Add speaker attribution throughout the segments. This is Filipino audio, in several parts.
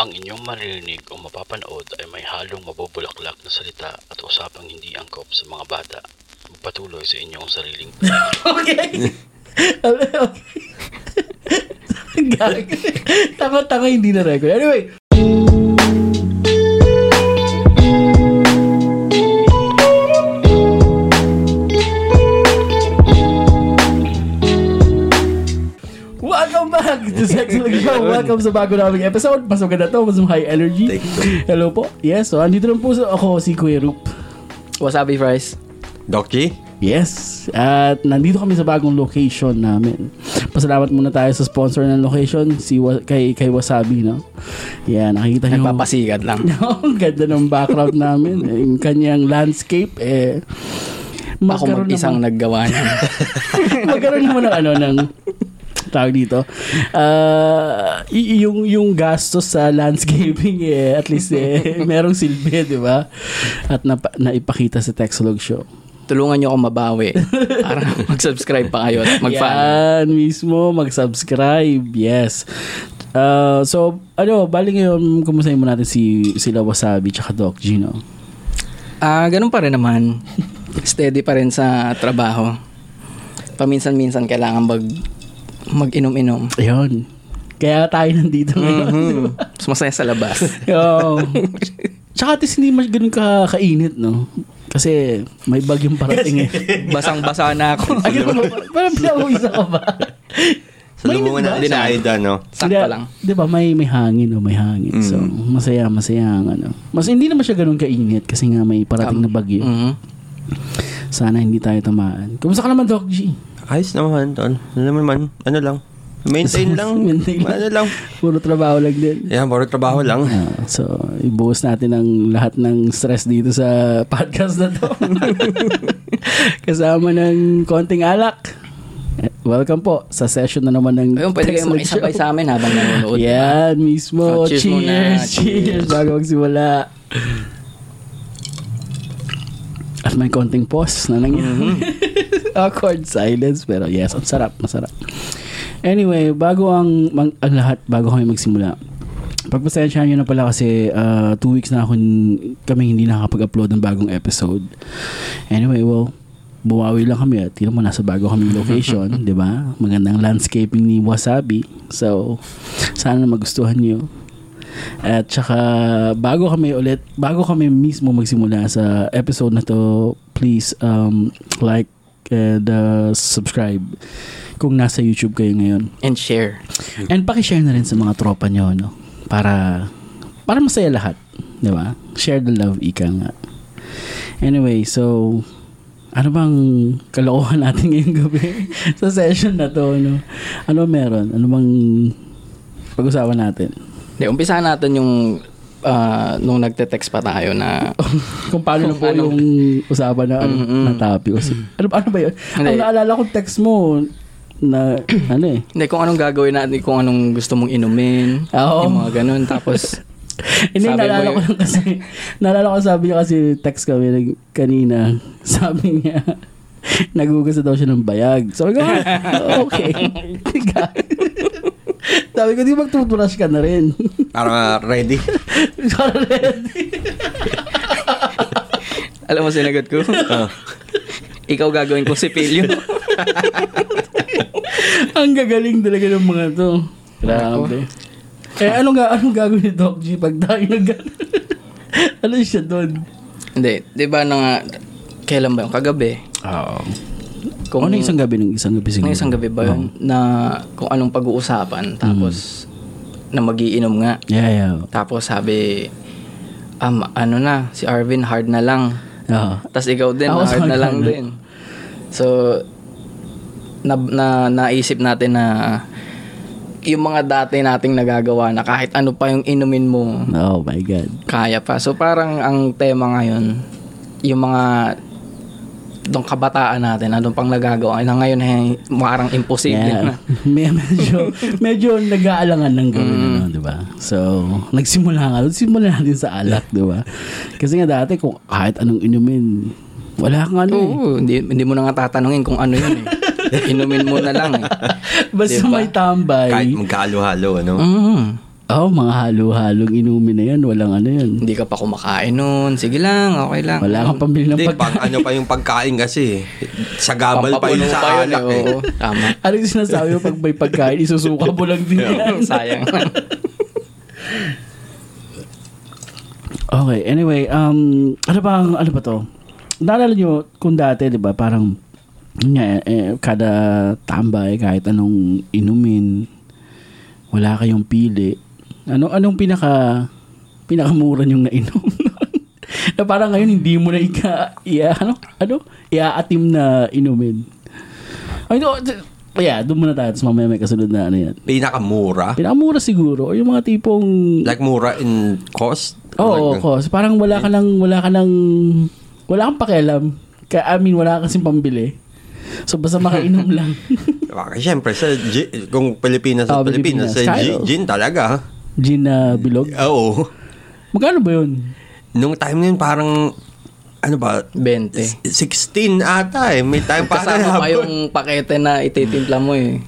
Speaker 1: Ang inyong maririnig o mapapanood ay may halong mabubulaklak na salita at usapang hindi angkop sa mga bata. Magpatuloy sa inyong sariling
Speaker 2: Okay. Gag. Tama-tama hindi na record. Anyway. Welcome back to Sex Lang Show. Welcome sa bago naming episode. Mas maganda to. Mas high energy.
Speaker 3: Thank you.
Speaker 2: Hello po. Yes, so andito lang po sa ako si Kuya Rup. Wasabi fries.
Speaker 3: Doc G?
Speaker 2: Yes, at nandito kami sa bagong location namin. Pasalamat muna tayo sa sponsor ng location, si Wa- kay, kay Wasabi, no? Yan, nakikita niyo.
Speaker 4: Nagpapasigat lang.
Speaker 2: Ang ganda ng background namin. Yung kanyang landscape, eh,
Speaker 4: Ako mag-isang
Speaker 2: naman,
Speaker 4: naggawa niya.
Speaker 2: magkaroon naman ng ano, ng tawag dito. Ah, y- yung, yung gastos sa landscaping, eh, at least, eh, merong silbi, di ba? At napa- naipakita sa Texlog Show.
Speaker 4: Tulungan niyo ako mabawi. Para mag-subscribe pa kayo at mag
Speaker 2: Yan mismo, mag-subscribe. Yes. Uh, so, ano, bali ngayon, kumusayin mo natin si sila Wasabi tsaka Doc Gino.
Speaker 4: Ah, ganun pa rin naman. Steady pa rin sa trabaho. Paminsan-minsan kailangan mag mag-inom-inom.
Speaker 2: Ayun. Kaya tayo nandito ngayon.
Speaker 4: Mm-hmm. Mas masaya sa labas.
Speaker 2: Oo. tsaka at least hindi mas ganun ka kainit, no? Kasi may bagyong parating eh.
Speaker 4: Basang-basa na ako.
Speaker 2: Ay, ano ba? Parang pinabuisa ka ba?
Speaker 3: Sa lumungan na
Speaker 4: Hindi na.
Speaker 3: sa Aida, no?
Speaker 4: Sakto
Speaker 2: Hindi,
Speaker 4: lang. Mm.
Speaker 2: Di ba, may, may hangin o may hangin. So, masaya, masaya ang ano. Mas hindi naman siya ganun kainit kasi nga may parating na bagyo.
Speaker 4: Mhm.
Speaker 2: Sana hindi tayo tamaan. Kumusta ka naman, Doc G?
Speaker 3: Ayos naman, tol. Alam mo naman, ano lang. Maintain lang.
Speaker 2: Maintain lang.
Speaker 3: Ano lang.
Speaker 2: Puro trabaho lang din.
Speaker 3: Yan, baro trabaho lang.
Speaker 2: Ah, so, ibuhos natin ang lahat ng stress dito sa podcast na to. Kasama ng konting alak. Eh, Welcome po sa session na naman ng
Speaker 4: Ayun, pwede kayong
Speaker 2: Texas
Speaker 4: makisabay
Speaker 2: Show.
Speaker 4: sa amin habang nanonood.
Speaker 2: Yan, mismo.
Speaker 4: Oh,
Speaker 2: cheers, cheers,
Speaker 4: cheers muna.
Speaker 2: cheers.
Speaker 4: Cheers.
Speaker 2: Bago magsimula. At may konting pause na
Speaker 4: Mm-hmm.
Speaker 2: nangyari. Awkward silence. Pero yes, ang sarap. Masarap. Anyway, bago ang, mang- ang lahat, bago kami magsimula, Pagpasensyahan nyo na pala kasi uh, two weeks na ako kami hindi nakakapag-upload ng bagong episode. Anyway, well, bumawi lang kami at tira mo nasa bago kami location, di ba? Magandang landscaping ni Wasabi. So, sana magustuhan nyo. At saka, bago kami ulit, bago kami mismo magsimula sa episode na to, please um, like and uh, subscribe kung nasa YouTube kayo ngayon.
Speaker 4: And share.
Speaker 2: And paki-share na rin sa mga tropa nyo, no? Para, para masaya lahat. Di ba? Share the love, ika nga. Anyway, so, ano bang kalokohan natin ngayong gabi sa session na to, no? Ano meron? Ano bang pag-usapan natin?
Speaker 4: De, umpisahan natin yung ah, nung nagte-text pa tayo na
Speaker 2: Kung paano na po
Speaker 4: Ano?
Speaker 2: yung usapan na, ano,
Speaker 4: Mm-mm.
Speaker 2: na topic. Kasi, ano, ano ba yun?
Speaker 4: Hindi.
Speaker 2: Ang naalala kong text mo, na, ano eh,
Speaker 4: Hindi, kung anong gagawin natin, kung anong gusto mong inumin,
Speaker 2: Oo.
Speaker 4: yung mga ganun. Tapos,
Speaker 2: Hindi,
Speaker 4: Sabi mo
Speaker 2: naalala ko
Speaker 4: yun.
Speaker 2: lang kasi, naalala ko sabi niya kasi text kami nag- kanina, sabi niya, nagugusta daw siya ng bayag. Sabi ko, "Ah, okay. Tiga. sabi ko, di magtutulash ka na rin. "Ano
Speaker 3: Para ready.
Speaker 4: alam mo sinagot ko? Ikaw gagawin ko si Pilyo.
Speaker 2: Ang gagaling talaga ng mga to. Grabe. Eh, anong, ga- anong gagawin ni Doc G pag tayo nag ano siya doon?
Speaker 4: Hindi, di ba na nga, kailan ba yun? Kagabi.
Speaker 2: Oo.
Speaker 4: Kung
Speaker 2: ano isang gabi ng Ano isang gabi siguro?
Speaker 4: Nung isang gabi ba yun? Na kung anong pag-uusapan. Tapos, na magiinom nga.
Speaker 2: Yeah, yeah.
Speaker 4: Tapos sabi, um, ano na, si Arvin hard na lang.
Speaker 2: Oo.
Speaker 4: Tapos ikaw din,
Speaker 2: Ako,
Speaker 4: hard
Speaker 2: hard
Speaker 4: na
Speaker 2: na
Speaker 4: lang
Speaker 2: lang.
Speaker 4: din. So, na, na, naisip natin na yung mga dati nating nagagawa na kahit ano pa yung inumin mo,
Speaker 2: Oh my God.
Speaker 4: kaya pa. So, parang ang tema ngayon, yung mga itong kabataan natin, anong pang nagagawa, na ngayon ay parang imposible na.
Speaker 2: May- medyo, medyo nag-aalangan ng gawin, ano, di ba? So, nagsimula nga. Simula natin sa alak, di ba? Kasi nga dati, kung kahit anong inumin, wala kang ano eh.
Speaker 4: Oo, hindi, hindi mo na nga tatanungin kung ano yun eh. Inumin mo na lang eh.
Speaker 2: Basta
Speaker 4: Diba?
Speaker 2: may tambay.
Speaker 3: Kahit magkahalo-halo, ano?
Speaker 4: Mm.
Speaker 2: Oh, mga halo-halong inumin na yan. Walang ano yan.
Speaker 4: Hindi ka pa kumakain nun. Sige lang, okay lang.
Speaker 2: Wala kang pambili ng
Speaker 3: Hindi, pang
Speaker 2: pagkain.
Speaker 3: ano pa yung pagkain kasi. Sa gabal pa
Speaker 4: Pampapuno
Speaker 3: yun sa
Speaker 4: pa yun
Speaker 3: alak
Speaker 4: eh.
Speaker 3: eh.
Speaker 4: Oo, tama.
Speaker 2: Ano yung sinasabi mo pag may pagkain, isusuka mo lang din yan.
Speaker 4: Sayang.
Speaker 2: Okay, anyway, um, ano ba, ang- ano ba to? Naalala nyo, kung dati, di ba, parang, yun nga, eh, kada tambay, kahit anong inumin, wala kayong pili. Ano, anong pinaka, pinakamura nyong nainom? na parang ngayon, hindi mo na ika, iya, ano, ano, iaatim na inumin. Ay, no, d- yeah, doon muna tayo, tapos mamaya may kasunod na ano yan.
Speaker 3: Pinakamura.
Speaker 2: Pinakamura siguro, o yung mga tipong...
Speaker 3: Like mura in cost.
Speaker 2: Oo,
Speaker 3: Like,
Speaker 2: ko. parang wala
Speaker 4: Mm.
Speaker 2: ka lang, wala ka lang, wala kang pakialam. Ka, I mean, wala ka kasing pambili. So, basta makainom lang.
Speaker 3: Baka siyempre, ah, sa gin, kung Pilipinas sa
Speaker 2: Oo,
Speaker 3: Pilipinas,
Speaker 2: Pilipinas.
Speaker 3: sa gin,
Speaker 2: Tayo.
Speaker 3: gin talaga.
Speaker 2: Gin na bilog.
Speaker 3: Oo.
Speaker 2: Magkano ba yun?
Speaker 3: Nung time na yun, parang, ano ba,
Speaker 4: 20.
Speaker 3: 16 ata eh. May time
Speaker 4: Eh.
Speaker 3: pa
Speaker 4: Kasama pa yung pakete na ititimpla mo eh.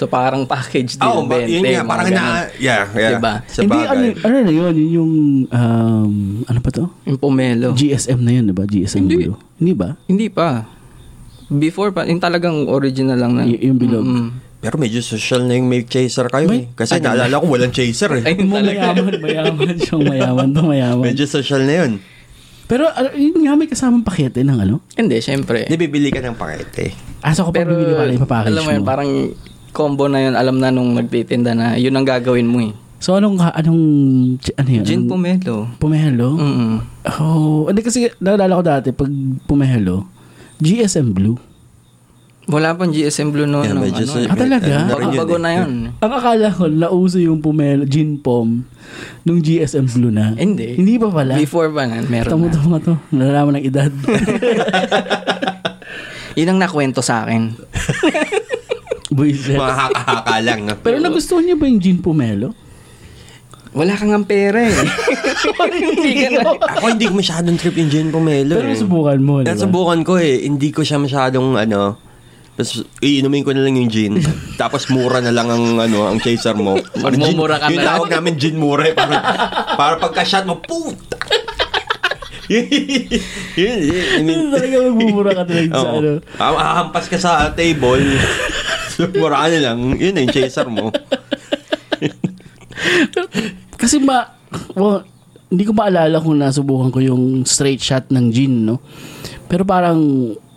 Speaker 4: So parang package din.
Speaker 3: Oh, ba, yun
Speaker 4: 20,
Speaker 3: nga,
Speaker 4: mga
Speaker 3: parang
Speaker 4: ganun.
Speaker 3: na, yeah, yeah.
Speaker 4: Diba?
Speaker 3: Sa
Speaker 2: Hindi, ano,
Speaker 3: bagay.
Speaker 2: ano na yun? Yun yung, um, ano pa to?
Speaker 4: Yung pomelo.
Speaker 2: GSM na yun, di ba? GSM
Speaker 4: Hindi.
Speaker 2: bilog. Hindi ba?
Speaker 4: Hindi pa. Before pa, yung talagang original lang na.
Speaker 2: Y- yung bilog.
Speaker 4: Mm-mm.
Speaker 3: Pero medyo social na yung may chaser kayo eh. Kasi naalala ko walang chaser eh.
Speaker 4: Ay,
Speaker 2: Yung
Speaker 4: yun
Speaker 2: mga
Speaker 4: talaga.
Speaker 2: mayaman, mayaman siyang mayaman to mayaman.
Speaker 3: Medyo social na yun.
Speaker 2: Pero ano, yun nga may kasamang pakete ng ano.
Speaker 4: Hindi, syempre.
Speaker 3: Hindi, bibili ka ng pakete.
Speaker 2: Aso ko pag
Speaker 4: Pero,
Speaker 2: bibili pala ipapackage
Speaker 4: alam mo
Speaker 2: mo.
Speaker 4: yun, parang combo na yun, alam na nung magtitinda na, yun ang gagawin mo eh.
Speaker 2: So, anong, anong, ano yun? Anong-
Speaker 4: Gin Mm. pomelo.
Speaker 2: Pumelo?
Speaker 4: Mm-mm.
Speaker 2: Oh, hindi kasi naalala ko dati pag pumehelo, GSM Blue.
Speaker 4: Wala pang GSM Blue noon.
Speaker 3: Yan,
Speaker 4: nung
Speaker 3: medyo
Speaker 4: ano,
Speaker 3: so-
Speaker 4: eh.
Speaker 2: Ah, talaga?
Speaker 3: ano rin
Speaker 4: Bago,
Speaker 3: yun
Speaker 4: bago
Speaker 3: eh.
Speaker 4: na yun.
Speaker 2: Ang akala ko, nauso yung pumelo, gin pom, nung GSM Blue na.
Speaker 4: Hindi.
Speaker 2: Hindi ba pala?
Speaker 4: Before pa na, meron
Speaker 2: Tamo
Speaker 4: na.
Speaker 2: tamo to. Nalalaman ng edad.
Speaker 4: Yun ang nakwento sa akin.
Speaker 2: Buisit.
Speaker 3: Mga haka-haka lang. No?
Speaker 2: Pero nagustuhan niyo ba yung gin pumelo?
Speaker 4: Wala kang ang pera eh. Hindi ka na.
Speaker 3: Ako hindi ko masyadong trip yung gin pomelo
Speaker 2: Pero
Speaker 3: eh.
Speaker 2: nasubukan mo, di ba?
Speaker 3: Nasubukan ko eh. Hindi ko siya masyadong ano. Tapos iinumin ko na lang yung gin. Tapos mura na lang ang ano ang chaser mo. Parang gin-
Speaker 4: Magmumura ka na
Speaker 3: Yung
Speaker 4: lang.
Speaker 3: tawag namin gin mura eh. Parang, para pagka-shot mo, puta! yun, yun, yun. I mean,
Speaker 2: Talaga magmumura ka talaga sa ano.
Speaker 3: oo. Ah, Hahampas ka sa table. So, mura ka na lang. Yun na yung chaser mo.
Speaker 2: Kasi ma... Well, hindi ko maalala kung nasubukan ko yung straight shot ng gin, no? Pero parang...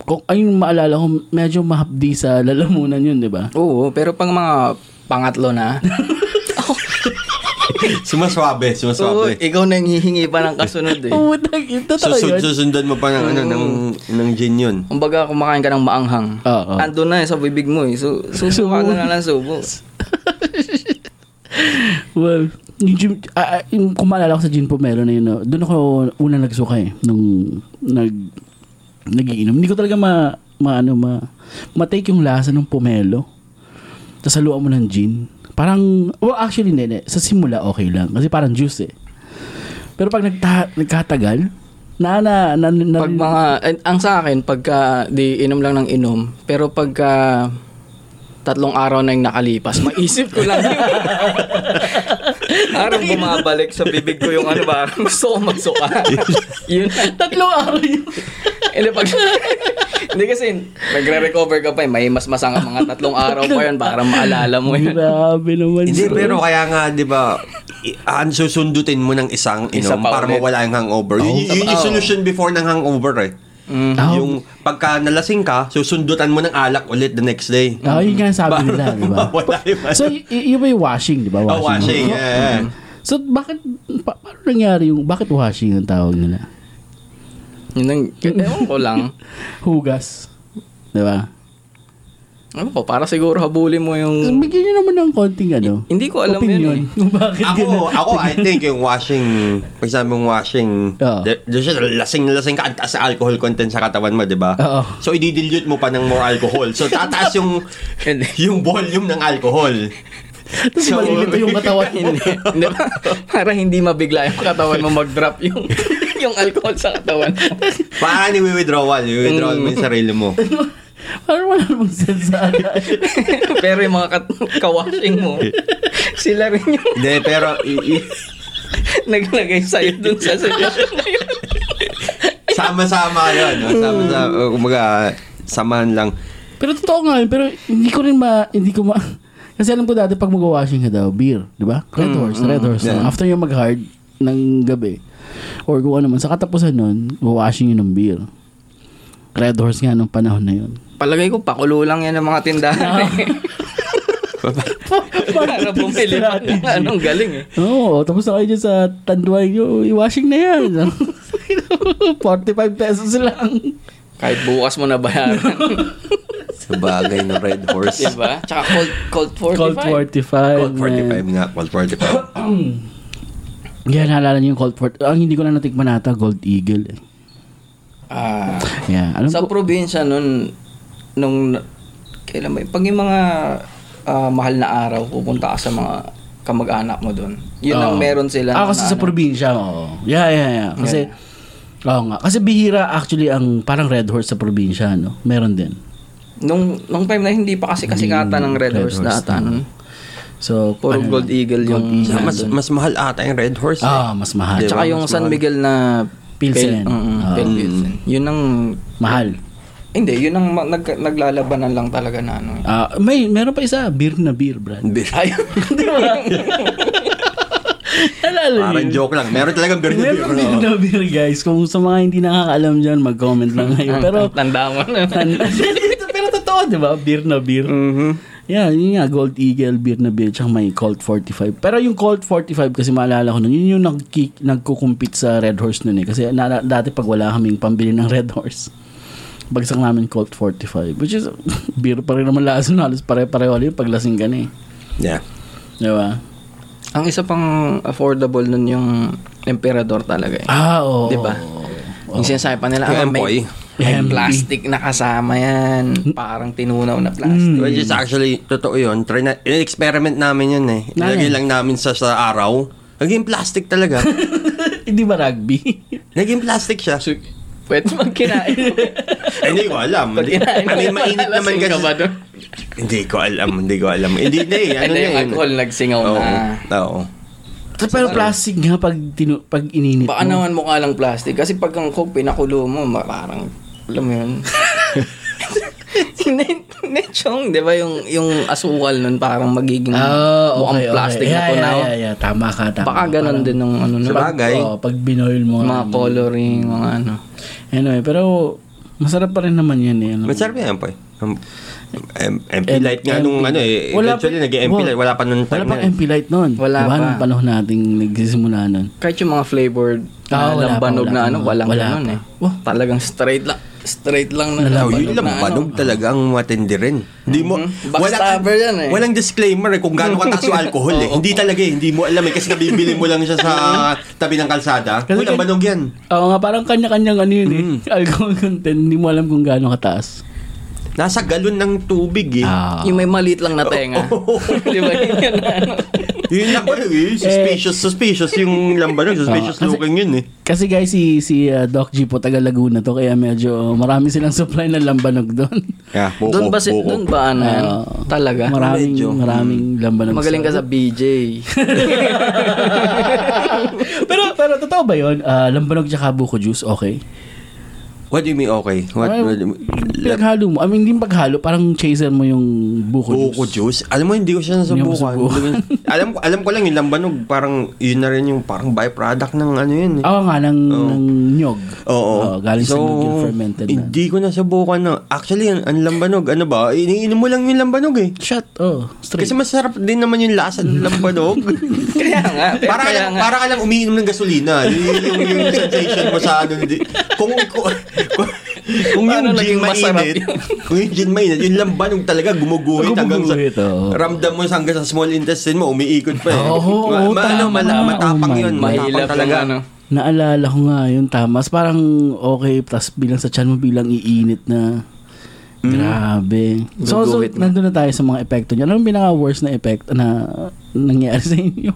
Speaker 2: Kung, ayun maalala ko, medyo mahapdi sa lalamunan yun, di ba?
Speaker 4: Oo, pero pang mga pangatlo na.
Speaker 3: Sumaswabe,
Speaker 4: Oo,
Speaker 3: sumaswabe.
Speaker 4: ikaw nang hihingi pa ng kasunod eh.
Speaker 2: Oo, tag- yun, totoo eh, ano
Speaker 3: Susund,
Speaker 2: yun.
Speaker 3: susundan mo pa ng, ano, ng, ng gin yun.
Speaker 4: Kumbaga, kumakain ka ng maanghang.
Speaker 2: Oo.
Speaker 4: Ando na eh, sa bibig mo eh. So, subo ka na lang subo.
Speaker 2: Well, yung, gin, ah, ah, yung kung maalala ko sa gin pomelo na yun, no, doon ako una nagsuka eh, nung nag, nagiinom. Hindi ko talaga ma, ma, ano, ma, ma-take yung lasa ng pomelo. Tapos haluan mo ng gin. Parang, well actually, hindi, hindi. Sa simula, okay lang. Kasi parang juice eh. Pero pag nagta, nagkatagal, na, na, na, na,
Speaker 4: Pag mga, eh, ang sa akin, pagka di inom lang ng inom, pero pagka tatlong araw na yung nakalipas, maisip ko lang yun. Parang bumabalik sa bibig ko yung ano ba, gusto ko magsuka. yun.
Speaker 2: tatlong araw yun.
Speaker 4: Hindi, pag... Hindi kasi, nagre-recover ka pa eh. May mas masang mga tatlong araw pa yun para maalala mo yun.
Speaker 2: Grabe naman.
Speaker 3: Hindi,
Speaker 2: bro.
Speaker 3: pero kaya nga, di ba, i- ah, susundutin mo ng isang
Speaker 4: Isa
Speaker 3: inom
Speaker 4: pa
Speaker 3: para
Speaker 4: ulit.
Speaker 3: mawala yung hangover. yun, yun
Speaker 4: Oo.
Speaker 3: yung solution before ng hangover eh.
Speaker 4: Mm.
Speaker 2: Ah,
Speaker 3: Yung pagka nalasing ka, susundutan mo ng alak ulit the next day.
Speaker 2: Ah, yun nga yung sabi nila, di ba?
Speaker 3: Mawala yung
Speaker 2: So, y- y- yun ba yung washing, di ba?
Speaker 3: oh, washing.
Speaker 2: So,
Speaker 3: yeah.
Speaker 2: so, bakit, pa- paano nangyari yung, bakit washing ang tawag nila?
Speaker 4: Yun ang, ewan ko lang.
Speaker 2: Hugas. Di ba?
Speaker 4: Ano ko, para siguro habulin mo
Speaker 2: So,
Speaker 4: yung...
Speaker 2: bigyan nyo naman ng konting ano.
Speaker 4: Hindi ko alam
Speaker 2: opinion.
Speaker 4: yun eh.
Speaker 2: Kung bakit
Speaker 3: Ako, ako, I think yung washing, pag sabi mong washing,
Speaker 2: Oo.
Speaker 3: there- there's just lasing na lasing ka, ang taas sa alcohol content sa katawan mo, di ba?
Speaker 2: Oo.
Speaker 3: So, i-dilute mo pa ng more alcohol. So, tataas yung, yung volume ng alcohol.
Speaker 2: Tapos
Speaker 3: So,
Speaker 2: malilito yung katawan.
Speaker 4: hindi, hindi ba? Para hindi mabigla yung katawan mo mag-drop yung yung alcohol sa katawan.
Speaker 3: Parang ni withdrawal, withdrawal mo yung sarili mo.
Speaker 2: Parang wala namang sensada.
Speaker 4: Pero yung mga kat- kawashing mo, sila rin yung
Speaker 3: Hindi, pero i- i-
Speaker 4: naglagay sa'yo dun sa suggestion na yun.
Speaker 3: sama-sama yun. No? Sama-sama. Uh, Kumbaga, samahan lang.
Speaker 2: pero totoo nga yun. Pero hindi ko rin ma... Hindi ko ma... Kasi alam ko dati pag mag-washing ka daw, beer, di ba? Red Horse, Red Horse.
Speaker 3: yeah.
Speaker 2: lang. After yung mag-hard ng gabi, or kung ano man, sa katapusan nun, washing yun ng beer. Red Horse nga nung panahon na yun.
Speaker 4: Palagay ko, pakulo lang yan ng mga tindahan. eh. Para bumili pa ng anong galing eh.
Speaker 2: Oo, tapos na kayo dyan sa tanduay nyo, i-washing na yan. 45 pesos lang.
Speaker 4: Kahit bukas mo na bayaran.
Speaker 3: Sa bagay ng Red Horse.
Speaker 4: diba? Tsaka cold, cold 45.
Speaker 2: Cold 45.
Speaker 3: Cold 45
Speaker 2: man.
Speaker 3: nga. Cold 45.
Speaker 2: Yeah, naalala niyo yung Cold 45. Ang hindi ko lang natikman nata, Gold Eagle. eh.
Speaker 4: Ah,
Speaker 2: Yeah, alam
Speaker 4: sa
Speaker 2: ko.
Speaker 4: probinsya nun, nung, kailan ba yun? Pag yung mga ah, mahal na araw, pupunta ka sa mga kamag-anak mo dun. Yun
Speaker 2: Oo.
Speaker 4: ang meron sila.
Speaker 2: Ah,
Speaker 4: na-
Speaker 2: kasi
Speaker 4: na
Speaker 2: sa
Speaker 4: ano.
Speaker 2: probinsya, oo. Yeah, yeah, yeah. Kasi, oo nga. Kasi bihira actually ang parang Red Horse sa probinsya, no? Meron din.
Speaker 4: Nung, nung time na hindi pa kasi kasikatan ng Red,
Speaker 2: Red
Speaker 4: Horse
Speaker 2: Horse
Speaker 4: data.
Speaker 2: na.
Speaker 4: nun.
Speaker 2: So,
Speaker 4: Puro
Speaker 2: ano
Speaker 4: Gold
Speaker 2: lang.
Speaker 4: Eagle yung...
Speaker 3: Sa mas, mas mahal ata yung Red Horse.
Speaker 2: Ano
Speaker 3: eh.
Speaker 2: Ah, mas mahal.
Speaker 3: Di ba?
Speaker 4: Tsaka yung
Speaker 3: Mas
Speaker 4: San
Speaker 3: mahal.
Speaker 4: Miguel na...
Speaker 2: Pilsen.
Speaker 4: Pel- Mm,
Speaker 2: Ah.
Speaker 4: Pel Pilsen. Yun ang...
Speaker 2: Mahal.
Speaker 4: Hindi, yun ang ma- nag, naglalabanan lang talaga na ano. eh.
Speaker 2: Ah, may meron pa isa, beer na beer, Brad.
Speaker 3: Beer.
Speaker 2: Alala
Speaker 3: Parang
Speaker 2: niyo?
Speaker 3: joke lang. Meron talagang beer na beer.
Speaker 2: Meron beer na beer, guys. Kung sa mga hindi nakakaalam dyan, mag-comment lang kayo. Pero,
Speaker 4: Tanda mo na.
Speaker 2: pero totoo, di ba? Beer na beer.
Speaker 4: Mhm.
Speaker 2: Yeah, yun nga, Gold Eagle, beer na beer, tsaka may Colt 45. Pero yung Colt 45, kasi maalala ko nun, yun yung nagki- nagkukumpit sa Red Horse nun eh. Kasi na, na- dati pag wala kaming pambili ng Red Horse, bagsak namin Colt 45. Which is, beer pa rin naman laso na halos pare-pareho yun paglasing ka na eh.
Speaker 3: Yeah.
Speaker 2: Di ba?
Speaker 4: Ang isa pang affordable nun yung emperador talaga eh.
Speaker 2: Ah, oo.
Speaker 4: Di ba? Yung sinasabi pa nila, ah,
Speaker 3: Yung
Speaker 4: may,
Speaker 3: Empoy.
Speaker 4: may
Speaker 2: Empoy.
Speaker 4: plastic na kasama
Speaker 2: Hmm.
Speaker 4: yan. Parang tinunaw na plastic.
Speaker 3: Which is actually, totoo yun. Try na, experiment namin yun eh. Nilagay lang namin sa, sa araw. Naging plastic talaga.
Speaker 2: Hindi ba rugby?
Speaker 3: Naging plastic siya.
Speaker 4: Pwede bang kinain?
Speaker 3: Hindi ko alam. Hindi-
Speaker 4: kinain
Speaker 3: I mean,
Speaker 4: mo,
Speaker 3: mainit naman
Speaker 4: malalasing
Speaker 3: kasi.
Speaker 4: ka ba doon?
Speaker 3: Hindi ko alam. Hindi ko alam. Hindi na eh. Ano
Speaker 4: Ano
Speaker 3: na
Speaker 4: yung
Speaker 3: yun?
Speaker 4: alcohol nagsingaw
Speaker 3: Oo.
Speaker 4: na.
Speaker 3: Oo.
Speaker 2: Pero plastic nga pag, tinu- pag ininit
Speaker 4: Baka
Speaker 2: mo.
Speaker 4: naman mukha lang plastic. Kasi pag ang coke, pinakulo mo, ma- parang, alam mo yun. Si Ne- Nechong, di ba yung, yung asukal nun parang magiging
Speaker 2: Ah,
Speaker 4: mukhang
Speaker 2: okay, okay.
Speaker 4: plastic
Speaker 2: yeah,
Speaker 4: na tunaw.
Speaker 2: Yeah, yeah, yeah. Tama ka, tama.
Speaker 4: Baka ganun
Speaker 2: Parang-
Speaker 4: din ng ano nun.
Speaker 3: Sa bagay.
Speaker 2: Oo, pag binoil mo.
Speaker 4: Mga coloring, mga ano.
Speaker 2: Anyway, pero masarap pa rin naman yun eh. Alam mo.
Speaker 3: Masarap yan, Empoy. Um, em- MP
Speaker 2: M-
Speaker 3: light nga nung
Speaker 2: MP.
Speaker 3: ano eh.
Speaker 2: Wala
Speaker 3: Eventually,
Speaker 2: pa-
Speaker 3: nag-MP
Speaker 2: wala-
Speaker 3: light. Wala pa nun
Speaker 2: Wala
Speaker 3: time na
Speaker 2: pang
Speaker 3: yun.
Speaker 2: MP light noon.
Speaker 4: Wala
Speaker 2: diba?
Speaker 4: pa.
Speaker 2: Nung panahon nating nagsisimula nun.
Speaker 4: Kahit yung mga flavored
Speaker 2: Ah,
Speaker 4: na
Speaker 2: wala pa,
Speaker 4: labanog
Speaker 2: wala pa.
Speaker 4: na ano, walang
Speaker 2: Wala
Speaker 4: ganun
Speaker 2: pa.
Speaker 4: eh. Talagang straight lang. Straight lang na
Speaker 3: Oh,
Speaker 4: labanog
Speaker 3: yun lang
Speaker 4: na ano.
Speaker 3: banog talagang matindi rin. Hindi mo
Speaker 4: Backstabber yan eh.
Speaker 3: Walang disclaimer eh kung gaano kataas yung alcohol eh. Hindi talaga eh, hindi mo alam eh kasi nabibili mo lang siya sa tabi ng kalsada.
Speaker 2: Kasi
Speaker 3: Walang
Speaker 2: kay-
Speaker 3: banog yan.
Speaker 2: Oo nga, parang kanya-kanyang ano yun
Speaker 3: Mm.
Speaker 2: eh. Alcohol content, hindi mo alam kung gaano kataas.
Speaker 3: Nasa galon ng tubig eh.
Speaker 2: Ah.
Speaker 4: Yung may maliit lang na tenga.
Speaker 3: Oh.
Speaker 4: Di ba yun yun na ano?
Speaker 3: Yun lang ba? Eh, suspicious, suspicious yung lambanog. Suspicious
Speaker 2: Oh, kasi-
Speaker 3: looking yun eh.
Speaker 2: Kasi guys, si, si ah, Doc G po, taga Laguna to, kaya medyo marami silang supply ng lambanog doon.
Speaker 3: Yeah, Ah, buko,
Speaker 4: Doon ba, si,
Speaker 3: buko.
Speaker 4: doon ba ano yan?
Speaker 2: Oo. Ah.
Speaker 4: Talaga?
Speaker 2: Maraming,
Speaker 3: Medyo.
Speaker 2: maraming lambanog.
Speaker 4: Magaling ka sa BJ.
Speaker 2: pero, pero totoo ba yun? Ah, lambanog tsaka buko juice, okay?
Speaker 3: What do you mean okay? What,
Speaker 2: Ay,
Speaker 3: what do you mean?
Speaker 2: Pinaghalo mo. I mean, hindi paghalo. Parang chaser mo yung buko,
Speaker 3: Buko
Speaker 2: juice.
Speaker 3: juice? Alam mo, hindi ko siya
Speaker 2: Hindi mo
Speaker 3: nasubukan.
Speaker 2: subukan.
Speaker 3: Hindi ko- alam, ko- alam ko lang yung lambanog, parang yun na rin yung parang byproduct ng ano yun eh.
Speaker 2: Oo nga, ng, ng nyog.
Speaker 3: Oo.
Speaker 2: Oo, galing sa
Speaker 3: So,
Speaker 2: nyog yung fermented na.
Speaker 3: Hindi ko nasubukan na. Actually, ang, ang lambanog, ano ba? Iniinom mo lang yung lambanog eh.
Speaker 2: Shot, oh, straight.
Speaker 3: Kasi masarap din naman yung lasa ng lambanog.
Speaker 4: Kaya nga. pero
Speaker 3: para ka
Speaker 4: kaya
Speaker 3: lang,
Speaker 4: nga.
Speaker 3: para ka lang umiinom ng gasolina. Yun yung, yung sensation mo sa ano. di- Kung, kung, kung, kung yung
Speaker 4: Paano
Speaker 3: gin
Speaker 4: naging masarap
Speaker 3: mainit, kung yung gin mainit, yung lambanog talaga gumuguhit hanggang sa,
Speaker 2: Gumuguhit, oo.
Speaker 3: ramdam mo hanggang sa small intestine mo, umiikot pa eh.
Speaker 2: Oo,
Speaker 3: Ma-
Speaker 2: oo,
Speaker 3: ma- ano,
Speaker 2: tama.
Speaker 3: mala- matapang
Speaker 2: Oh my
Speaker 3: yun.
Speaker 2: God.
Speaker 3: Matapang
Speaker 4: Mahilap
Speaker 3: talaga.
Speaker 4: talaga. Ano.
Speaker 2: Naalala ko nga yun, tamas. Parang okay, tas bilang sa chan mo, bilang iinit na. Grabe. So, so
Speaker 4: Hmm. Guguhit na.
Speaker 2: nandun na tayo sa mga epekto niya. Ano yung pinaka-worst na effect na nangyari sa inyo?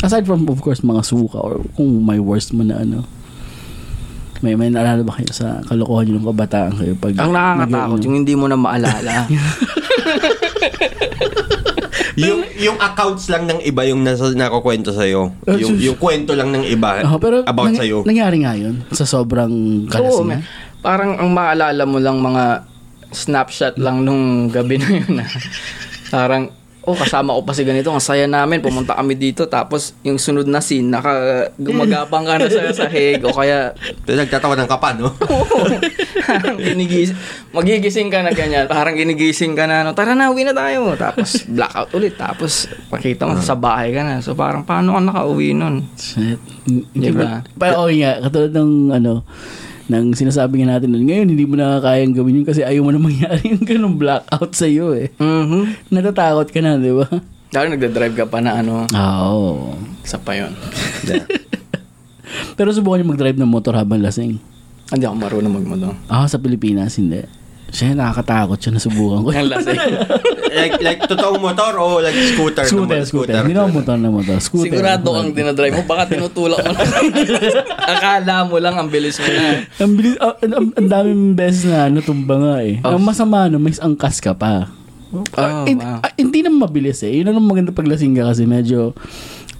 Speaker 2: Aside from, of course, mga suka or kung may worst mo na ano. May may naalala ba kayo sa kalokohan niyo ng kabataan kayo pag
Speaker 4: Ang
Speaker 3: Mm-hmm.
Speaker 4: nakakatakot, yung hindi mo na maalala.
Speaker 3: yung, yung accounts lang ng iba yung nasa, nakukwento sa'yo.
Speaker 2: Ah,
Speaker 3: Yung,
Speaker 2: sus.
Speaker 3: yung kwento lang ng iba
Speaker 2: Oo, pero
Speaker 3: about
Speaker 2: nang-
Speaker 3: sa'yo.
Speaker 2: Nangyari nga 'yun sa sobrang
Speaker 4: Oo,
Speaker 2: kalasingan.
Speaker 4: man. Parang ang maalala mo lang mga snapshot lang nung gabi na yun. ah. parang, oh, kasama ko pa si ganito. Ang saya namin. Pumunta kami dito. Tapos, yung sunod na scene, naka, gumagapang ka na sa sahig. O kaya,
Speaker 3: Tapos nagtatawa ng kapa, no?
Speaker 4: parang ginigis, magigising ka na ganyan. Parang ginigising ka na, no, tara na, uwi na tayo. Tapos, blackout ulit. Tapos, pakita mo sa bahay ka na. So, parang, paano ka nakauwi nun?
Speaker 2: Shit. Hindi
Speaker 4: Diba?
Speaker 2: ba? Pero okay nga, katulad ng ano, ng sinasabi nga natin nun, ngayon hindi mo na kayang gawin yun kasi ayaw mo na mangyari yung ganun blackout sa iyo eh.
Speaker 4: Mhm.
Speaker 2: Natatakot ka na, di ba?
Speaker 4: Lalo nagdadrive ka pa na, ano,
Speaker 2: Oo.
Speaker 4: isa pa yun.
Speaker 2: Pero subukan niyo mag-drive ng motor habang lasing.
Speaker 4: Hindi ako marunong magmadong.
Speaker 2: Ah, sa Pilipinas, hindi. Siya, nakakatakot siya, nasubukan ko.
Speaker 4: Ang lasing.
Speaker 3: like, like totoong motor o like scooter?
Speaker 2: scooter,
Speaker 3: naman?
Speaker 2: scooter. Hindi naman motor na motor. Scooter.
Speaker 4: Sigurado ang dinadrive mo, baka tinutulak mo lang. Akala mo lang ang bilis mo na.
Speaker 2: Ang bilis, ah, ang, ang, ang daming beses na ano, tumba nga eh.
Speaker 3: Ah.
Speaker 2: Ang masama na, may angkas ka pa. Ah, hindi,
Speaker 4: wow.
Speaker 2: ah, hindi naman mabilis eh. Yun ang maganda paglasing ka kasi medyo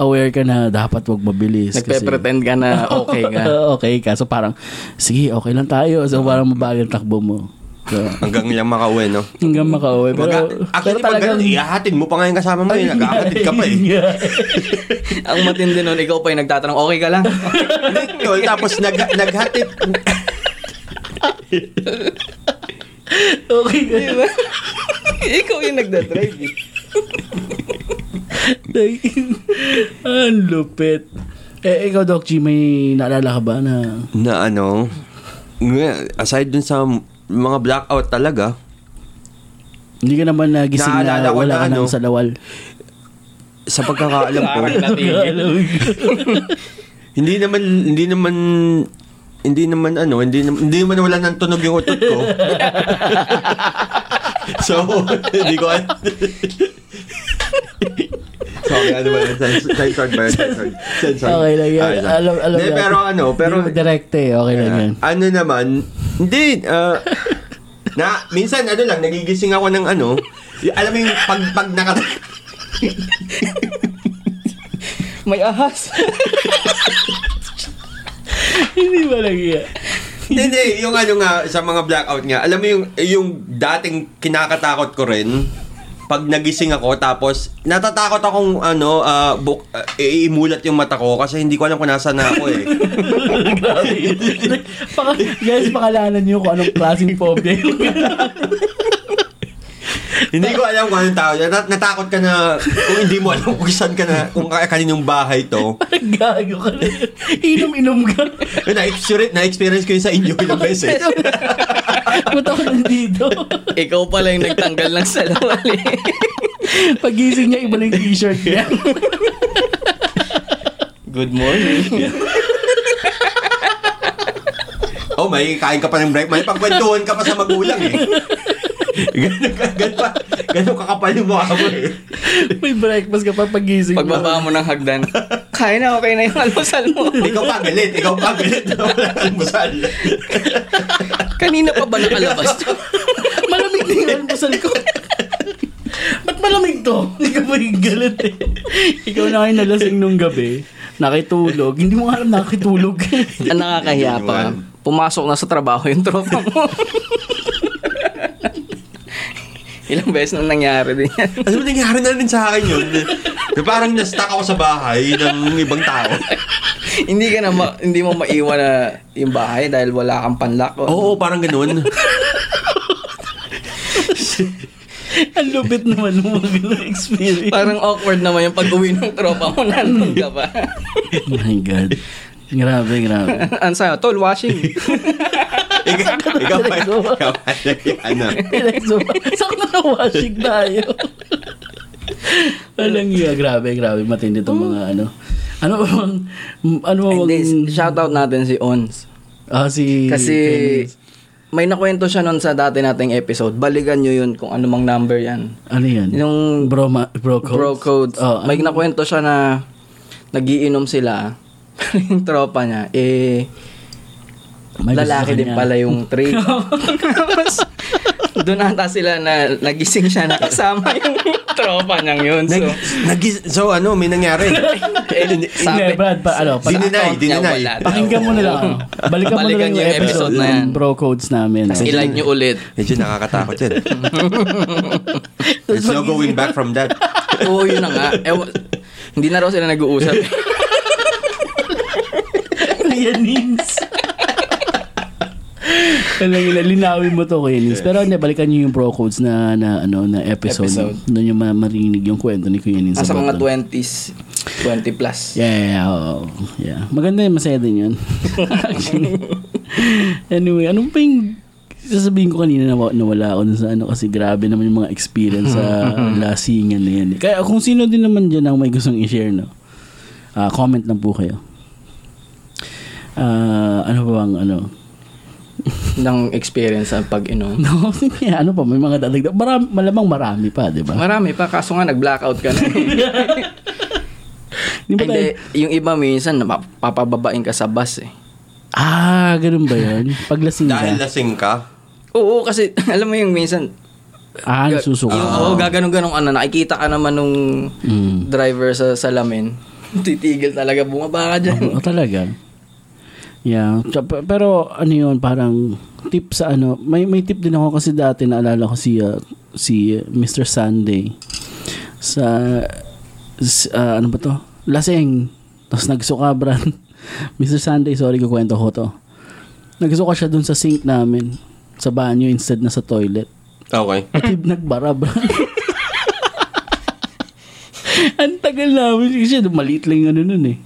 Speaker 2: aware ka na dapat wag mabilis. kasi-
Speaker 4: Nagpe-pretend ka na okay ka.
Speaker 2: Oo, okay ka. So parang, sige, okay lang tayo.
Speaker 3: Ah.
Speaker 2: So parang mabagal ang takbo mo. So,
Speaker 3: Hanggang lang makauwi, no?
Speaker 2: hanggang makauwi. Pero,
Speaker 3: Pag, actually,
Speaker 2: pero
Speaker 3: pag
Speaker 2: talagang-
Speaker 3: ganun, ihahatid mo pa nga yung kasama mo, yun, nag-ahatid ka pa eh.
Speaker 4: ang matindi nun, ikaw pa yung nagtatanong, okay ka lang?
Speaker 3: Ikaw, oh, tapos nag, naghatid,
Speaker 2: okay ka.
Speaker 4: Diba? ikaw yung nagdadrive. eh.
Speaker 2: Ang lupit. Eh, ikaw, Doc G, may naalala ka ba na...
Speaker 3: na ano, nga- aside dun sa mga blackout talaga,
Speaker 2: Hindi ka naman nagising na
Speaker 3: Naalala ko
Speaker 2: wala
Speaker 3: na,
Speaker 2: ka ng
Speaker 3: ano?
Speaker 2: salawal.
Speaker 3: sa pagkakaalam ko,
Speaker 4: Parang natigil.
Speaker 3: hindi naman, hindi naman, hindi naman ano, hindi naman, hindi naman wala ng tunog yung utot ko. so, hindi ko al- Sorry, ano ba yun? Cens- Censored ba yun? Censored. Censored.
Speaker 2: okay lang yan.
Speaker 3: Ah, yun.
Speaker 2: alam, alam
Speaker 3: Hindi,
Speaker 2: yan.
Speaker 3: pero ano, pero...
Speaker 2: Hindi mo direct eh. Okay lang yan.
Speaker 3: Ah, ano naman, hindi, ah, na, minsan, ano lang, nagigising ako ng ano, y- alam mo yung pag, pag naka,
Speaker 4: May ahas.
Speaker 2: Hindi ba lang yan?
Speaker 3: hindi, hindi, yung ano nga, sa mga blackout nga, alam mo yung, yung dating kinakatakot ko rin, pag nagising ako, tapos, natatakot akong, ano, ah, buk, ah, iimulat yung mata ko, kasi hindi ko alam kung nasa na ako eh.
Speaker 2: Grabe yun. Paka, guys, pakalanan niyo kung anong klaseng phobia yung
Speaker 3: hindi ko alam kung anong tao. Nat- natakot ka na, kung hindi mo alam kung saan ka na, kung ka- kaninong bahay to.
Speaker 2: gago ka na yun. Inom-inom ka.
Speaker 3: Eh, Na-experience, na-experience ko yun sa inyo eh. ilang beses.
Speaker 2: Ba't ako nandito?
Speaker 4: ikaw pala yung nagtanggal ng salawal eh.
Speaker 2: Pagising niya, iba lang yung t-shirt niya.
Speaker 4: Good morning.
Speaker 3: Oh, may kain ka pa ng break. May pagkwentuhan ka pa sa magulang eh. Ganun ka, ganun pa. Ganun kakapal yung mukha mo eh.
Speaker 2: May breakfast ka pa pagising. mo.
Speaker 4: Pagbaba mo ng hagdan, kaya na okay na yung almusal mo.
Speaker 3: Ikaw pa galit, ikaw pa galit. Wala kang almusal.
Speaker 4: Kanina pa ba nakalabas to?
Speaker 2: malamig na yung almusal ko. Ba't malamig to? Hindi ka ba yung galit eh? Ikaw na kayo nalasing nung gabi, nakitulog. Hindi mo alam nakitulog.
Speaker 4: Ang nakakahiya pa, pumasok na sa trabaho yung tropa mo. Ilang beses na nangyari din yan.
Speaker 3: Ano ba nangyari na rin sa akin yun? Na parang na-stuck ako sa bahay ng ibang tao.
Speaker 4: hindi ka na, ma- hindi mo maiwan na yung bahay dahil wala kang panlock. Oh, O,
Speaker 3: Oo, parang ganun.
Speaker 2: Ang lupit naman ng mga experience.
Speaker 4: Parang awkward naman yung pag-uwi ng tropa mo, nandun ka pa.
Speaker 2: Oh my God. Grabe, grabe.
Speaker 4: Ang sayo, tol, washing.
Speaker 3: Ikaw, ikaw pa, ikaw pa. Ano?
Speaker 2: Relax mo pa. Saan na washing tayo? Walang iya. Grabe, grabe. Matindi itong mga ano. Ano ba bang, ano ba
Speaker 4: Hindi,
Speaker 2: bang,
Speaker 4: shoutout natin si Ons.
Speaker 2: ah, si,
Speaker 4: Kasi may nakwento siya nun sa dati nating episode. Balikan nyo yun kung ano mang number yan.
Speaker 2: ano yan?
Speaker 4: Yung
Speaker 2: Bro, ma- bro codes.
Speaker 4: Bro codes.
Speaker 2: Oh,
Speaker 4: May nakwento siya na nagiinom sila. Pero yung tropa niya, eh,
Speaker 2: May gusto
Speaker 4: lalaki
Speaker 2: sa
Speaker 4: din
Speaker 2: kanya.
Speaker 4: pala yung trait. Tapos, doon ata sila na nagising siya nakasama yung tropa niyang yun. So, eh,
Speaker 3: Nagis- so ano, may nangyari.
Speaker 2: Hindi, Brad, pa, ano, pa,
Speaker 3: Dininay,
Speaker 4: account niya
Speaker 3: dininay.
Speaker 4: wala daw.
Speaker 2: pakinggan mo na lang. ano. Balikan mo na
Speaker 4: Balikan
Speaker 2: lang yung
Speaker 4: yung
Speaker 2: episode
Speaker 4: episode na
Speaker 2: ng
Speaker 4: yan.
Speaker 2: bro codes namin.
Speaker 4: Tapos I-like niyo ulit.
Speaker 3: Medyo nakakatakot yun. There's no going back from that.
Speaker 4: Oo, yun na nga. Ewan- hindi na raw sila nag-uusap.
Speaker 2: Lianins. Talaga na linawin mo to Kuya Nins. Pero hindi, balikan niyo yung bro codes na, na, ano, na episode.
Speaker 4: Episode.
Speaker 2: Doon yung ma- marinig yung kwento ni Kuya Nins.
Speaker 4: Nasa mga
Speaker 2: about doon.
Speaker 4: 20s. 20 plus.
Speaker 2: Yeah, yeah, yeah, oo. yeah. Maganda yun, masaya din yun. Actually. anyway, anong pa yung sasabihin ko kanina na nawala ako dun sa ano kasi grabe naman yung mga experience sa lasingan na yan. eh. Kaya kung sino din naman dyan ang may gustong i-share, no? Ah, comment lang po kayo. Ah, ano ba ang ano?
Speaker 4: ng experience sa pag-inom.
Speaker 2: No, sige, ano pa, may mga dadagdag. Marami, malamang marami pa, di ba?
Speaker 4: Marami pa, kaso nga nag-blackout ka na.
Speaker 2: Di ba tayo-
Speaker 4: Hindi, yung iba minsan, napapababain ka sa bus eh.
Speaker 2: Ah, ganun ba yun? Paglasing
Speaker 3: Dahil
Speaker 2: ka.
Speaker 3: lasing ka,
Speaker 4: Oo, kasi alam mo yung minsan,
Speaker 2: Ah, nasusuko.
Speaker 4: yung, oo, gaganong-ganong ano, nakikita ka naman nung
Speaker 2: Mm.
Speaker 4: driver sa salamin. Titigil talaga, bumaba ka dyan.
Speaker 2: Oo, talaga. Yeah. Tsaka- pe- Pero ano yun, parang tip sa ano, may, may tip din ako kasi dati naalala ko si, ah, si ah, Mr. Sunday sa, s- ah, ano ba to? Laseng. Tapos nagsuka, bran. Mr. Sunday, sorry kukwento ko to. Nagsuka siya dun sa sink namin sa banyo instead na sa toilet.
Speaker 3: okay.
Speaker 2: At yung nagbara, bro. Ang tagal namin. Kasi maliit lang yung ano nun eh.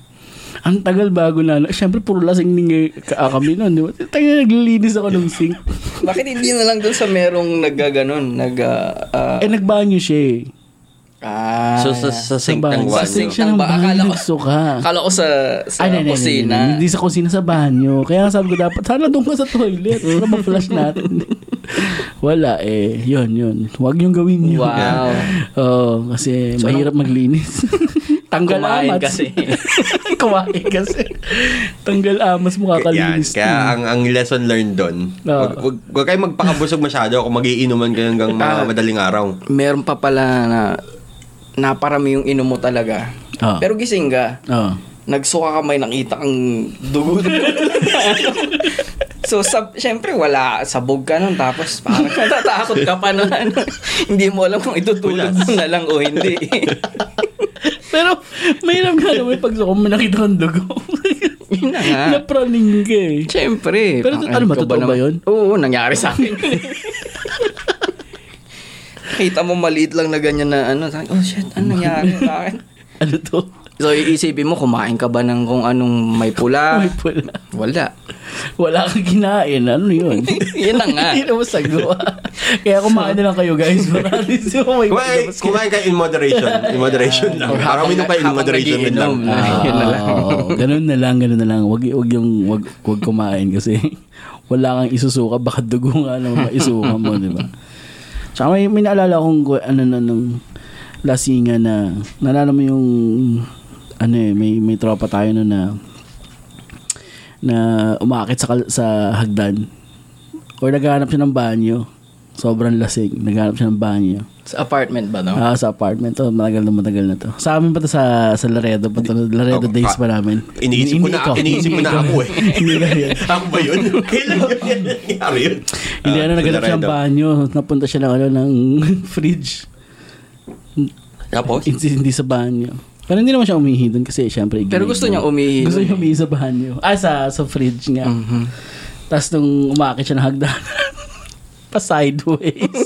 Speaker 2: Ang tagal bago na. ano. Siyempre, puro lasing ning ka- ah, kami nun. Di ba? Tagal naglilinis ako ng sink.
Speaker 4: Bakit hindi na lang dun sa merong nagaganon, nag, ah, ah,
Speaker 2: Eh, nagbanyo siya eh.
Speaker 4: ah,
Speaker 3: So sa, sa sink ng
Speaker 2: banyo. Sa sink
Speaker 3: wanyo.
Speaker 2: siya ng
Speaker 4: Ang ba- akala
Speaker 2: banyo.
Speaker 4: ko-
Speaker 2: Nagsuka.
Speaker 4: Akala ko sa, sa
Speaker 2: Ay, Ah, hindi, hindi, hindi,
Speaker 4: kusina.
Speaker 2: hindi. Hindi sa kusina, sa banyo. Kaya nga sabi ko dapat, sana doon ka sa toilet. Para ma-flush natin. Wala eh. Yun, yun. Huwag yung gawin yun.
Speaker 4: Wow.
Speaker 2: Oo, kasi mahirap maglinis. Tanggal
Speaker 4: Kumain
Speaker 2: amats.
Speaker 4: kasi.
Speaker 2: Kumain kasi. Tanggal amas mo
Speaker 3: Yan.
Speaker 2: kakalinis.
Speaker 3: Kaya ang, ang lesson learned doon,
Speaker 2: Oo.
Speaker 3: wag, wag, wag kayong magpakabusog masyado kung magiinuman kayo hanggang mga
Speaker 4: Ah.
Speaker 3: madaling araw.
Speaker 4: Meron pa pala na naparami yung inom mo talaga.
Speaker 2: Ah.
Speaker 4: Pero gising ka.
Speaker 2: Oo.
Speaker 4: nagsuka ka may nakita kang dugo. so, sab- syempre, wala, sabog ka nun. Tapos, parang natatakot ka pa nun. Ano, hindi mo alam kung itutulog mo na lang o hindi.
Speaker 2: Pero mahirap nga naman pag sa kung nakita kang dugo.
Speaker 4: Yun na nga.
Speaker 2: Napraning ka eh.
Speaker 4: Syempre.
Speaker 2: Pero
Speaker 4: pang-
Speaker 2: ano ba,
Speaker 4: ikaw
Speaker 2: totoo ba
Speaker 4: naman-
Speaker 2: yun?
Speaker 4: Oo, nangyari sa akin. Kita mo maliit lang na ganyan na ano, sabi, oh shit, ano nangyari sa akin?
Speaker 2: Ano to?
Speaker 4: So iisipin mo kumain ka ba ng kung anong may pula?
Speaker 2: May pula.
Speaker 4: Wala.
Speaker 2: Wala kang kinain. Ano yun?
Speaker 4: Yun na nga.
Speaker 2: Hindi naman sagawa. Kaya kumain na lang kayo guys. Maraming si may
Speaker 3: Kumain, kumain kayo in moderation. In moderation lang.
Speaker 4: Or
Speaker 3: Parang
Speaker 4: habang-
Speaker 3: minum kayo in
Speaker 4: habang
Speaker 3: moderation din lang.
Speaker 4: nagiinom.
Speaker 3: Ah.
Speaker 4: ah. Yun na lang.
Speaker 2: Oo, ganun na lang, ganun na lang. Wag, wag yung wag, wag kumain kasi wala kang isusuka, baka dugo nga naman maisuka mo, di ba? Tsaka may, may naalala akong gu- ano na nung lasingan na naalala mo yung ano eh, may, may tropa tayo na na, na umakit sa, kal- sa hagdan or naghanap siya ng banyo. Sobrang lasing, naghanap siya ng banyo.
Speaker 4: Sa apartment ba, no?
Speaker 2: Ah, sa apartment. Oh, matagal na matagal na to. Sa amin pa to sa, sa Laredo. Pa to, Laredo
Speaker 3: Oh,
Speaker 2: days
Speaker 3: ah,
Speaker 2: pa namin.
Speaker 3: Iniisip ko
Speaker 2: Hindi
Speaker 3: na,
Speaker 2: ikaw.
Speaker 3: iniisip ko na
Speaker 2: Hindi
Speaker 3: ako
Speaker 2: ikaw.
Speaker 3: eh.
Speaker 2: Hindi na yun.
Speaker 3: Ako ba yun? Kailan yun? Nangyari yun?
Speaker 2: Hindi
Speaker 3: Ah,
Speaker 2: ano, naganap siya ng
Speaker 3: Laredo.
Speaker 2: banyo. Napunta siya ng, ano, ng fridge.
Speaker 3: Tapos?
Speaker 2: Hindi, hindi sa banyo. Pero hindi naman siya umihi doon kasi syempre ignorant
Speaker 4: Pero gusto
Speaker 2: niya.
Speaker 4: niya umihi. eh.
Speaker 2: Gusto niya Mm-hmm. umihi sa banyo. Ah, sa, sa fridge nga.
Speaker 3: Mm.
Speaker 2: Tapos nung umakit siya ng hagdan, pa sideways.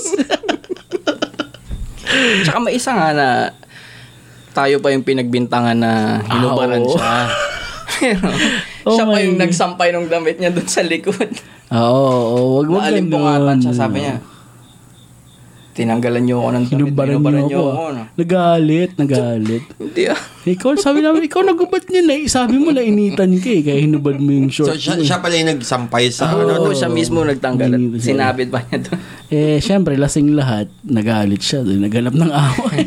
Speaker 4: Tsaka may isa nga na tayo pa yung pinagbintangan na hinubaran
Speaker 2: Ah, oo.
Speaker 4: siya. Pero,
Speaker 2: Oh
Speaker 4: siya pa
Speaker 2: my
Speaker 4: yung
Speaker 2: God.
Speaker 4: nagsampay ng damit niya doon sa likod.
Speaker 2: Oo, Ah, oo, wag wag
Speaker 4: Naalimpungatan
Speaker 2: ganun.
Speaker 4: siya, sabi niya. Tinanggalan niyo ako ng damit,
Speaker 2: Hinubaran niyo ako. ah.
Speaker 4: no?
Speaker 2: Nagalit, nagalit.
Speaker 4: Hindi ah.
Speaker 2: Ikaw, sabi namin, ikaw nagubat niya na. Sabi mo na initan ka eh, kaya hinubad mo yung short. Ah,
Speaker 3: So, siya,
Speaker 2: mo eh.
Speaker 3: siya pala yung nagsampay sa
Speaker 4: Oo,
Speaker 3: ano.
Speaker 2: no, no.
Speaker 4: siya mismo nagtanggal. at
Speaker 2: oh. Hindi ba siya?
Speaker 4: Sinabit pa niya doon.
Speaker 2: Eh, syempre, lasing lahat. Nagalit siya. Doon, naghanap ng away.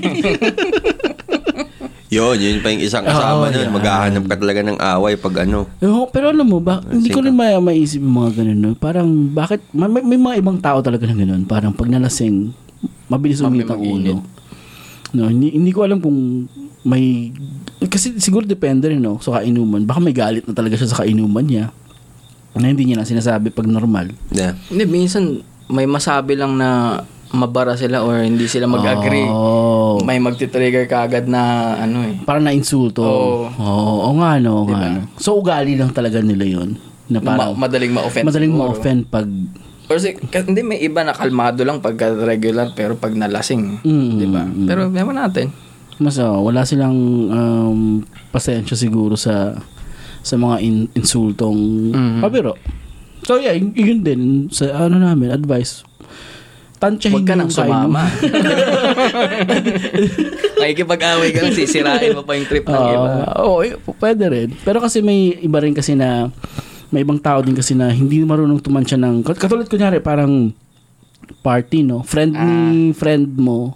Speaker 3: Yun, yun pa yung
Speaker 2: Ah,
Speaker 3: isang
Speaker 2: Oo,
Speaker 3: kasama nun.
Speaker 2: yan.
Speaker 3: Maghahanap ka talaga ng away pag ano.
Speaker 2: Oo, Eh, pero alam mo ba, hindi ko rin ma- maisip yung mga ganun. No? Parang bakit, may, may- may mga ibang tao talaga na ganun. Parang pag nalasing, mabilis uminit ang ulo. No, hindi, hindi ko alam kung may, kasi siguro depende rin no, sa kainuman. Baka may galit na talaga siya sa kainuman niya na hindi niya na sinasabi pag normal.
Speaker 3: Yeah.
Speaker 4: Hindi, minsan may masabi lang na mabara sila or hindi sila mag-agree.
Speaker 2: Oh,
Speaker 4: May magti-trigger ka agad na ano eh.
Speaker 2: parang na-insulto.
Speaker 4: Oo. Diba?
Speaker 2: Oo, oo nga no, oo nga no. So ugali lang talaga nila yun. Na
Speaker 4: Ma-
Speaker 2: parang,
Speaker 4: madaling ma-offend.
Speaker 2: madaling
Speaker 4: siguro.
Speaker 2: ma-offend pag,
Speaker 4: Or si- kasi hindi, may iba na kalmado lang pagka regular pero pag nalasing.
Speaker 2: Mm,
Speaker 4: di ba?
Speaker 2: mm.
Speaker 4: Pero ewan natin.
Speaker 2: Mas ah, wala silang um, pasensya siguro sa sa mga in- insultong
Speaker 4: Mm-hmm.
Speaker 2: pabiro. So yeah, y- yun din sa ano namin, advice. Tansyahin
Speaker 4: Huwag ka
Speaker 2: niyo
Speaker 4: nang
Speaker 2: yung kain
Speaker 4: sumama.
Speaker 2: mo.
Speaker 4: Nakikipag-away ka lang, sisirain mo pa yung trip ng iba.
Speaker 2: Ah, Oo, eh, p- pwede rin. Pero kasi may iba rin kasi na may ibang tao din kasi na hindi marunong tumansya ng kat- katulad kunyari parang party no friend
Speaker 4: Ah.
Speaker 2: ni friend mo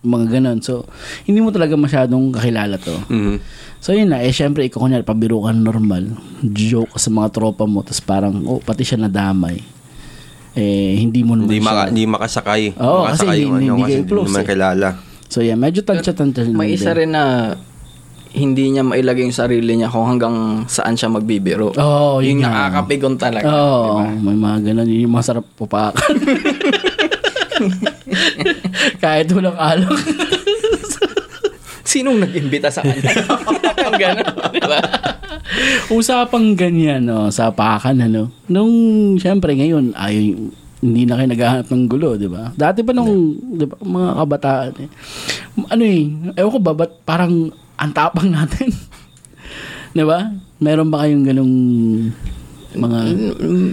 Speaker 2: mga ganun so hindi mo talaga masyadong kakilala to
Speaker 3: Mhm.
Speaker 2: So yun na, eh syempre ikaw kunyari pabiro ka ng normal, joke ka sa mga tropa mo, tapos parang oh, pati siya nadamay. Eh hindi mo naman
Speaker 3: Hindi,
Speaker 2: siya.
Speaker 3: maka, hindi makasakay.
Speaker 2: Oo, kasi
Speaker 3: makasakay
Speaker 2: hindi-
Speaker 3: yung ano,
Speaker 2: hindi
Speaker 3: kasi
Speaker 2: kayo close
Speaker 3: naman
Speaker 2: eh.
Speaker 3: kilala.
Speaker 2: So yeah, medyo tansya-tansya naman
Speaker 4: May
Speaker 2: din.
Speaker 4: isa rin na hindi niya mailagay yung sarili niya kung hanggang saan siya magbibiro.
Speaker 2: Oo, yun
Speaker 4: yung
Speaker 2: nga.
Speaker 4: nakakapigon talaga.
Speaker 2: Oo, may mga ganun. Yun yung masarap pupakan. Kahit walang alok.
Speaker 4: Sinong nag-imbita sa kanya? Ang gano'n, di ba?
Speaker 2: Usapang ganyan, no, sa pakan, ano. Nung, syempre, ngayon, ay, hindi na kayo naghahanap ng gulo, di ba? Dati pa nung, di ba, mga kabataan, eh. Ano eh, ewan ko ba, ba't parang antapang natin? di ba? Meron ba kayong ganong mga...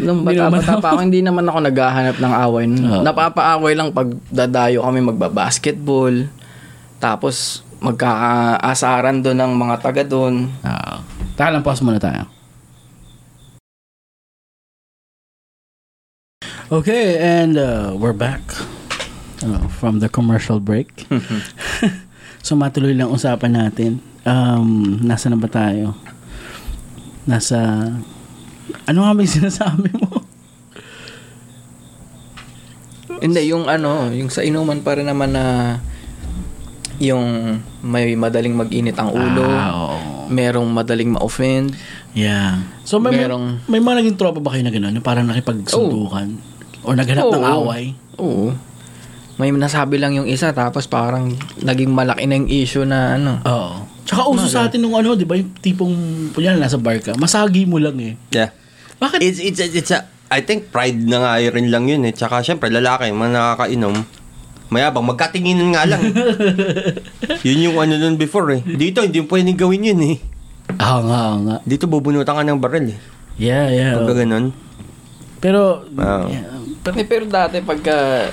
Speaker 4: Nung bata,
Speaker 2: naman
Speaker 4: bata pa ako, Ah. hindi naman ako naghahanap ng away. nun.
Speaker 2: Oo.
Speaker 4: Napapaaway lang pag dadayo kami magbabasketball. Tapos magkakaasaran doon ng mga taga doon.
Speaker 2: Ah, Taka lang, pause muna tayo. Okay, and uh, we're back uh, from the commercial break. so matuloy lang usapan natin. Um, nasa na ba tayo? Nasa... Ano nga ba yung sinasabi mo?
Speaker 4: Hindi, yung ano, yung sa inuman pa rin naman na yung may madaling mag-init ang ulo.
Speaker 2: Ah, oo.
Speaker 4: Merong madaling ma-offend.
Speaker 2: Yeah. So may,
Speaker 4: Merong-
Speaker 2: may, may mga naging tropa ba kayo na gano'n? Na parang nakipagsundukan? Or naghanap ng
Speaker 4: Oh. Oo.
Speaker 2: away?
Speaker 4: Oo. May nasabi lang yung isa tapos parang naging malaki na yung issue na ano.
Speaker 2: Oo. Tsaka uso sa atin nung ano, di ba? Yung tipong, kunyari nasa bar ka, masagi mo lang eh.
Speaker 3: Yeah.
Speaker 2: Bakit?
Speaker 3: It's, it's, it's, it's a, I think pride na nga rin lang yun eh. Tsaka syempre lalaki, mga nakakainom. Mayabang, magkatinginan nga lang. eh. yun yung ano nun before eh. Dito, hindi mo pwedeng gawin yun eh.
Speaker 2: Oo Ah, nga, oo nga.
Speaker 3: Dito bubunutan ka ng baril eh.
Speaker 2: Yeah, yeah.
Speaker 3: Pagka ganun.
Speaker 2: Pero,
Speaker 3: Wow.
Speaker 2: yeah.
Speaker 4: Pero, eh, pero dati pagka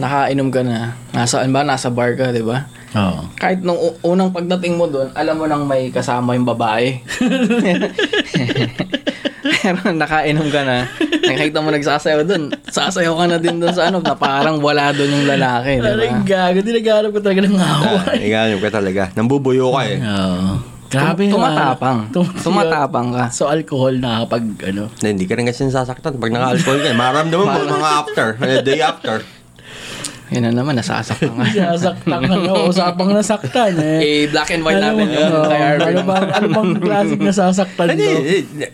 Speaker 4: nakainom ka na, nasaan ba? Nasa bar ka, di ba?
Speaker 2: Oo.
Speaker 4: Kahit nung u- unang pagdating mo doon, alam mo nang may kasama yung babae. pero nakainom ka na, nakikita mo nagsasayaw doon, sasayaw ka na din doon sa ano, na parang wala doon yung lalaki, di ba?
Speaker 2: Parang gago, dinagaanap ko talaga ng
Speaker 3: Ah,
Speaker 2: away.
Speaker 3: Iganap ka talaga. Nambubuyo ka eh.
Speaker 2: Oo. Grabe
Speaker 4: Tum-
Speaker 2: yung
Speaker 4: tumatapang.
Speaker 2: ano, tum-
Speaker 4: Tumatapang ka.
Speaker 2: So, alcohol na pag ano.
Speaker 3: Na, hindi ka rin kasi nasasaktan pag naka-alcohol ka. eh. Maramdaman mo mga after, eh, day after.
Speaker 4: Yun na naman, nasasaktan ka.
Speaker 2: Sasaktan ka na. Oo, usapang nasaktan eh.
Speaker 4: eh, black and white
Speaker 2: Ano
Speaker 4: namin yun.
Speaker 2: oo,
Speaker 4: kay Arvin.
Speaker 2: ano bang, ano bang klaseng nasasaktan
Speaker 3: Hindi,
Speaker 2: to?
Speaker 3: hindi,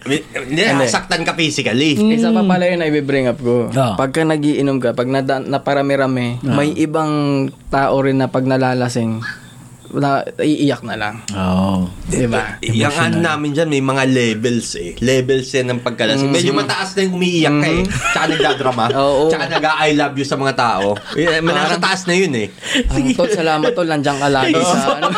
Speaker 3: hindi,
Speaker 2: Ano eh?
Speaker 3: nasaktan ka physically.
Speaker 4: Isa pa pala yun na i-bring up ko.
Speaker 2: Mm. Ah.
Speaker 4: Pagka nagiinom ka, pag nada, naparami-rami, may ibang tao rin na pag nalalasing, na, iiyak na lang.
Speaker 2: Oo.
Speaker 4: Diba?
Speaker 3: Yung ano namin dyan, may mga levels eh. Levels yan ng pagkalasing. Medyo mataas na yung umiiyak ka eh. Tsaka nagdadrama.
Speaker 4: Oo.
Speaker 3: Tsaka nag-I love you sa mga tao. Eh, Nasa taas na yun eh.
Speaker 4: Parang, tol, salamat tol, nandiyan ka lagi sa ano.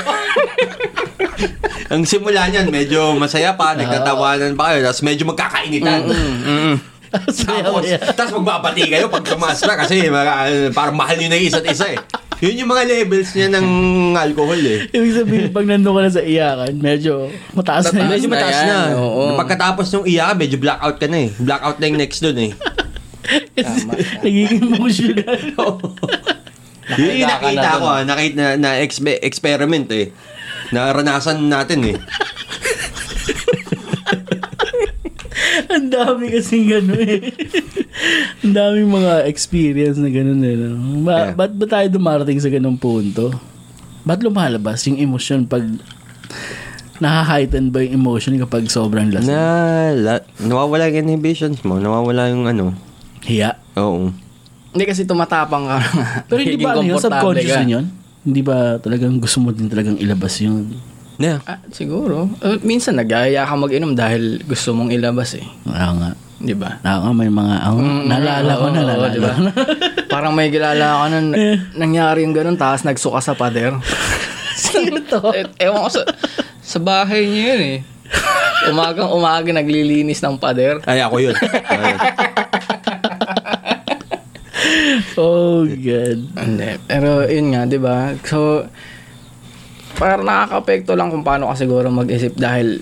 Speaker 3: Ang simula niyan, medyo masaya pa, nagtatawanan pa kayo, tapos medyo magkakainitan.
Speaker 4: Mm,
Speaker 3: Tapos, tapos magbabati kayo pag tumaas na kasi mga, uh, parang mahal nyo na yung isa't isa eh. Yun yung mga levels niya ng alcohol eh.
Speaker 2: Ibig sabihin, pag nandun ka na sa iyakan, medyo mataas na yun.
Speaker 3: Medyo
Speaker 4: na
Speaker 3: mataas
Speaker 4: yan,
Speaker 3: na.
Speaker 4: oo.
Speaker 3: Pagkatapos ng iya, medyo blackout ka na eh. Blackout na yung next dun eh.
Speaker 2: Nagiging emotional.
Speaker 3: Yun
Speaker 4: Nakaiga ka
Speaker 3: yung
Speaker 4: na
Speaker 3: nakita
Speaker 4: dun.
Speaker 3: ko, ah, nakita na, na expe- experiment eh. Naranasan natin eh.
Speaker 2: Ang dami kasing gano'n eh. Ang daming mga experience na gano'n eh. no? Ba-
Speaker 3: Yeah.
Speaker 2: Ba't ba tayo dumarating sa ganung punto? Ba't lumalabas yung emotion pag nahahighten ba yung emotion kapag sobrang lasing?
Speaker 3: Na, la, nawawala yung inhibitions mo. Nawawala yung ano.
Speaker 2: Hiya.
Speaker 3: Oo.
Speaker 4: Hindi kasi tumatapang ka.
Speaker 2: Pero hindi ba ano yun? Subconscious din yun? Hindi ba talagang gusto mo din talagang ilabas yun?
Speaker 3: Yeah.
Speaker 4: Ah, siguro. Eh, minsan nagaya ka mag-inom dahil gusto mong ilabas eh. Diba?
Speaker 2: Oo nga.
Speaker 4: Di ba?
Speaker 2: Oo nga, may mga... Oo,
Speaker 4: Mm,
Speaker 2: naalala ko
Speaker 4: oo,
Speaker 2: na,
Speaker 4: oo,
Speaker 2: naalala
Speaker 4: diba?
Speaker 2: ko na.
Speaker 4: Parang may kilala ka nun, nangyari yung ganun, tapos nagsuka sa pader.
Speaker 2: Sino to?
Speaker 4: Eh, ewan ko sa, sa bahay niya yun eh. Umagang umaga naglilinis ng pader.
Speaker 3: Ay, ako yun. Ay,
Speaker 2: Oh, God.
Speaker 4: Hindi. Pero yun nga, di ba? So, parang nakaka-apekto lang kung paano ka siguro mag-isip dahil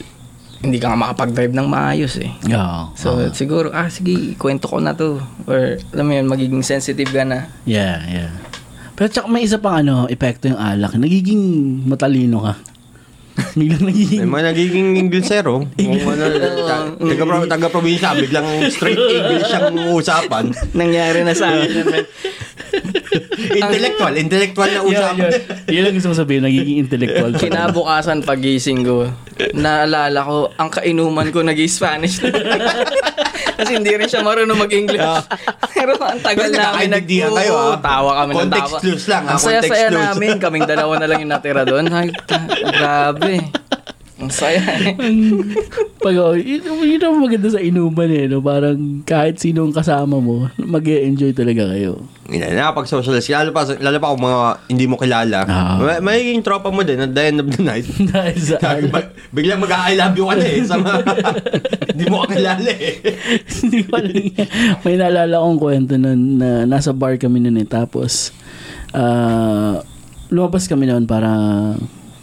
Speaker 4: hindi ka nga makapag-drive ng maayos eh.
Speaker 2: Oo.
Speaker 4: So, siguro, ah, sige, kwento ko na to. Or, alam mo yun, magiging sensitive ka na.
Speaker 2: Yeah, yeah. Pero tsaka may isa pang ano, epekto yung alak. Nagiging matalino ka. Biglang
Speaker 3: may
Speaker 2: nagiging...
Speaker 3: mga nagiging Inglesero. Kung ano, ta- taga, taga probinsya, biglang straight English ang usapan.
Speaker 4: Nangyari na sa akin. yun, man.
Speaker 3: Intellectual, intellectual na
Speaker 2: Yeah,
Speaker 3: usapan.
Speaker 2: yeah. Yun ang gusto kong sabihin, nagiging intellectual. ka.
Speaker 4: Kinabukasan pagising ko, naalala ko, ang kainuman ko nag spanish Kasi hindi rin siya marunong mag-English. Pero ang tagal
Speaker 3: Ah. Pero
Speaker 4: namin
Speaker 3: nagkakaintindihan
Speaker 4: nag-
Speaker 3: kayo,
Speaker 4: Oo,
Speaker 3: ah.
Speaker 4: Tawa kami ng
Speaker 3: Context
Speaker 4: tawa.
Speaker 3: clues lang, ah,
Speaker 4: Ang
Speaker 3: context
Speaker 4: saya-saya
Speaker 3: clues.
Speaker 4: namin. Kaming dalawa na lang yung natira doon. Ay, ta- grabe. Ang saya. eh.
Speaker 2: Pag, oh, yun, yun ang maganda sa inuman eh. No? Parang kahit sino ang kasama mo, mag enjoy talaga kayo.
Speaker 3: Ina na pag socialist ka, lalo pa, lalo pa kung mga hindi mo kilala.
Speaker 2: Ah.
Speaker 3: May, magiging tropa mo din at the end of the night.
Speaker 2: Dahil sa ano?
Speaker 3: Sabi,
Speaker 2: alak.
Speaker 3: ba- biglang mag-I love you ka na eh. Sa mga, hindi mo kakilala eh.
Speaker 2: Hindi ko alam yan. May naalala akong kwento nun na nasa bar kami nun eh. Tapos, ah, lumabas kami noon para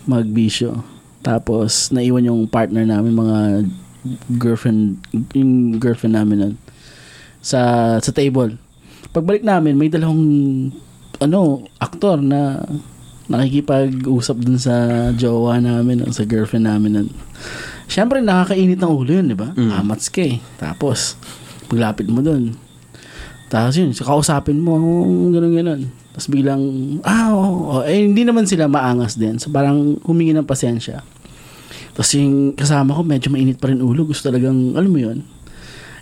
Speaker 2: magbisyo. Tapos, naiwan yung partner namin, mga girlfriend, yung girlfriend namin nun sa, sa table. Pagbalik namin, may dalawang ano, aktor na nakikipag-usap dun sa jowa namin, o sa girlfriend namin nun. Siyempre, nakakainit ng ulo yun, di ba? Amats ka eh. Tapos, paglapit mo dun. Tapos yun, so kausapin mo, ganun ganun. Tapos biglang, ah, oo, oo. Eh, hindi naman sila maangas din. So parang humingi ng pasensya. Tapos yung kasama ko, medyo mainit pa rin ulo. Gusto talagang, alam mo yun.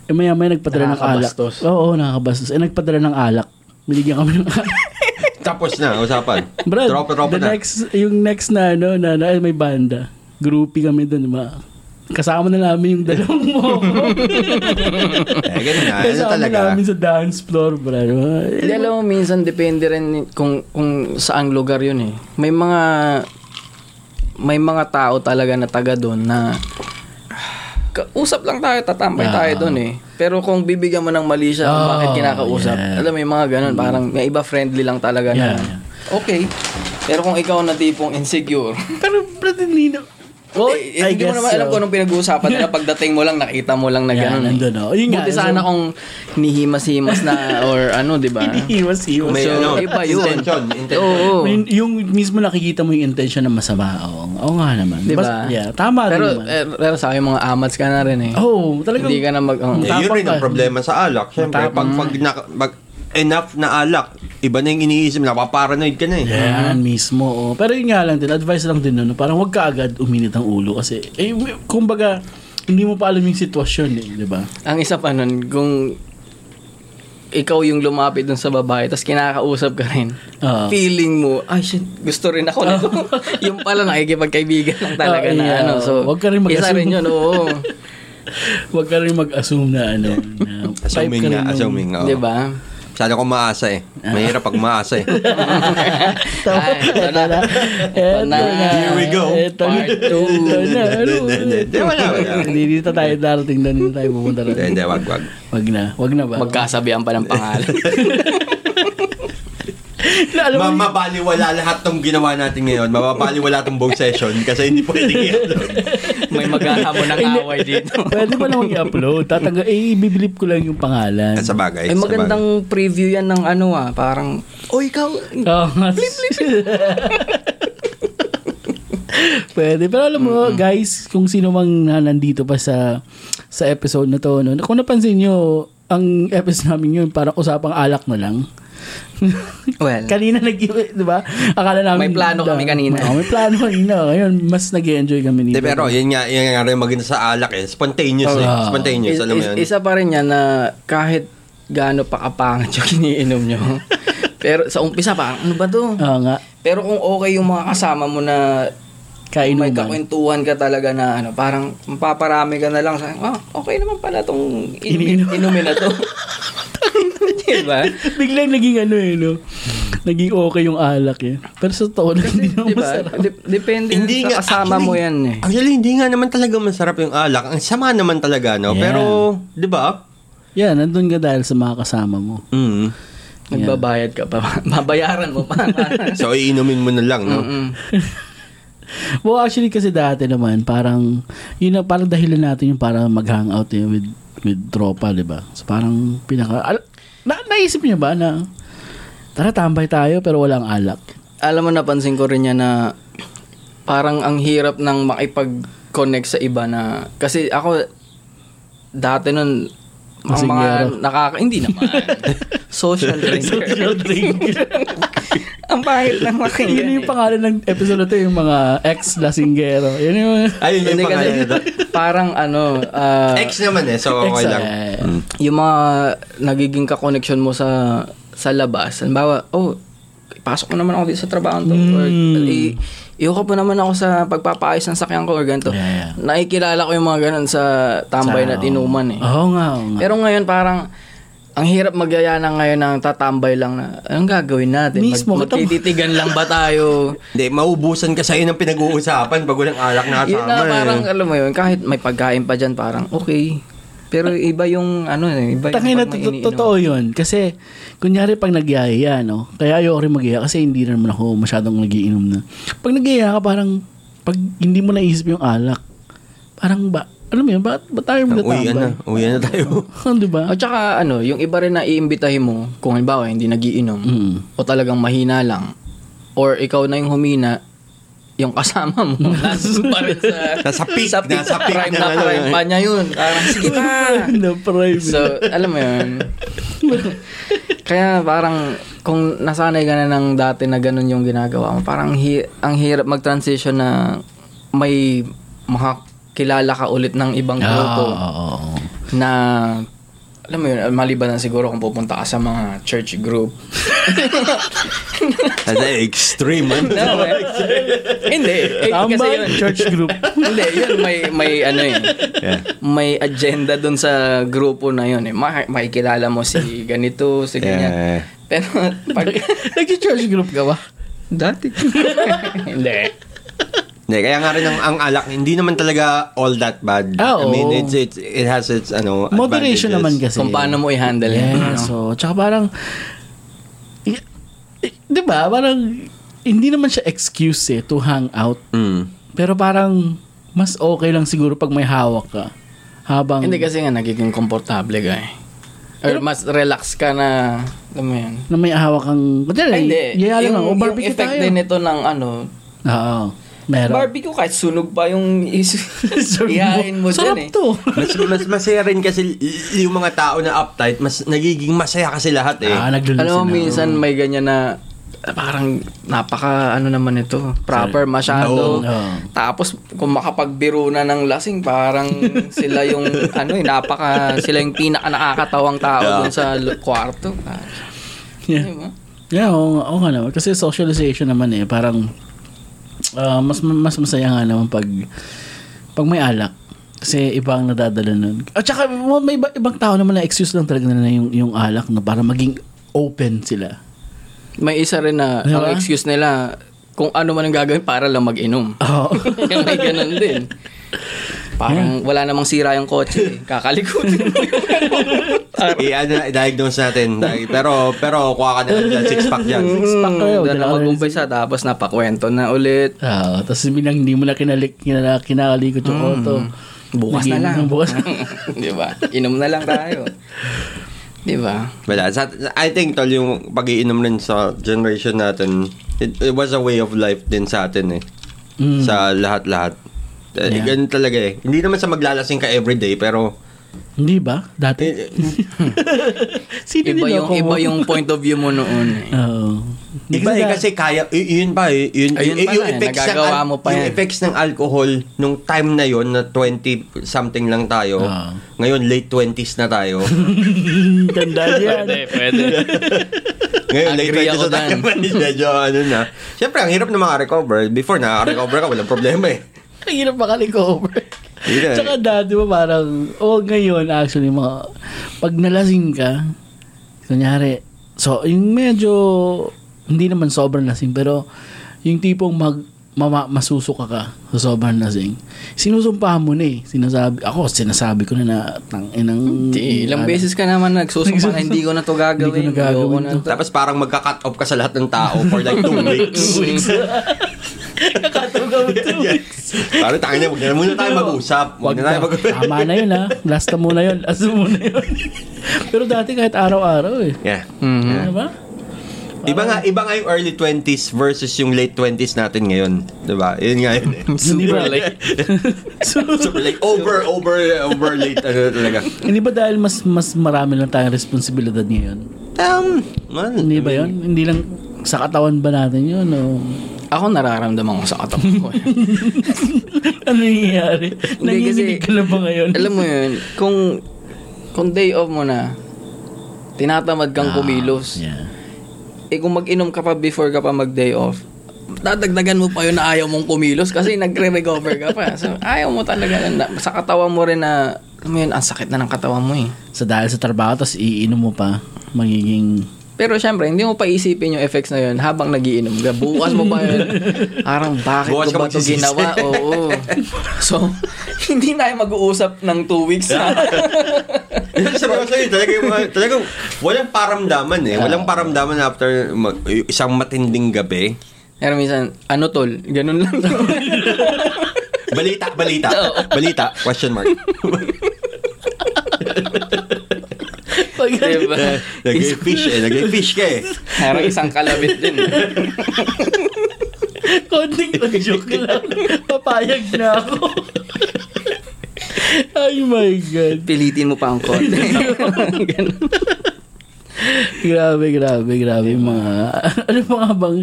Speaker 2: Eh maya maya nagpadala ng alak.
Speaker 4: Nakakabastos.
Speaker 2: Oo, oo, nakakabastos. Eh nagpadala ng alak. Binigyan kami ng alak.
Speaker 3: Tapos na, usapan.
Speaker 2: Brad,
Speaker 3: Tropa-tropa
Speaker 2: the
Speaker 3: na.
Speaker 2: next, yung next na, ano, na, na, may banda. Groupie kami dun, ma. Kasama na namin yung dalawang mo.
Speaker 3: Eh, ganun na. Ano
Speaker 2: Kasama
Speaker 3: talaga?
Speaker 2: namin sa dance floor, Eh, bro.
Speaker 4: Hindi alam mo, minsan depende rin kung, kung saang lugar yun eh. May mga may mga tao talaga na taga doon na ka- usap lang tayo, tatampay tayo doon eh. Pero kung bibigyan mo ng mali siya kung
Speaker 2: Ah. Oh,
Speaker 4: bakit kinakausap,
Speaker 2: yeah.
Speaker 4: alam mo yung mga ganun, parang may iba friendly lang talaga
Speaker 2: Yeah,
Speaker 4: na
Speaker 2: yeah.
Speaker 4: okay. Pero kung ikaw na tipong insecure,
Speaker 2: Pero, Brad, hindi na...
Speaker 4: well,
Speaker 2: I- I
Speaker 4: hindi mo
Speaker 2: guess
Speaker 4: naman alam
Speaker 2: so.
Speaker 4: kung anong pinag-uusapan nila pagdating mo lang, nakita mo lang na
Speaker 2: Yeah,
Speaker 4: ganun. eh.
Speaker 2: nandun, oh. Yun nga,
Speaker 4: Buti
Speaker 2: so-
Speaker 4: sana kung nihimas-himas na or ano, di ba?
Speaker 2: Iwas, iwas.
Speaker 3: May
Speaker 4: So,
Speaker 3: ano,
Speaker 4: iba yun.
Speaker 3: intention, intention.
Speaker 4: Oo.
Speaker 2: May- yung mismo nakikita mo yung intention na masama. Oo, oo nga naman.
Speaker 4: Diba?
Speaker 2: Bas- yeah, tama din
Speaker 4: Pero,
Speaker 2: naman.
Speaker 4: eh, pero sa akin, mga amats ka na rin eh.
Speaker 2: oh, talagang...
Speaker 4: Hindi ka na mag... oh.
Speaker 3: Eh, yun
Speaker 2: Matapang
Speaker 3: rin ang
Speaker 2: ka.
Speaker 3: problema sa alak. Siyempre, pag, pag, na- pag- enough na alak, iba na yung iniisip, napaparanoid ka na eh.
Speaker 2: Yan mismo. Oh. Pero yun nga lang din, advice lang din nun, parang wag ka agad uminit ang ulo kasi, eh, kumbaga, hindi mo pa alam yung sitwasyon eh, di ba?
Speaker 4: Ang isa pa nun, kung ikaw yung lumapit dun sa babae, tapos kinakausap ka rin,
Speaker 2: Oo.
Speaker 4: feeling mo, ay shit, gusto rin ako nito. yung pala, nakikipagkaibigan lang talaga
Speaker 2: Oo,
Speaker 4: na
Speaker 2: Oh. yeah.
Speaker 4: ano. So,
Speaker 2: Huwag ka rin
Speaker 4: Isa
Speaker 2: mag-assume.
Speaker 4: rin yun, oo.
Speaker 2: Wag ka rin mag-assume na ano. Na
Speaker 3: Assuming
Speaker 2: type ka rin
Speaker 3: na,
Speaker 2: ng- Diba?
Speaker 3: assuming. oo.
Speaker 4: Di ba?
Speaker 3: Sana ko maasa eh. Mahirap pag maasa eh.
Speaker 2: Tama.
Speaker 4: Ay, ito na.
Speaker 2: Eto
Speaker 4: na.
Speaker 3: Here we go.
Speaker 2: Eto na.
Speaker 4: Part two.
Speaker 2: Eto na. Ano?
Speaker 3: Hindi, hindi, wala, wala.
Speaker 2: Hindi dito tayo darating doon. Dito tayo pupunta
Speaker 3: Hindi,
Speaker 2: doon.
Speaker 3: hindi, wag, wag.
Speaker 2: Wag na. Wag na ba?
Speaker 4: Magkasabihan pa ng pangalan.
Speaker 2: Na, alam mo,
Speaker 3: Ma- mabaliwala lahat ng ginawa natin ngayon. Mababaliwala itong buong session kasi hindi pwede i-upload.
Speaker 4: May maghahamon ng away dito.
Speaker 2: pwede pa namang i-upload. Tatanga, eh, ibiblip ko lang yung pangalan.
Speaker 3: Sa bagay.
Speaker 4: Ay,
Speaker 3: sa
Speaker 4: magandang preview yan ng ano ah,
Speaker 2: Oh,
Speaker 4: parang, o ikaw,
Speaker 2: Oo nga. Pwede. Pero alam mo, guys, kung sino mang na- nandito pa sa sa episode na to, no, kung napansin nyo, ang episode namin yun, parang usapang alak na lang.
Speaker 4: Well,
Speaker 2: kanina nag di ba? Akala namin.
Speaker 4: May plano kami kanina.
Speaker 2: Oo, may plano kanina. Ngayon, mas nag enjoy kami
Speaker 3: Hindi,
Speaker 2: nito.
Speaker 3: pero yun nga, yun nga rin maganda sa alak eh. Spontaneous eh.
Speaker 2: Ah.
Speaker 3: Spontaneous,
Speaker 4: is-
Speaker 3: alam mo
Speaker 4: is-
Speaker 3: yun.
Speaker 4: isa pa rin yan na kahit gaano pa kapangat yung kiniinom nyo. pero sa umpisa pa, ano ba to?
Speaker 2: Oo nga.
Speaker 4: Pero kung okay yung mga kasama mo na may
Speaker 2: Kainuman.
Speaker 4: kakwentuhan ka talaga na ano, parang mapaparami ka na lang sa, ah, okay naman pala tong inumin,
Speaker 2: Iniinom."
Speaker 4: inumin na to. diba?
Speaker 2: Biglang naging ano eh, no? Naging okay yung alak eh. Pero sa totoo lang, hindi naman
Speaker 4: Diba?
Speaker 2: masarap.
Speaker 4: Dep- depende
Speaker 3: Hindi
Speaker 4: sa
Speaker 3: nga,
Speaker 4: kasama
Speaker 3: actually-
Speaker 4: mo yan eh.
Speaker 3: Actually, hindi nga naman talaga masarap yung alak. Ang sama naman talaga, no?
Speaker 2: Yeah.
Speaker 3: Pero, di ba?
Speaker 2: Yan, nandun ka dahil sa mga kasama mo.
Speaker 3: Mm.
Speaker 4: Nagbabayad ka pa. Babayaran mo pa.
Speaker 3: So, iinumin mo na lang, no?
Speaker 4: Mm.
Speaker 2: Well, actually kasi dati naman, parang, yun na, parang dahilan natin yung para mag-hangout eh, with, with tropa, di ba? So parang pinaka, al- na, naisip niyo ba na, tara tambay tayo pero walang alak.
Speaker 4: Alam mo, napansin ko rin niya na parang ang hirap ng makipag-connect sa iba na... Kasi ako, dati nun, ang
Speaker 2: Masinggero.
Speaker 4: mga nakaka... Hindi naman. Social drinker.
Speaker 2: drink.
Speaker 4: ang pahil ng
Speaker 2: yun
Speaker 4: makingan.
Speaker 2: yung pangalan ng episode na to, yung mga ex-lasinggero. Yun yung,
Speaker 3: Ayun yung
Speaker 4: Hindi kasi,
Speaker 3: pangalan nito.
Speaker 4: parang ano, ah,
Speaker 3: Ex naman eh, so okay
Speaker 2: Ex,
Speaker 3: lang.
Speaker 2: eh.
Speaker 3: Mm.
Speaker 4: yung mga nagiging ka-connection mo sa sa labas. Halimbawa, oh, pasok mo naman ako dito sa trabaho to. Or,
Speaker 2: Hmm.
Speaker 4: i- iyo ka po naman ako sa pagpapaayos ng sakyan ko or ganito.
Speaker 2: Yeah, yeah.
Speaker 4: Nakikilala ko yung mga ganun sa tambay na tinuman eh.
Speaker 2: Oo nga, oo nga.
Speaker 4: Pero ngayon parang ang hirap magyaya na ngayon ng tatambay lang na anong gagawin natin?
Speaker 2: Mismo,
Speaker 4: Mag-
Speaker 2: katam-
Speaker 4: magtititigan lang ba tayo?
Speaker 3: Hindi, maubusan ka sa'yo ng pinag-uusapan pag walang alak na
Speaker 4: yun
Speaker 3: kasama
Speaker 4: na parang ano,
Speaker 3: eh.
Speaker 4: alam mo yun, kahit may pagkain pa dyan parang okay. Pero iba yung ano eh, iba yung
Speaker 2: Tangina, to-
Speaker 4: pag
Speaker 2: to-
Speaker 4: may iniinom.
Speaker 2: totoo yun. Kasi, kunyari pag nagyayaya, no? Kaya ayoko rin mag kasi hindi rin naman ako masyadong nagiinom na. Pag nagyaya ka, parang, pag hindi mo naisip yung alak, parang ba, alam mo yun, ba, ba tayo
Speaker 3: Uwi na,
Speaker 2: magtatambay?
Speaker 3: uwi na tayo.
Speaker 2: Ano ba?
Speaker 4: At saka ano, yung iba rin na iimbitahin mo, kung halimbawa hindi nagiinom,
Speaker 2: Mm.
Speaker 4: o talagang mahina lang, or ikaw na yung humina, yung kasama mo, nasa pa rin sa,
Speaker 3: Nasa peak,
Speaker 4: sa peak,
Speaker 3: nasa peak
Speaker 4: prime
Speaker 3: ng
Speaker 4: na
Speaker 3: ano,
Speaker 4: prime
Speaker 3: eh.
Speaker 4: pa niya yun. Parang, sige na.
Speaker 2: na private.
Speaker 4: So, alam mo yun. Kaya parang, kung nasanay ka na ng dati na ganun yung ginagawa mo, parang hi- ang hirap mag-transition na may makakilala ka ulit ng ibang
Speaker 2: Ah, Oo,
Speaker 4: grupo
Speaker 2: oo, oo.
Speaker 4: na alam mo yun, maliban na siguro kung pupunta ka sa mga church group.
Speaker 3: That's extreme, ano. man.
Speaker 4: No, eh. Hindi. Eh, kasi
Speaker 2: Tambay,
Speaker 4: yun,
Speaker 2: church group.
Speaker 4: hindi, yun may, may ano eh. May agenda dun sa grupo na yun eh. Ma- makikilala mo si ganito, si ganyan.
Speaker 3: Yeah.
Speaker 4: Pero pag...
Speaker 2: Nag-church group ka ba?
Speaker 4: Dati. hindi.
Speaker 3: Hindi, kaya nga rin ang, ang alak, hindi naman talaga all that bad.
Speaker 2: Ah,
Speaker 3: I
Speaker 2: oo.
Speaker 3: mean, it's, it's, it has its, ano,
Speaker 2: Moderation naman
Speaker 3: advantages.
Speaker 2: kasi.
Speaker 4: Kung paano mo i-handle yan.
Speaker 2: Yeah,
Speaker 4: ano?
Speaker 2: so, tsaka parang, y- y- di ba, parang, hindi naman siya excuse eh to hang out.
Speaker 3: Mm.
Speaker 2: Pero parang, mas okay lang siguro pag may hawak ka. Habang,
Speaker 4: Hindi kasi nga nagiging komportable ka eh. Or mas relax ka na, alam mo yun.
Speaker 2: na may hawak kang, kunyari,
Speaker 4: Ay, hindi.
Speaker 2: yaya lang, o
Speaker 4: yung, yung
Speaker 2: barbecue
Speaker 4: effect
Speaker 2: tayo.
Speaker 4: din ito ng ano,
Speaker 2: Oo, meron.
Speaker 4: Barbecue kahit sunog pa yung is-
Speaker 2: Sarap
Speaker 4: iyain mo
Speaker 2: Sarap
Speaker 4: dyan eh.
Speaker 2: to.
Speaker 3: mas, mas masaya rin kasi y- yung mga tao na uptight, mas nagiging masaya kasi lahat eh.
Speaker 2: Ah, naglulusin
Speaker 4: Alam mo,
Speaker 2: na.
Speaker 4: minsan may ganyan na ah, parang napaka ano naman ito, proper
Speaker 2: Oo,
Speaker 4: masyado.
Speaker 2: oo.
Speaker 4: Tapos kung makapagbiro na ng lasing, parang sila yung ano, eh, napaka sila yung pinaka nakakatawang tao dun sa lu- kwarto. Ah,
Speaker 2: Yeah.
Speaker 4: di ba?
Speaker 2: Yeah, oo, nga- oo nga naman. Kasi socialization naman eh, parang ah, mas mas masaya nga naman pag pag may alak. Kasi iba ang nadadala nun. At saka well, may iba- ibang tao naman na excuse lang talaga nila yung, yung alak no, para maging open sila.
Speaker 4: May isa rin na
Speaker 2: Di
Speaker 4: ang
Speaker 2: ba?
Speaker 4: excuse nila kung ano man ang gagawin para lang mag-inom.
Speaker 2: Oo.
Speaker 4: Yung may ganun din.
Speaker 2: Hmm.
Speaker 4: Parang wala namang sira yung kotse. Eh. Kakalikutin mo yung
Speaker 3: I-ano, i-diagnose Eh, ano, natin. Pero, pero kuha ka na lang dyan, six-pack dyan.
Speaker 4: six-pack
Speaker 2: Mm,
Speaker 4: kayo. Hmm, Doon
Speaker 2: dalawa
Speaker 4: ako
Speaker 2: rin
Speaker 4: mag-umpisa, tapos napakwento na ulit.
Speaker 2: Ah, tapos bilang hindi mo na kinalik, kinala, kinakalikot yung auto.
Speaker 4: Mm-hmm. Bukas na
Speaker 2: Naging-
Speaker 4: lang.
Speaker 2: Bukas
Speaker 4: Di ba? Inom na lang tayo. Di ba?
Speaker 3: Wala. Sa, I think, tol, yung pag-iinom rin sa generation natin, it, it was a way of life din sa atin eh. sa lahat-lahat. Eh,
Speaker 2: Mm. Yeah.
Speaker 3: Ganun talaga eh. Hindi naman sa maglalasing ka everyday, pero
Speaker 2: Hindi ba? Dati.
Speaker 3: eh, eh,
Speaker 2: Sino
Speaker 4: Iba yung,
Speaker 2: niloko mo?
Speaker 4: iba yung point of view mo noon. Eh.
Speaker 2: Oo. Hindi
Speaker 3: iba eh, kasi kaya, y- yun pa eh. Yun,
Speaker 4: Ayun
Speaker 3: y-
Speaker 4: pa
Speaker 3: yung
Speaker 4: na eh,
Speaker 3: effects ng,
Speaker 4: nagagawa
Speaker 3: al-
Speaker 4: mo pa
Speaker 3: yung
Speaker 4: yan.
Speaker 3: effects ng alcohol nung time na yon na 20 something lang tayo.
Speaker 2: Ah.
Speaker 3: Ngayon, late 20s na tayo.
Speaker 2: Tanda yan.
Speaker 1: Pwede, pwede.
Speaker 3: Ngayon, late
Speaker 4: Agree
Speaker 3: 20s
Speaker 4: ako
Speaker 3: na tayo.
Speaker 4: dyan.
Speaker 3: Medyo ano na. Siyempre, ang hirap na makarecover. Before, nakaka-recover ka, walang problema eh.
Speaker 2: Ang hirap makalig over.
Speaker 3: Yun na eh.
Speaker 2: Tsaka dati mo parang, oh ngayon actually, mga, pag nalasing ka, kunyari, so, yung medyo, hindi naman sobrang lasing, pero yung tipong mag, mama, masusuka ka sa sobrang lasing, sinusumpahan mo na eh. Sinasabi, ako, sinasabi ko na na, tang, eh, ano. inang,
Speaker 4: Di, ilang beses ka naman nagsusumpa na hindi ko na to gagawin.
Speaker 2: Hindi ko na gagawin
Speaker 4: ayoko na
Speaker 2: to."
Speaker 4: to.
Speaker 3: Tapos parang magka-cut off ka sa lahat ng tao for like two weeks.
Speaker 2: Nakatawag ako
Speaker 3: parang tayo na, huwag na muna tayo mag-usap. Huwag na tayo mag-usap.
Speaker 2: ah. Tama na yun ha. Last na muna yun. Last na muna yun. Pero dati kahit araw-araw eh.
Speaker 3: Yeah.
Speaker 4: Mhm.
Speaker 3: Yeah.
Speaker 2: Ano ba?
Speaker 3: Iba nga, iba nga yung early 20s versus yung late 20s natin ngayon. Diba? Yun nga yun eh.
Speaker 4: Super late.
Speaker 3: Super late. Over, over, over late. Ano talaga.
Speaker 2: Hindi ba dahil mas mas marami lang tayong responsibilidad ngayon?
Speaker 3: Um, man.
Speaker 2: Hindi ba yun? Hindi lang sa katawan ba natin yun? O...
Speaker 4: Ako nararamdaman ko sa katawan ko. eh.
Speaker 2: ano nangyayari?
Speaker 4: kasi-
Speaker 2: Nanginginig ka na ba ngayon?
Speaker 4: Alam mo yun, kung kung day off mo na, tinatamad
Speaker 3: Ah,
Speaker 4: kang kumilos.
Speaker 2: Ah, Yeah.
Speaker 4: Eh kung mag-inom ka pa before ka pa mag-day off, dadagdagan mo pa yun na ayaw mong kumilos kasi nagre-recover ka pa. So, ayaw mo talaga. Na, sa katawan mo rin na, alam mo yun, ang sakit na ng katawan mo eh.
Speaker 2: So dahil sa trabaho, tapos iinom mo pa, magiging...
Speaker 4: Pero syempre, hindi mo pa isipin yung effects na yun habang nagiinom ka. Bukas mo pa yun. Parang bakit
Speaker 3: Bukas ka
Speaker 4: ko ba ito
Speaker 3: magsisisi.
Speaker 4: ginawa? Oo. So, hindi na mag-uusap ng two weeks na.
Speaker 3: Seryoso yun. Talaga yung mga, talagang walang paramdaman eh. Walang paramdaman after mag, isang matinding gabi.
Speaker 4: Pero minsan, ano tol? Ganun lang. Diba?
Speaker 3: Balita, balita. balita, question mark.
Speaker 4: diba?
Speaker 3: Nag-fish eh. Nag-fish ka eh.
Speaker 4: Parang isang kalabit din.
Speaker 2: Konting joke lang. Papayag na ako. Ay my God.
Speaker 4: Pilitin mo pa ang konti. Ganun.
Speaker 2: Grabe, grabe, grabe. Mga... Ano pa nga bang...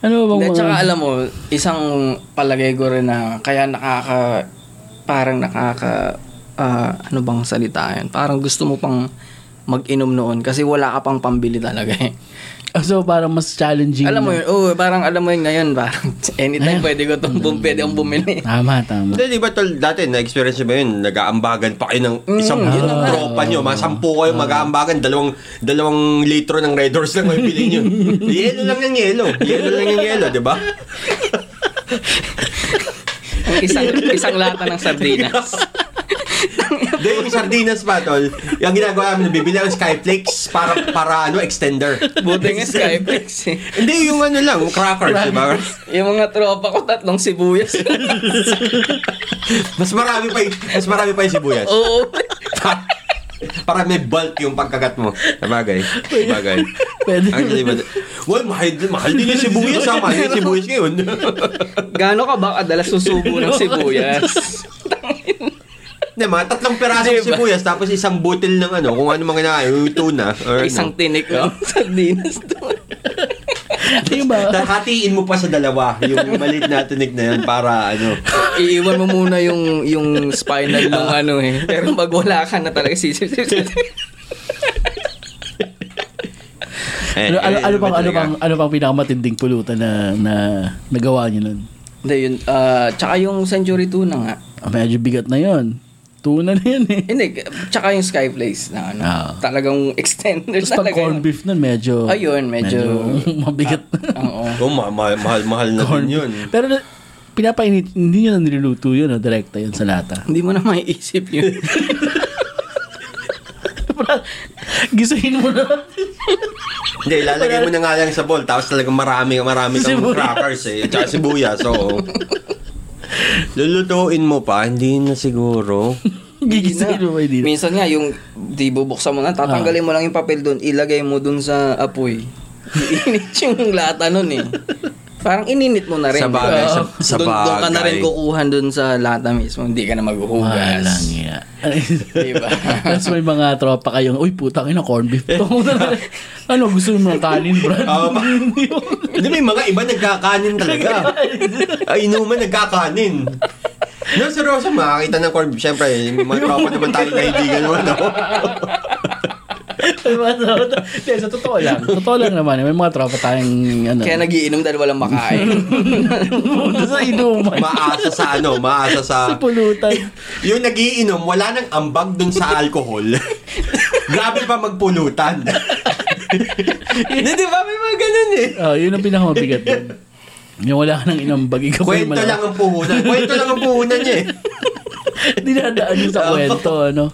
Speaker 2: Ano ba bang
Speaker 4: Hindi,
Speaker 2: mga...
Speaker 4: tsaka alam mo, isang palagay ko rin na kaya nakaka, parang nakaka, ah, ano bang salita yun? Parang gusto mo pang mag-inom noon kasi wala ka pang pambili talaga eh.
Speaker 2: Ah, So parang mas challenging.
Speaker 4: Alam mo
Speaker 2: na.
Speaker 4: yun, oh, parang alam mo yun ngayon, parang anytime
Speaker 2: Ayan.
Speaker 4: pwede ko itong bum, pwede akong bumili.
Speaker 2: Tama, tama.
Speaker 3: Hindi, di ba tol, dati na-experience nyo ba yun? Nag-aambagan pa kayo ng isang
Speaker 4: Mm,
Speaker 3: yun
Speaker 2: ah.
Speaker 3: ang tropa nyo. Mga sampu kayo mag-aambagan, dalawang, dalawang litro ng Red Horse lang may bilhin nyo. yelo lang yung yelo. Yelo lang yung yelo, di ba?
Speaker 4: Ang isang, isang lata ng sardinas.
Speaker 3: Hindi, yung sardinas pa, tol. Yung ginagawa namin, bibili ako ng Skyflakes para, para ano, extender.
Speaker 4: Buti nga Skyflex eh.
Speaker 3: Hindi, yung ano lang, crackers, di ba?
Speaker 4: Yung mga tropa ko, tatlong sibuyas.
Speaker 3: Mas marami pa, y- mas marami pa yung sibuyas.
Speaker 4: Oo.
Speaker 3: Pa- para may bulk yung pagkagat mo. Sabagay. Sabagay.
Speaker 2: Pwede.
Speaker 3: Actually, but, well, mahal, mahal din yung sibuyas, ha? Mahal din yung sibuyas ngayon.
Speaker 4: Gano'n ka ba kadalas susubo ng sibuyas?
Speaker 3: Hindi, mga tatlong piraso
Speaker 4: Diba?
Speaker 3: yung sibuyas, tapos isang butil ng ano, kung ano mga na, yung tuna. Or ano.
Speaker 4: Isang tinik ng sardinas doon.
Speaker 2: Diba?
Speaker 3: Hatiin mo pa sa dalawa yung maliit na tinik na yan para ano.
Speaker 4: Iiwan mo muna yung yung spinal ng ano eh. Pero pag wala ka na talaga sisip.
Speaker 3: Eh,
Speaker 2: Ano, ano,
Speaker 3: eh,
Speaker 2: ano pang, ano
Speaker 3: talaga.
Speaker 2: pang, ano pang pinakamatinding pulutan na, na nagawa niyo nun?
Speaker 4: Hindi, yun. ah, tsaka yung Century Tuna nga.
Speaker 2: Ah, medyo bigat na yon. Tuna na yun eh.
Speaker 4: Hindi, tsaka yung Sky Place na ano.
Speaker 2: Ah.
Speaker 4: Talagang extender
Speaker 2: Tapos pag
Speaker 4: talaga.
Speaker 2: corned
Speaker 4: yun.
Speaker 2: beef nun, medyo...
Speaker 4: Ayun, medyo-
Speaker 2: mabigat.
Speaker 4: Oo.
Speaker 3: Oh, ma- ma- mahal, mahal na
Speaker 2: Corned
Speaker 3: din
Speaker 2: beef.
Speaker 3: yun.
Speaker 2: Pero na- pinapainit, hindi nyo na niluluto yun, no? direkta yun sa lata.
Speaker 4: Hindi mo na maiisip yun.
Speaker 2: Parang, Gisahin mo na.
Speaker 3: Hindi, ilalagay mo na nga lang sa bowl, tapos talagang marami, marami kang
Speaker 2: Sibuyas.
Speaker 3: crackers eh. Tsaka sibuyas, so... Lulutuin mo pa, hindi na siguro.
Speaker 2: Gigisahin mo ba hindi? na?
Speaker 4: Minsan nga, yung di bubuksan mo na, tatanggalin mo lang yung papel doon, ilagay mo doon sa apoy. Iinit yung lata nun eh. Parang ininit mo na rin.
Speaker 3: Sa bagay, sa- sa
Speaker 4: Doon- Doon ka na
Speaker 3: bagay.
Speaker 4: rin kukuhan doon sa lata mismo. Hindi ka na maghuhugas.
Speaker 2: Walang iya.
Speaker 4: Diba?
Speaker 2: Tapos may mga tropa kayong, uy, putang ina, corn beef. to." ano, gusto mo ng kanin, Brad?
Speaker 3: Oo. Hindi, may mga iba nagkakanin talaga. Ay, inuman nagkakanin. No, seryoso, makakita ng corn beef. Siyempre, yung mga tropa naman tayo kaibigan naman ako.
Speaker 2: Hindi, sa totoo lang. Totoo lang naman. May mga tropa tayong, ano.
Speaker 4: Kaya nagiinom dahil walang makain.
Speaker 2: Pumunta sa inuman.
Speaker 3: Maasa sa ano, maasa sa...
Speaker 2: sa pulutan.
Speaker 3: Yung nagiinom, wala nang ambag dun sa alcohol. Grabe pa magpulutan. Hindi,
Speaker 4: diba?
Speaker 3: di ba? May mga ganun eh.
Speaker 2: Oh, yun ang pinakamabigat doon. Yung wala ka nang inambag, ikaw pa yung
Speaker 3: Kwento lang
Speaker 2: malakas.
Speaker 3: ang puhunan. Kwento lang ang puhunan niya eh.
Speaker 2: Dinadaan yun sa
Speaker 3: Oo.
Speaker 2: kwento, ano.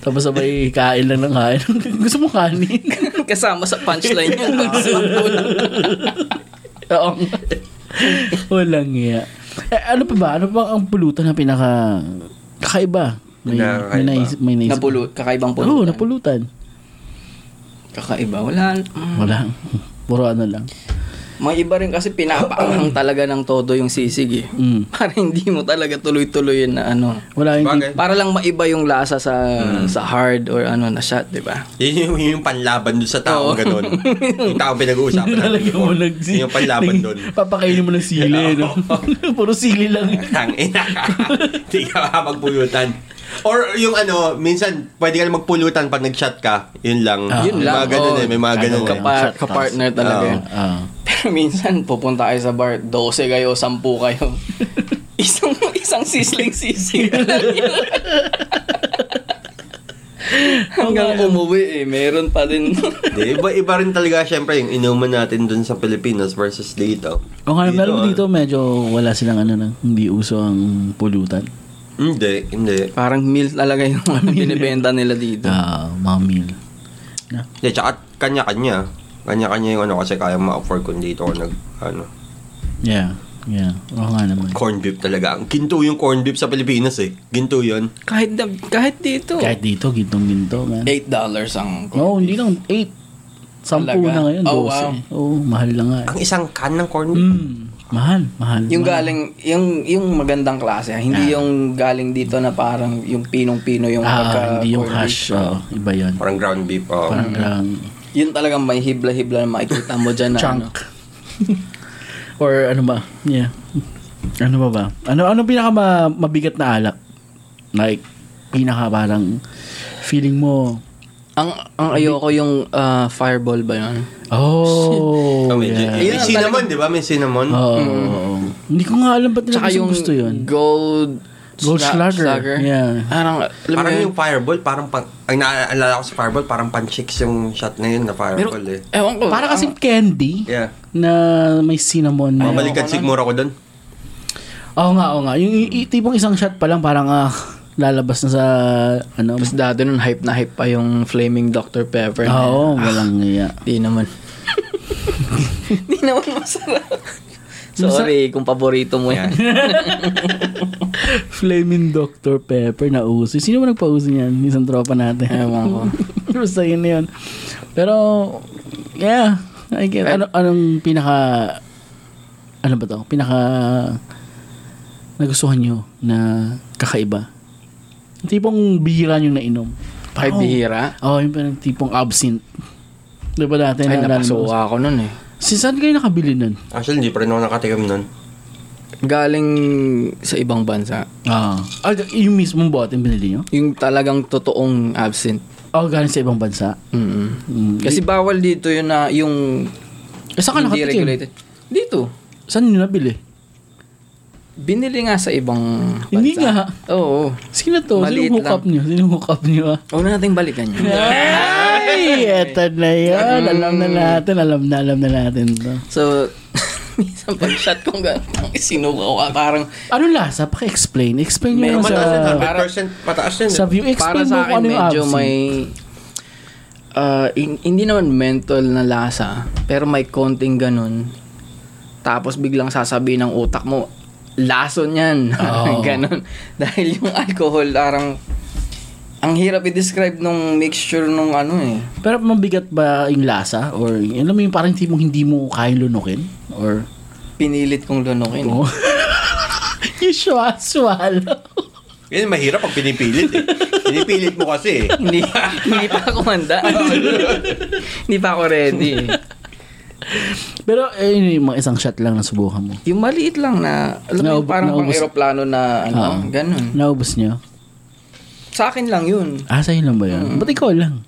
Speaker 2: Tapos sabay kain lang ng kain. Gusto mo kanin?
Speaker 4: Kasama sa punchline yun.
Speaker 2: Oo. nga. Walang iya. Eh, ano pa ba? Ano pa ang pulutan na pinaka kakaiba? May,
Speaker 3: Pinakakaiba.
Speaker 2: may naisip, may naisip.
Speaker 4: Napulut. Kakaibang pulutan.
Speaker 2: Oo, napulutan.
Speaker 4: Kakaiba. Wala. Mm.
Speaker 2: Wala. Puro ano lang.
Speaker 4: Mga iba rin kasi pinapaanghang talaga ng todo yung sisig eh.
Speaker 2: Mm.
Speaker 4: Para hindi mo talaga tuloy-tuloy yun na ano.
Speaker 2: Wala yung...
Speaker 3: Bagay.
Speaker 4: Para lang maiba yung lasa sa
Speaker 2: Mm.
Speaker 4: sa hard or ano na shot, di ba?
Speaker 3: Yun yung, yung panlaban dun sa
Speaker 4: Oo.
Speaker 3: tao ganun. Yung tao pinag-uusapan natin
Speaker 2: Talaga mo
Speaker 3: before.
Speaker 2: nag...
Speaker 3: Yun Yung panlaban dun.
Speaker 2: Papakainin mo ng sili, no? Puro sili lang. yun.
Speaker 3: Tang ina ka. Hindi ka makapagpulutan. Or yung ano, minsan pwede ka lang magpulutan pag nag-shot ka. Yun lang.
Speaker 2: Ah.
Speaker 4: Yun
Speaker 3: May
Speaker 4: lang,
Speaker 3: Mga ganun
Speaker 4: oo.
Speaker 3: eh. May mga ganun eh.
Speaker 2: Kapag-
Speaker 4: Kapar-
Speaker 2: Shot
Speaker 4: kapartner talaga.
Speaker 3: Oo.
Speaker 4: yun.
Speaker 2: Ah.
Speaker 4: Pero minsan pupunta kayo sa bar, 12 kayo, 10 kayo. isang isang sisling sisig. Hanggang umuwi eh, meron pa din.
Speaker 3: Di, iba, iba rin talaga syempre yung inuman natin dun sa Pilipinas versus dito.
Speaker 2: O nga,
Speaker 3: Dito,
Speaker 2: alam mo
Speaker 3: ah.
Speaker 2: dito, medyo wala silang ano na, hindi uso ang pulutan.
Speaker 3: Hindi, hindi.
Speaker 4: Parang meal talaga yung ano, binibenta nila dito.
Speaker 2: Ah, mga meal. Na.
Speaker 3: Hindi, tsaka kanya-kanya. Kanya-kanya yung ano kasi kaya ma-afford kung dito ako nag, ano,
Speaker 2: Yeah, yeah. Oo nga naman.
Speaker 3: corn beef talaga. Ang Ginto yung corn beef sa Pilipinas eh. Ginto yun.
Speaker 4: Kahit, na- kahit dito.
Speaker 2: Kahit dito, gintong-ginto, man.
Speaker 4: $8 dollars ang
Speaker 2: No, hindi lang. Eight. Sampu
Speaker 4: Talaga?
Speaker 2: na ngayon, 12.
Speaker 4: Oh, wow.
Speaker 2: Oo, mahal na nga.
Speaker 3: Ang isang can ng corn beef.
Speaker 2: Mm, mahal, mahal.
Speaker 4: Yung
Speaker 2: mahal.
Speaker 4: galing, yung yung magandang klase, ah. hindi yung galing dito na parang yung pinong-pino yung
Speaker 2: Ah, hindi yung
Speaker 4: corned
Speaker 2: hash.
Speaker 4: beef.
Speaker 2: oo, iba yun.
Speaker 3: Parang ground beef. Oh.
Speaker 2: Parang lang
Speaker 4: Yun talagang may hibla-hibla na makikita mo dyan na ano.
Speaker 2: chunk. Or ano ba? Yeah. Ano ba ba? Ano ano pinaka ma- mabigat na alak? Like pinaka parang feeling mo
Speaker 4: Ang, ang ayoko yung ah, fireball ba yun?
Speaker 2: Oh,
Speaker 3: Oh, medyo.
Speaker 2: yeah. Oh. Mm-hmm.
Speaker 3: Eh, may cinnamon, di ba? May cinnamon.
Speaker 2: Oo, oo. Hindi ko nga alam ba't nila
Speaker 4: Tsaka
Speaker 2: gusto,
Speaker 4: yung
Speaker 2: gusto yun.
Speaker 4: gold,
Speaker 2: Gold Slugger. Yeah.
Speaker 4: Parang, alam mo
Speaker 3: Parang
Speaker 4: yun,
Speaker 3: yung fireball, parang pang, ang naaalala ko sa fireball, parang pan-chicks yung shot na yun na
Speaker 4: pero,
Speaker 3: fireball eh.
Speaker 4: ewan ko.
Speaker 2: Para kasi
Speaker 4: ang-
Speaker 2: candy
Speaker 3: Yeah.
Speaker 2: na may cinnamon. na-
Speaker 3: Mabalikan
Speaker 4: Ayoko
Speaker 3: sigmura ko dun.
Speaker 2: Oo nga, oo nga. Yung i- i- tipong isang shot pa lang parang ah, lalabas na sa ano.
Speaker 4: Tapos dati nun, hype na hype pa yung Flaming Dr. Pepper.
Speaker 2: Oo, oh, walang iya.
Speaker 4: Di naman. Di naman masarap. Sorry kung paborito mo yan.
Speaker 2: Flaming Dr. Pepper na uso. Sino ba nagpauso niyan? Isang tropa natin.
Speaker 4: Ewan ko.
Speaker 2: Basta yun na yun. Pero, yeah. I get, ano, anong pinaka, ano ba to? Pinaka, nagustuhan nyo na kakaiba? Yung Tipong bihira nyo nainom.
Speaker 4: Ay,
Speaker 2: Parang-
Speaker 4: bihira.
Speaker 2: Oo, oh, yung parang tipong absint. Diba dati?
Speaker 4: Ay,
Speaker 2: naalala mo?
Speaker 4: napasuka ako nun eh.
Speaker 2: Si saan kayo nakabili nun?
Speaker 3: Actually, hindi pa rin ako nakatigam nun.
Speaker 4: Galing sa ibang bansa.
Speaker 2: Ah. yung mismong bote yung binili nyo?
Speaker 4: Yung talagang totoong absent.
Speaker 2: Oh, galing sa ibang bansa.
Speaker 4: Mm-mm.
Speaker 2: Mm.
Speaker 4: Kasi bawal dito yun na yung
Speaker 2: Eh, saan ka
Speaker 4: hindi
Speaker 2: nakatikim?
Speaker 4: regulated. Dito.
Speaker 2: Saan nyo nabili?
Speaker 4: Binili nga sa ibang bansa.
Speaker 2: Hindi nga.
Speaker 4: Oo.
Speaker 2: Sino to?
Speaker 4: Maliit
Speaker 2: Sino hook up nyo? Sino hook up nyo ah?
Speaker 4: Huwag na nating balikan yun.
Speaker 2: Ay, eto na yun.
Speaker 4: Mm.
Speaker 2: Alam na natin, alam na, alam na natin to.
Speaker 4: So, minsan pag shot kong gantang sinukaw ah, parang
Speaker 2: Anong lasa? Ano, Paki-explain. Explain nyo
Speaker 4: Medyo
Speaker 2: naman
Speaker 3: Mataas
Speaker 2: sa,
Speaker 3: yun, 100% pataas yun. eh.
Speaker 2: sa view.
Speaker 4: para
Speaker 2: Explain mo
Speaker 4: sa
Speaker 2: kung
Speaker 4: akin
Speaker 2: ano yung
Speaker 4: medyo
Speaker 2: absent.
Speaker 4: may ah, hin- hindi naman mental na lasa pero may konting ganun tapos biglang sasabihin ng utak mo lason yan
Speaker 2: Oo.
Speaker 4: ganun dahil yung alcohol parang ang hirap i-describe nung mixture nung ano eh
Speaker 2: Pero mabigat ba yung lasa? Or oh. alam mo yung parang hindi mo, hindi mo kayang lunukin? Or
Speaker 4: pinilit kong lunukin.
Speaker 2: Oo. Usual, swallow.
Speaker 3: Yan, mahirap pag pinipilit eh. Pinipilit mo kasi eh.
Speaker 4: hindi, hindi pa ako handa. hindi pa ako ready.
Speaker 2: Pero eh, yun yung mga isang shot lang na subukan mo.
Speaker 4: Yung maliit lang na, alam mo,
Speaker 2: Naub-
Speaker 4: yung parang pang
Speaker 2: naubos- Ah.
Speaker 4: aeroplano na, ano,
Speaker 2: Oo.
Speaker 4: ganun.
Speaker 2: Naubos niyo?
Speaker 4: Sa akin lang yun.
Speaker 2: Ah, sa'yo lang ba
Speaker 4: Mm.
Speaker 2: yun? Ba't ikaw lang?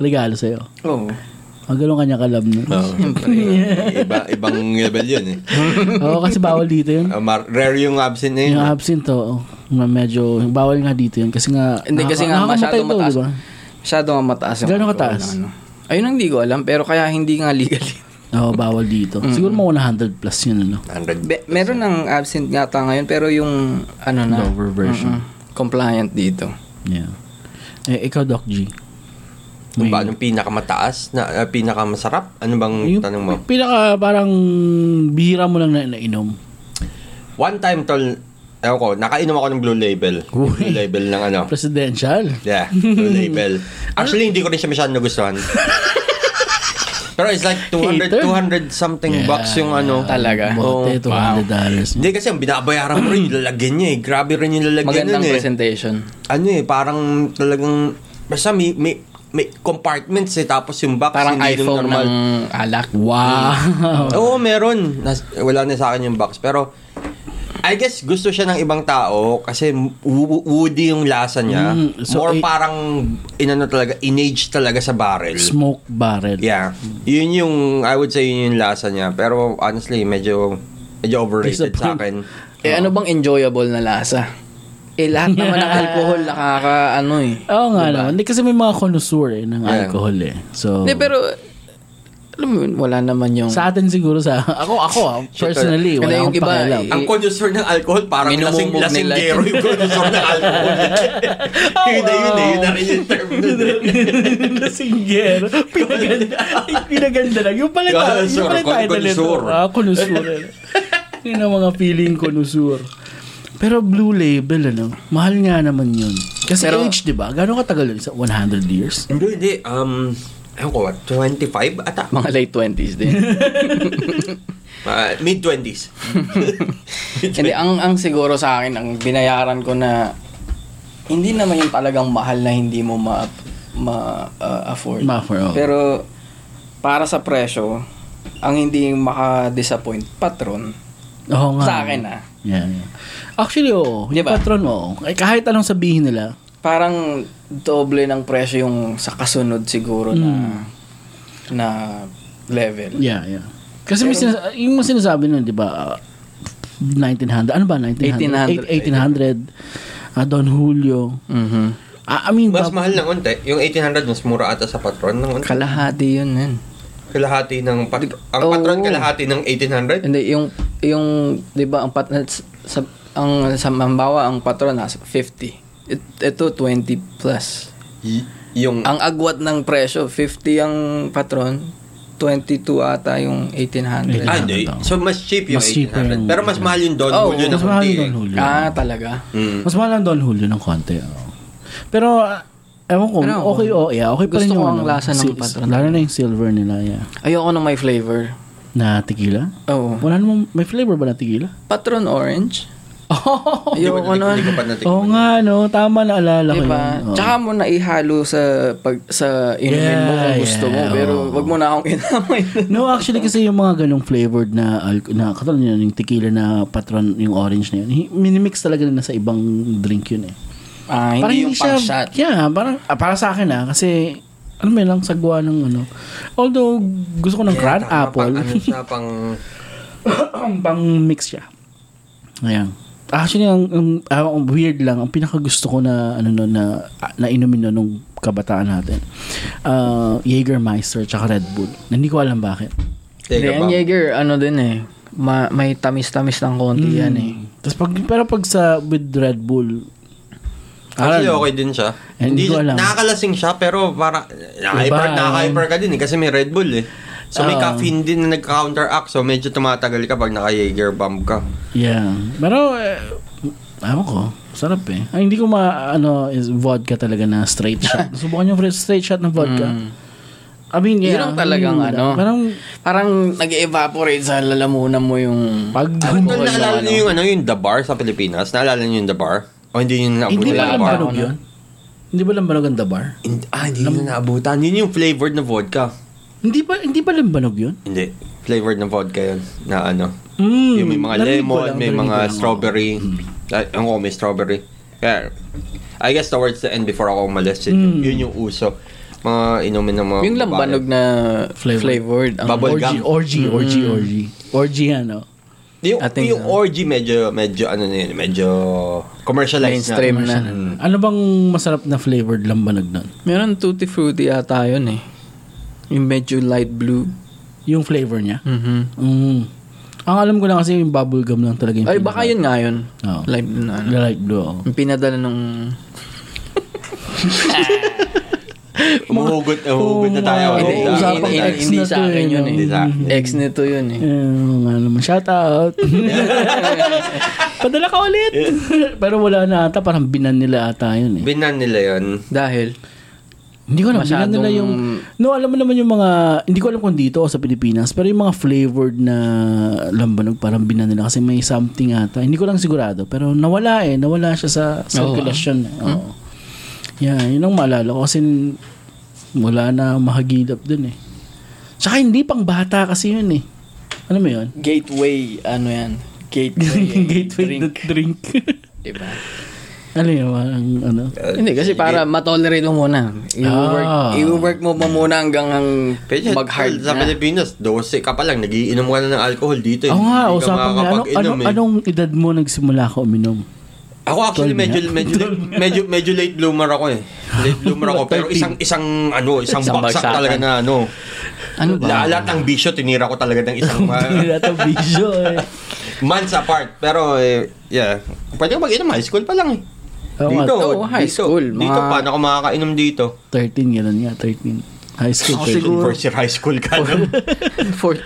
Speaker 2: Regalo sa'yo.
Speaker 4: Oo.
Speaker 2: Ang galong Ah, kanya kalab na.
Speaker 3: Oo. Iba, ibang level yun eh.
Speaker 2: Oo, kasi bawal dito yun.
Speaker 3: Ah, mar- rare yung absent na yun.
Speaker 2: Yung absent, oo. Nga medyo, bawal nga dito yun. Kasi nga,
Speaker 4: Hindi, kasi nga
Speaker 2: nakakamatay
Speaker 4: masyadong mataas.
Speaker 2: di ba?
Speaker 4: Masyado nga mataas. yung
Speaker 2: Gano'ng
Speaker 4: control
Speaker 2: kataas?
Speaker 4: ng ano. Ayun ang hindi ko alam, pero kaya hindi nga legal.
Speaker 2: Oo, bawal dito. Siguro mga 100 plus yun, ano?
Speaker 3: 100.
Speaker 4: Be- meron ng absent nga ta ngayon, pero yung, ano na,
Speaker 2: Lower version.
Speaker 4: Mm-mm. compliant dito.
Speaker 2: Yeah. Eh, ikaw, Doc G.
Speaker 3: Ano ba? Anong pinakamataas? Na, ah, pinakamasarap? Ano bang
Speaker 2: Yung
Speaker 3: tanong mo?
Speaker 2: pinaka parang bihira mo lang na nainom.
Speaker 3: One time tol, ewan ko, nakainom ako ng blue label.
Speaker 2: Uy.
Speaker 3: Blue label ng ano.
Speaker 2: Presidential.
Speaker 3: Yeah, blue label. Actually, hindi ko rin siya masyadong nagustuhan. Pero it's like 200,
Speaker 2: Hater.
Speaker 3: 200 something bucks yung ano.
Speaker 4: Talaga?
Speaker 3: Oo.
Speaker 2: Bote, $200. dollars.
Speaker 3: Hindi kasi ang binabayaran mo rin, yung lalagyan niya eh. Grabe rin yung lalagyan
Speaker 4: Magandang
Speaker 3: nun eh.
Speaker 4: presentation.
Speaker 3: Ano eh, parang talagang, basta may, may, may compartments eh. Tapos yung box,
Speaker 4: Parang
Speaker 3: hindi yung
Speaker 4: iPhone
Speaker 3: normal.
Speaker 4: ng alak.
Speaker 2: Wow.
Speaker 3: Oo, meron. Nas, wala na sa akin yung box. Pero, I guess gusto siya ng ibang tao kasi wo- woody yung lasa niya.
Speaker 2: Mm, so
Speaker 3: More
Speaker 2: i-
Speaker 3: parang inano talaga, inage talaga sa barrel.
Speaker 2: Smoke barrel.
Speaker 3: Yeah. Yun yung, I would say yun yung lasa niya. Pero honestly, medyo, medyo
Speaker 2: It's a
Speaker 3: overrated
Speaker 2: point.
Speaker 3: sa akin.
Speaker 4: Eh ano bang enjoyable na lasa? Eh lahat naman ng alcohol nakaka ano eh.
Speaker 2: Oo nga naman. Hindi kasi may mga connoisseur eh, ng
Speaker 3: Diba? Yeah.
Speaker 2: alcohol eh. So,
Speaker 4: Hindi pero alam mo yun, wala naman yung
Speaker 2: sa atin siguro sa... Ako, ako ah, personally,
Speaker 4: Kasi
Speaker 2: wala
Speaker 4: yung
Speaker 2: akong
Speaker 4: iba,
Speaker 2: pakialam.
Speaker 4: eh,
Speaker 3: Ang connoisseur ng alcohol, parang lasing,
Speaker 4: Minumumog
Speaker 3: lasing
Speaker 4: nila.
Speaker 3: gero yung connoisseur ng alcohol. yun na yun eh, yun na rin yung term nun eh.
Speaker 2: Lasinggero. Pinaganda. Ay, pinaganda lang. Yung pala tayo. Yung
Speaker 3: Connoisseur,
Speaker 2: pala tayo na nito.
Speaker 3: connoisseur.
Speaker 2: Ah, connoisseur. Yun ang mga feeling connoisseur. Pero blue label, ano? Mahal nga naman yun. Kasi
Speaker 4: Pero-
Speaker 2: age, di ba? Gano'ng katagal yun? Sa 100 years?
Speaker 3: Hindi, hindi. Um, ayun ko, 25 ata.
Speaker 4: mga late 20s din.
Speaker 3: Ah, Mid-20s.
Speaker 4: Hindi ang ang siguro sa akin ang binayaran ko na hindi naman yung talagang mahal na hindi mo ma, ma uh, afford.
Speaker 2: Ma-afford, oo.
Speaker 4: Pero para sa presyo, ang hindi maka-disappoint patron
Speaker 2: Oo nga.
Speaker 4: sa akin ah.
Speaker 2: Yeah, yeah. Actually, oo. Yung
Speaker 4: Diba?
Speaker 2: patron, oo. Eh, kahit anong sabihin nila,
Speaker 4: parang doble ng presyo yung sa kasunod siguro na na
Speaker 2: Hmm.
Speaker 4: level.
Speaker 2: yeah, yeah. Kasi may sinas- yung mga sinasabi nun, di ba, ah, 1900, ano ba, 1900?
Speaker 4: 1800.
Speaker 2: 1800. Ah, Don Julio.
Speaker 4: Mhm.
Speaker 2: Ah, I mean,
Speaker 3: Mas
Speaker 2: bab-
Speaker 3: mahal ng unti. Yung 1800, mas mura ata sa patron ng unti.
Speaker 4: Kalahati 'yun, yun.
Speaker 3: Kalahati ng patron. Ang
Speaker 4: Oo.
Speaker 3: patron,
Speaker 2: Oh.
Speaker 3: kalahati ng 1800.
Speaker 4: Hindi yung yung 'di ba ang pat sa ang sa mambawa ang patron nasa 50. It, ito 20 plus.
Speaker 3: Y- yung, Ah,
Speaker 4: Ang agwat ng presyo 50 ang patron, 22 ata yung 1800.
Speaker 3: ah, hindi. So, mas cheap yung
Speaker 2: Mas cheaper
Speaker 3: 1800.
Speaker 2: yung- Oh,
Speaker 3: Pero mas mahal yung Don
Speaker 4: Oo,
Speaker 3: Julio ng
Speaker 2: mas mahal
Speaker 3: unti.
Speaker 2: yung Don
Speaker 3: eh.
Speaker 2: Julio.
Speaker 4: Ah, talaga.
Speaker 3: Mm.
Speaker 2: Mas mahal ang Don Julio ng konti. oo. Pero, ah, ewan ko,
Speaker 4: Pero ako,
Speaker 2: okay, oh, yeah, okay pa rin
Speaker 4: gusto
Speaker 2: yung
Speaker 4: ko ang lasa ng
Speaker 2: sil-
Speaker 4: patron.
Speaker 2: Lalo na yung silver nila, yeah.
Speaker 4: Ayoko ng may flavor.
Speaker 2: Na tequila?
Speaker 4: Oo.
Speaker 2: Wala namang, may flavor ba na tequila?
Speaker 4: Patron orange.
Speaker 2: Oo
Speaker 3: Hindi ko-
Speaker 4: Ayoko nun.
Speaker 3: Hindi ko pa natin.
Speaker 2: oh, nga, no? Tama na alala ko
Speaker 4: Diba?
Speaker 2: yun. Oh. Oo.
Speaker 4: Tsaka mo na ihalo sa pag sa inumin mo kung
Speaker 2: Yeah,
Speaker 4: gusto
Speaker 2: yeah, oh.
Speaker 4: mo, pero
Speaker 2: oo.
Speaker 4: wag mo na akong inamay.
Speaker 2: No, actually kasi yung mga ganong flavored na alco- na katulad yun, yung tequila na patron yung orange na yun. hi- Minimix talaga na sa ibang drink yun eh.
Speaker 4: ah, hindi
Speaker 2: Parang
Speaker 4: yung pang shot.
Speaker 2: Yeah, parang ah, para sa akin ah kasi ano may lang sagwa ng ano. Although gusto ko ng
Speaker 3: Kaya
Speaker 2: grand
Speaker 3: tama,
Speaker 2: apple,
Speaker 3: Pang, ano siya, pang...
Speaker 2: pang mix siya. Ayan. Actually, ang, ang, ah, ang weird lang, ang pinakagusto ko na, ano, no, na, na inumin no, nung kabataan natin, ah, Jägermeister tsaka Red Bull. Hindi ko alam bakit.
Speaker 3: Teka
Speaker 4: Hindi,
Speaker 3: ba?
Speaker 4: ang Jaeger, ano din eh, ma- may tamis-tamis ng konti
Speaker 2: Mm.
Speaker 4: yan eh.
Speaker 2: Tapos pag, pero pag sa with Red Bull,
Speaker 3: Actually,
Speaker 2: alam,
Speaker 3: okay din siya.
Speaker 2: Eh, hindi ko
Speaker 3: Hindi,
Speaker 2: alam.
Speaker 3: nakakalasing siya, pero para
Speaker 2: Iba,
Speaker 3: nakaka-hyper,
Speaker 2: ah.
Speaker 3: nakaka-hyper ka din eh, kasi may Red Bull eh. So,
Speaker 2: Oo.
Speaker 3: may caffeine din na nag-counteract, so medyo tumatagal ka pag naka-Jaeger bomb ka.
Speaker 2: yeah. Pero, eh, ewan ko, sarap eh. Ay, hindi ko
Speaker 3: Mm.
Speaker 4: uh,
Speaker 2: ma, ano, is vodka talaga na straight shot. Subukan yung straight shot ng vodka. I mean, yeah.
Speaker 4: Hmm. Yun ang talagang
Speaker 2: yun,
Speaker 4: ano.
Speaker 2: Parang,
Speaker 4: Parang nag-evaporate sa lalamunan mo yung...
Speaker 2: pag,
Speaker 3: Ano
Speaker 4: Alcohol na
Speaker 3: naalala
Speaker 4: ano.
Speaker 3: niyo yung ano yung The Bar sa Pilipinas? Naalala niyo yung The Bar? O hindi niyo
Speaker 2: hindi ba
Speaker 3: naabutan yung The Bar?
Speaker 2: lambanog
Speaker 4: ano?
Speaker 2: yun? Hindi ba lambanog ang the bar?
Speaker 3: Hindi- Ah, hindi niyo naabutan. Yun yung flavored na vodka.
Speaker 2: Hindi ba, hindi ba lambanog yun?
Speaker 3: Hindi. Flavored na vodka yun. Na ano.
Speaker 2: Mm,
Speaker 3: Yung may mga
Speaker 2: narinig ko lang,
Speaker 3: lemon, may
Speaker 2: narinig ko lang Hmm.
Speaker 3: mga
Speaker 2: ako.
Speaker 3: strawberry. Ay, Ang ko, may strawberry. Kaya, I guess towards the end before ako umalis, yun,
Speaker 2: Mm.
Speaker 3: yun yung uso. Mga inumin ng mga...
Speaker 4: Yung lambanog na
Speaker 2: Flavor.
Speaker 4: flavored. Ang
Speaker 3: Bubble
Speaker 2: Ah, Orgy,
Speaker 3: gum.
Speaker 2: orgy,
Speaker 4: Hmm.
Speaker 2: orgy, orgy. Orgy, ano?
Speaker 3: Yung,
Speaker 4: I think
Speaker 3: yung
Speaker 2: ah,
Speaker 4: so.
Speaker 3: orgy medyo, medyo ano na yun, medyo commercialized
Speaker 4: Mainstream
Speaker 3: na. Hmm.
Speaker 4: na.
Speaker 2: Ano bang masarap na flavored lambanog nun?
Speaker 4: Meron Tutti Frutti yata yun eh. Yung medyo light blue.
Speaker 2: Yung flavor niya?
Speaker 4: Mhm.
Speaker 2: Mm. Ang alam ko lang kasi yung bubblegum lang talaga yung
Speaker 4: Ay, baka yun nga yun.
Speaker 2: Oo.
Speaker 4: Light blue na ano.
Speaker 2: The light blue, oo.
Speaker 4: Yung pinadala nung...
Speaker 3: Umuhugot, umuhugot na tayo.
Speaker 2: Oo,
Speaker 4: hindi,
Speaker 2: usapang
Speaker 4: hindi, hindi,
Speaker 2: ex
Speaker 4: hindi
Speaker 2: na
Speaker 4: sa
Speaker 2: to
Speaker 4: akin
Speaker 2: yun,
Speaker 4: yun eh.
Speaker 3: Hindi sa akin.
Speaker 4: Ex nito yun eh.
Speaker 2: Eh, oo nga naman. Shout out. Padala ka ulit. Pero wala na ata. Parang binan nila ata yun eh.
Speaker 3: Binan nila yun.
Speaker 4: Dahil,
Speaker 2: Hindi ko alam. Binan
Speaker 4: Masyadong-
Speaker 2: nila yung... No, alam mo naman yung mga... Hindi ko alam kung dito o sa Pilipinas. Pero yung mga flavored na lambanog, parang binan nila. Kasi may something ata. Hindi ko lang sigurado. Pero nawala eh. Nawala siya sa
Speaker 3: ah.
Speaker 2: circulation. Oo. Yeah, yun ang maalala ko. Kasi wala na mahagilap dun eh. Tsaka hindi pang bata kasi yun eh. Ano mo yun?
Speaker 4: gateway, ano yan? Gateway.
Speaker 2: Gateway to
Speaker 4: drink.
Speaker 2: drink.
Speaker 4: Diba?
Speaker 2: ano yun? Parang ano?
Speaker 4: Hindi, kasi para matolerate mo muna. I-work,
Speaker 2: Ah.
Speaker 4: i-work mo pa muna hanggang ang
Speaker 3: Kaya
Speaker 4: mag-hard
Speaker 3: sa
Speaker 4: na.
Speaker 3: Pilipinas, 12 ka pa lang, nagiinom ka na ng alcohol dito. eh.
Speaker 2: Oo nga,
Speaker 3: Hindi ka
Speaker 2: usapan niya. Ano, ano,
Speaker 3: makakapag-inom eh.
Speaker 2: anong edad mo nagsimula ka uminom?
Speaker 3: Ako actually
Speaker 2: 12
Speaker 3: medyo
Speaker 2: na.
Speaker 3: medyo, medyo medyo late bloomer ako eh. Late bloomer ako pero isang isang ano, isang,
Speaker 4: Isang
Speaker 3: baksak
Speaker 4: bagsakan.
Speaker 3: talaga na ano.
Speaker 4: Ano ba?
Speaker 3: La, lahat ng bisyo tinira ko talaga ng isang
Speaker 2: Hindi na
Speaker 3: uh,
Speaker 2: ito bisyo eh.
Speaker 3: months apart. Pero eh, yeah, pwede ko mag-inom high school pa lang eh.
Speaker 2: Oo nga,
Speaker 3: Dito,
Speaker 4: Oo, high
Speaker 3: dito,
Speaker 4: school,
Speaker 3: Dito,
Speaker 4: mga-
Speaker 3: paano ako makakainom dito?
Speaker 2: 13, gano'n nga, 13. High school,
Speaker 4: Oh,
Speaker 3: Ako
Speaker 2: 13.
Speaker 3: siguro. First year high school ka no?
Speaker 4: Four-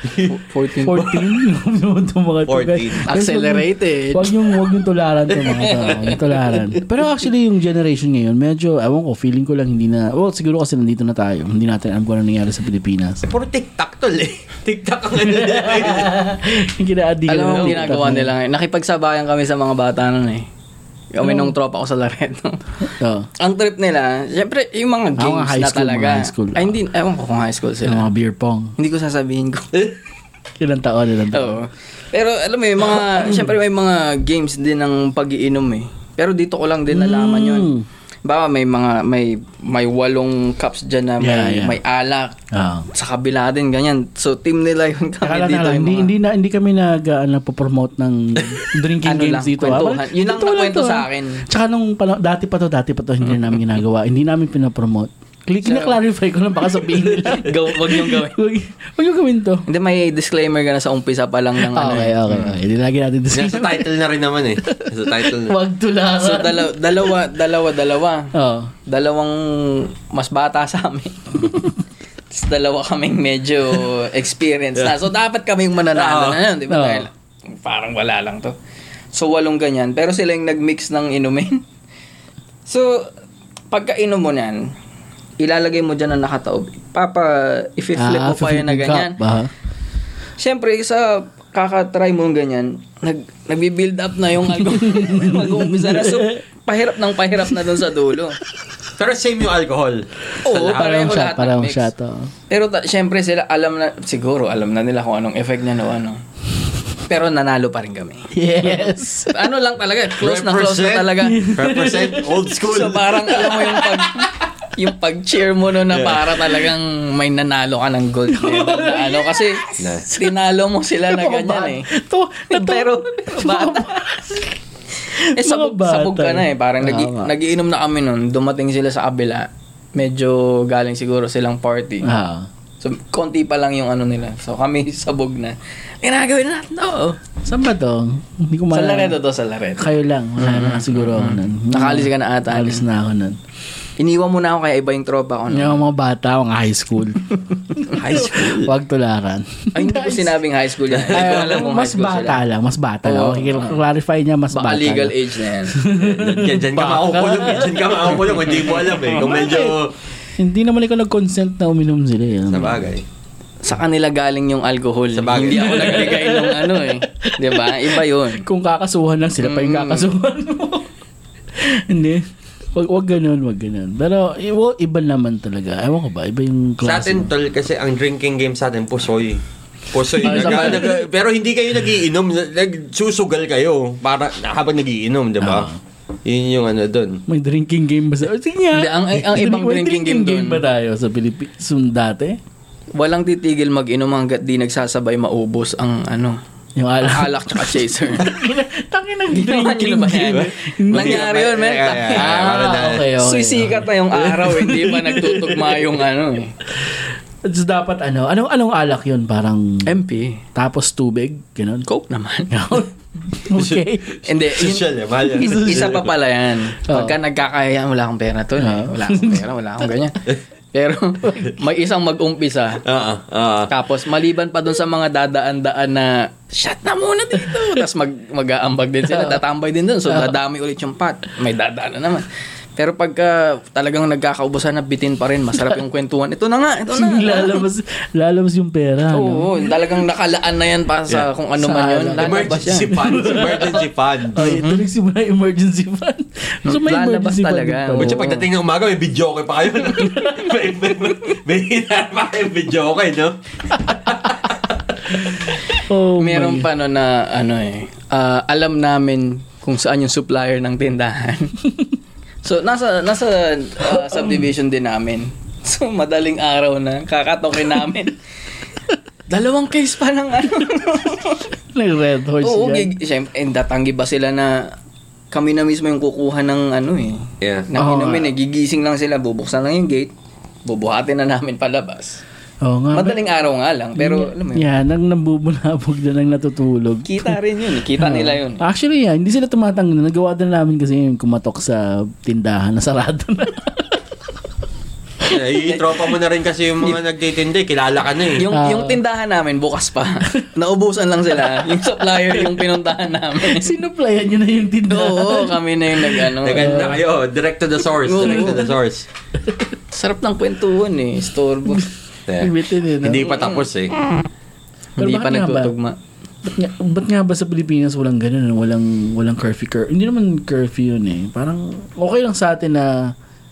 Speaker 4: four- 14.
Speaker 2: 14. Noon to mga to, guys. Guys,
Speaker 3: 14.
Speaker 4: Accelerated.
Speaker 2: Huwag yung, huwag yung tularan to mga tao. Huwag yung tularan. Pero actually, yung generation ngayon, medyo, ewan ko, feeling ko lang hindi na, well, siguro kasi nandito na tayo. Hindi natin alam kung ano nangyari sa Pilipinas.
Speaker 3: Puro TikTok tol eh. TikTok ang ano nila.
Speaker 2: yung kinaadigan
Speaker 4: Alam mo,
Speaker 2: ng
Speaker 4: ang
Speaker 2: TikTok
Speaker 4: ginagawa
Speaker 2: na-
Speaker 4: nila ngayon. Nakipagsabayan kami sa mga bata nun eh. Kami nung tropa ko sa Laredo.
Speaker 2: Oo.
Speaker 4: ang trip nila, syempre, yung
Speaker 2: Ako
Speaker 4: mga
Speaker 2: nga,
Speaker 4: games
Speaker 2: high
Speaker 4: na
Speaker 2: school,
Speaker 4: talaga.
Speaker 2: Ah, mga high school.
Speaker 4: Ay, hindi, ewan ko kung high school
Speaker 2: Yung
Speaker 4: sila.
Speaker 2: mga beer pong.
Speaker 4: Hindi ko sasabihin ko.
Speaker 2: Ilang taon, ilang taon.
Speaker 4: Oo. Pero alam mo, yung
Speaker 2: Mm.
Speaker 4: mga, syempre may mga games din ng pagiinom eh. Pero dito ko lang din nalaman yun.
Speaker 2: Mm.
Speaker 4: Baka may mga, may, may walong cups dyan na may,
Speaker 2: Yeah, yeah.
Speaker 4: may alak.
Speaker 2: Oo.
Speaker 4: Sa kabila din, ganyan. So, team nila yun kami
Speaker 2: Saka lang,
Speaker 4: dito.
Speaker 2: lang,
Speaker 4: yung
Speaker 2: hindi,
Speaker 4: mga-
Speaker 2: hindi, na, hindi kami nag, uh, nagpo-promote ng drinking
Speaker 4: Ano
Speaker 2: games
Speaker 4: lang,
Speaker 2: dito. ah.
Speaker 4: kwentuhan.
Speaker 2: Parang,
Speaker 4: Yun lang
Speaker 2: dito lang
Speaker 4: nakwento
Speaker 2: to,
Speaker 4: sa
Speaker 2: ah.
Speaker 4: akin.
Speaker 2: Tsaka nung pala- dati pa to, dati pa to, hindi namin ginagawa. Hindi namin pinapromote. Click, clarify ko lang baka sabihin nila.
Speaker 4: Gaw, wag yung gawin.
Speaker 2: Huwag huwag yung gawin to.
Speaker 4: Hindi, may disclaimer ka na sa umpisa pa lang ng ano.
Speaker 2: Okay,
Speaker 4: eh.
Speaker 2: okay, okay. Hindi lagi natin discuss.
Speaker 3: Nasa title na rin naman eh. Nasa title na.
Speaker 2: Huwag tularan.
Speaker 4: So, dalaw, dalawa, dalawa, dalawa.
Speaker 2: Oo.
Speaker 4: Dalawang mas bata sa amin. Tapos dalawa kaming medyo experience na. So, dapat kaming mananalo
Speaker 3: Oo.
Speaker 4: na yun, di ba?
Speaker 2: Oo.
Speaker 4: Dahil parang wala lang to. So, walong ganyan. Pero sila yung nag-mix ng inumin. So, pagka-inom mo niyan, ilalagay mo dyan ang nakataob. Papa, i-flip
Speaker 2: Ah,
Speaker 4: mo pa yun na
Speaker 2: 50 cup,
Speaker 4: ganyan.
Speaker 2: ah.
Speaker 4: Siyempre, sa kakatry mo ng ganyan, nag, nagbi-build up na yung alcohol. Mag-uumpisa na. So, pahirap ng pahirap na dun sa dulo.
Speaker 3: Pero same yung alcohol.
Speaker 4: Oo,
Speaker 2: Parang
Speaker 4: pareho
Speaker 2: shot,
Speaker 4: lahat ng
Speaker 2: parang
Speaker 4: mix.
Speaker 2: shot. oh. oo.
Speaker 4: Pero ta- siyempre sila alam na, siguro alam na nila kung anong effect niya no ano. Pero nanalo pa rin kami.
Speaker 2: Yes.
Speaker 4: Ano lang talaga, close na close na
Speaker 3: Represent.
Speaker 4: talaga.
Speaker 3: Represent old school.
Speaker 4: So parang alam mo yung pag yung pag-cheer mo no na para talagang may nanalo ka ng gold medal na ano kasi
Speaker 3: Nice.
Speaker 4: tinalo mo sila na ganyan eh.
Speaker 2: To, na to.
Speaker 4: Pero bata. eh sabog,
Speaker 2: Mga bata.
Speaker 4: sabog ka na eh. Parang nag
Speaker 2: Tama.
Speaker 4: nagiinom na kami nun. Dumating sila sa kabila. Medyo galing siguro silang party.
Speaker 2: Ah.
Speaker 4: So, konti pa lang yung ano nila. So, kami sabog na. Ginagawin na natin. Oo.
Speaker 2: Saan ba to? Hindi ko
Speaker 4: Sa
Speaker 2: maalala.
Speaker 4: Laredo to, sa Laredo.
Speaker 2: Kayo lang. Wala na siguro ako nun.
Speaker 4: Nakaalis ka na ata.
Speaker 2: Alis na ako nun.
Speaker 4: Iniwan mo na ako kaya iba yung tropa ko. No?
Speaker 2: Yung mga bata, mga high school.
Speaker 4: High school.
Speaker 2: Huwag tularan.
Speaker 4: Ay, hindi ko sinabing high school yan. Hindi ko
Speaker 2: Ay,
Speaker 4: alam kung high
Speaker 2: mas
Speaker 4: school sila.
Speaker 2: bata lang, mas bata lang.
Speaker 4: Oo.
Speaker 2: Okay, clarify niya, mas
Speaker 4: Baka
Speaker 2: bata.
Speaker 4: legal
Speaker 2: lang.
Speaker 4: age na yan.
Speaker 3: Diyan, diyan ka
Speaker 2: Baka.
Speaker 3: makukulong. eh. Diyan ka makukulong. Hindi mo alam eh. Kung medyo
Speaker 2: Hindi naman ikaw nag-consent na uminom sila. eh. Alam
Speaker 3: Sa
Speaker 2: mo.
Speaker 3: bagay.
Speaker 4: Sa kanila galing yung alcohol.
Speaker 3: Sa bagay.
Speaker 4: Hindi ako nagbigay ng ano eh. Di ba? Iba yun.
Speaker 2: Kung kakasuhan lang sila pa yung
Speaker 4: Mm.
Speaker 2: kakasuhan mo. Hindi. Wag, wag ganun, wag ganun. Pero i- wa- iba naman talaga. Ewan ko ba, iba yung
Speaker 3: Sa
Speaker 2: klase.
Speaker 3: atin, tol, kasi ang drinking game sa atin, pusoy. Pusoy.
Speaker 2: Ay,
Speaker 3: Nag-
Speaker 2: sa-
Speaker 3: nag- pero hindi kayo nagiinom. Nagsusugal kayo para habang nagiinom, di
Speaker 4: Ah.
Speaker 3: ba? Yun yung ano doon.
Speaker 2: May drinking game ba sa... Oh, Sige nga.
Speaker 4: Hindi, ang- ang ibang
Speaker 2: May
Speaker 4: drinking game dun.
Speaker 2: ba tayo sa Pilipinas dati?
Speaker 4: Walang titigil mag-inom hanggat di nagsasabay maubos ang ano.
Speaker 2: Yung
Speaker 4: Alak.
Speaker 2: alak.
Speaker 4: Alak tsaka chaser.
Speaker 2: Tangin ng
Speaker 4: Ginawa nyo
Speaker 2: drinking
Speaker 4: ba yan?
Speaker 2: game. Hindi.
Speaker 4: Nangyari yun, men.
Speaker 3: Ay, ay, ay, ay, para na-
Speaker 2: Ah, okay, okay.
Speaker 4: Suisikat na yung araw, hindi pa nagtutugma yung ano eh.
Speaker 2: So, dapat ano, anong anong alak yun? Parang
Speaker 4: MP.
Speaker 2: tapos tubig, ganun.
Speaker 4: Coke naman.
Speaker 2: okay.
Speaker 4: Hindi, yun-
Speaker 3: Social, eh. Mahal yan.
Speaker 4: Isa, isa pa pala yan. Pagka nagkakaya, wala akong pera to. eh.
Speaker 2: Oo.
Speaker 4: Wala akong pera, wala akong ganyan. Pero may isang mag-umpisa.
Speaker 3: Oo, oo.
Speaker 4: Tapos maliban pa dun sa mga dadaan-daan na shut na muna dito. Tapos mag, mag-aambag din sila, tatambay din dun. So dadami ulit yung pot. May dadaan na naman. Pero pagka talagang nagkakaubusan na bitin pa rin, masarap yung kwentuhan. Ito na nga, ito na. ah.
Speaker 2: lalabas, lalabas yung pera. no?
Speaker 4: Oo, talagang nakalaan na yan pa sa kung ano
Speaker 2: Sa
Speaker 4: man
Speaker 2: alam.
Speaker 4: yun. Lalabas
Speaker 3: Emergency
Speaker 4: yan.
Speaker 3: fund. Emergency fund.
Speaker 2: Oh, ito nagsimula yung emergency fund. So may
Speaker 4: Mm-hmm. Lalabas
Speaker 2: emergency
Speaker 4: talaga.
Speaker 2: fund. din pala.
Speaker 3: Kung siya
Speaker 4: Oo.
Speaker 3: pagdating ng umaga, may video okay pa kayo. no? may, may, may hinarap pa kayo video okay, no?
Speaker 2: Oh,
Speaker 4: Meron pa no na ano eh, ah, alam namin kung saan yung supplier ng tindahan. so nasa nasa ah, subdivision din namin. So madaling araw na kakatokin namin. Dalawang case pa ng ano.
Speaker 2: Nag-red horse yan.
Speaker 4: Oo, gig, syempre, and tatanggi ba sila na kami na mismo yung kukuha ng ano eh.
Speaker 3: Yeah.
Speaker 4: Ng
Speaker 2: Oo
Speaker 4: inumin
Speaker 2: nga.
Speaker 4: eh, gigising lang sila, bubuksan lang yung gate, bubuhatin na namin palabas.
Speaker 2: Oo nga.
Speaker 4: Madaling araw nga lang, pero alam mo yun,
Speaker 2: Yan, ang nambubulabog na nang natutulog.
Speaker 4: kita rin yun, kita nila yun.
Speaker 2: Actually, yeah, hindi sila tumatang Nagawa din namin kasi yung kumatok sa tindahan na sarado na.
Speaker 3: Eh, Itropa mo na rin kasi yung mga nagtitindi. Kilala ka na eh.
Speaker 4: Yung
Speaker 2: Ah.
Speaker 4: yung tindahan namin bukas pa. Naubusan lang sila. Yung supplier yung pinuntahan namin.
Speaker 2: Sinuplayan nyo na yung tindahan.
Speaker 4: Oo, kami na yung ano, nag-ano.
Speaker 3: Tagal na kayo. Direct to the source.
Speaker 4: Oo.
Speaker 3: Direct to the source.
Speaker 4: Sarap ng kwentuhan eh, storbo.
Speaker 2: Hmm.
Speaker 3: Yeah.
Speaker 2: Limited eh, no?
Speaker 3: Hindi pa tapos eh.
Speaker 4: Mm.
Speaker 2: Pero
Speaker 4: Hindi
Speaker 2: bakit
Speaker 4: pa
Speaker 2: nga ba?
Speaker 4: nagtutugma.
Speaker 2: Ba't nga, ba't nga ba sa Pilipinas walang ganun? Walang, walang curfew? Cur- hindi naman curfew yun eh. Parang okay lang sa atin na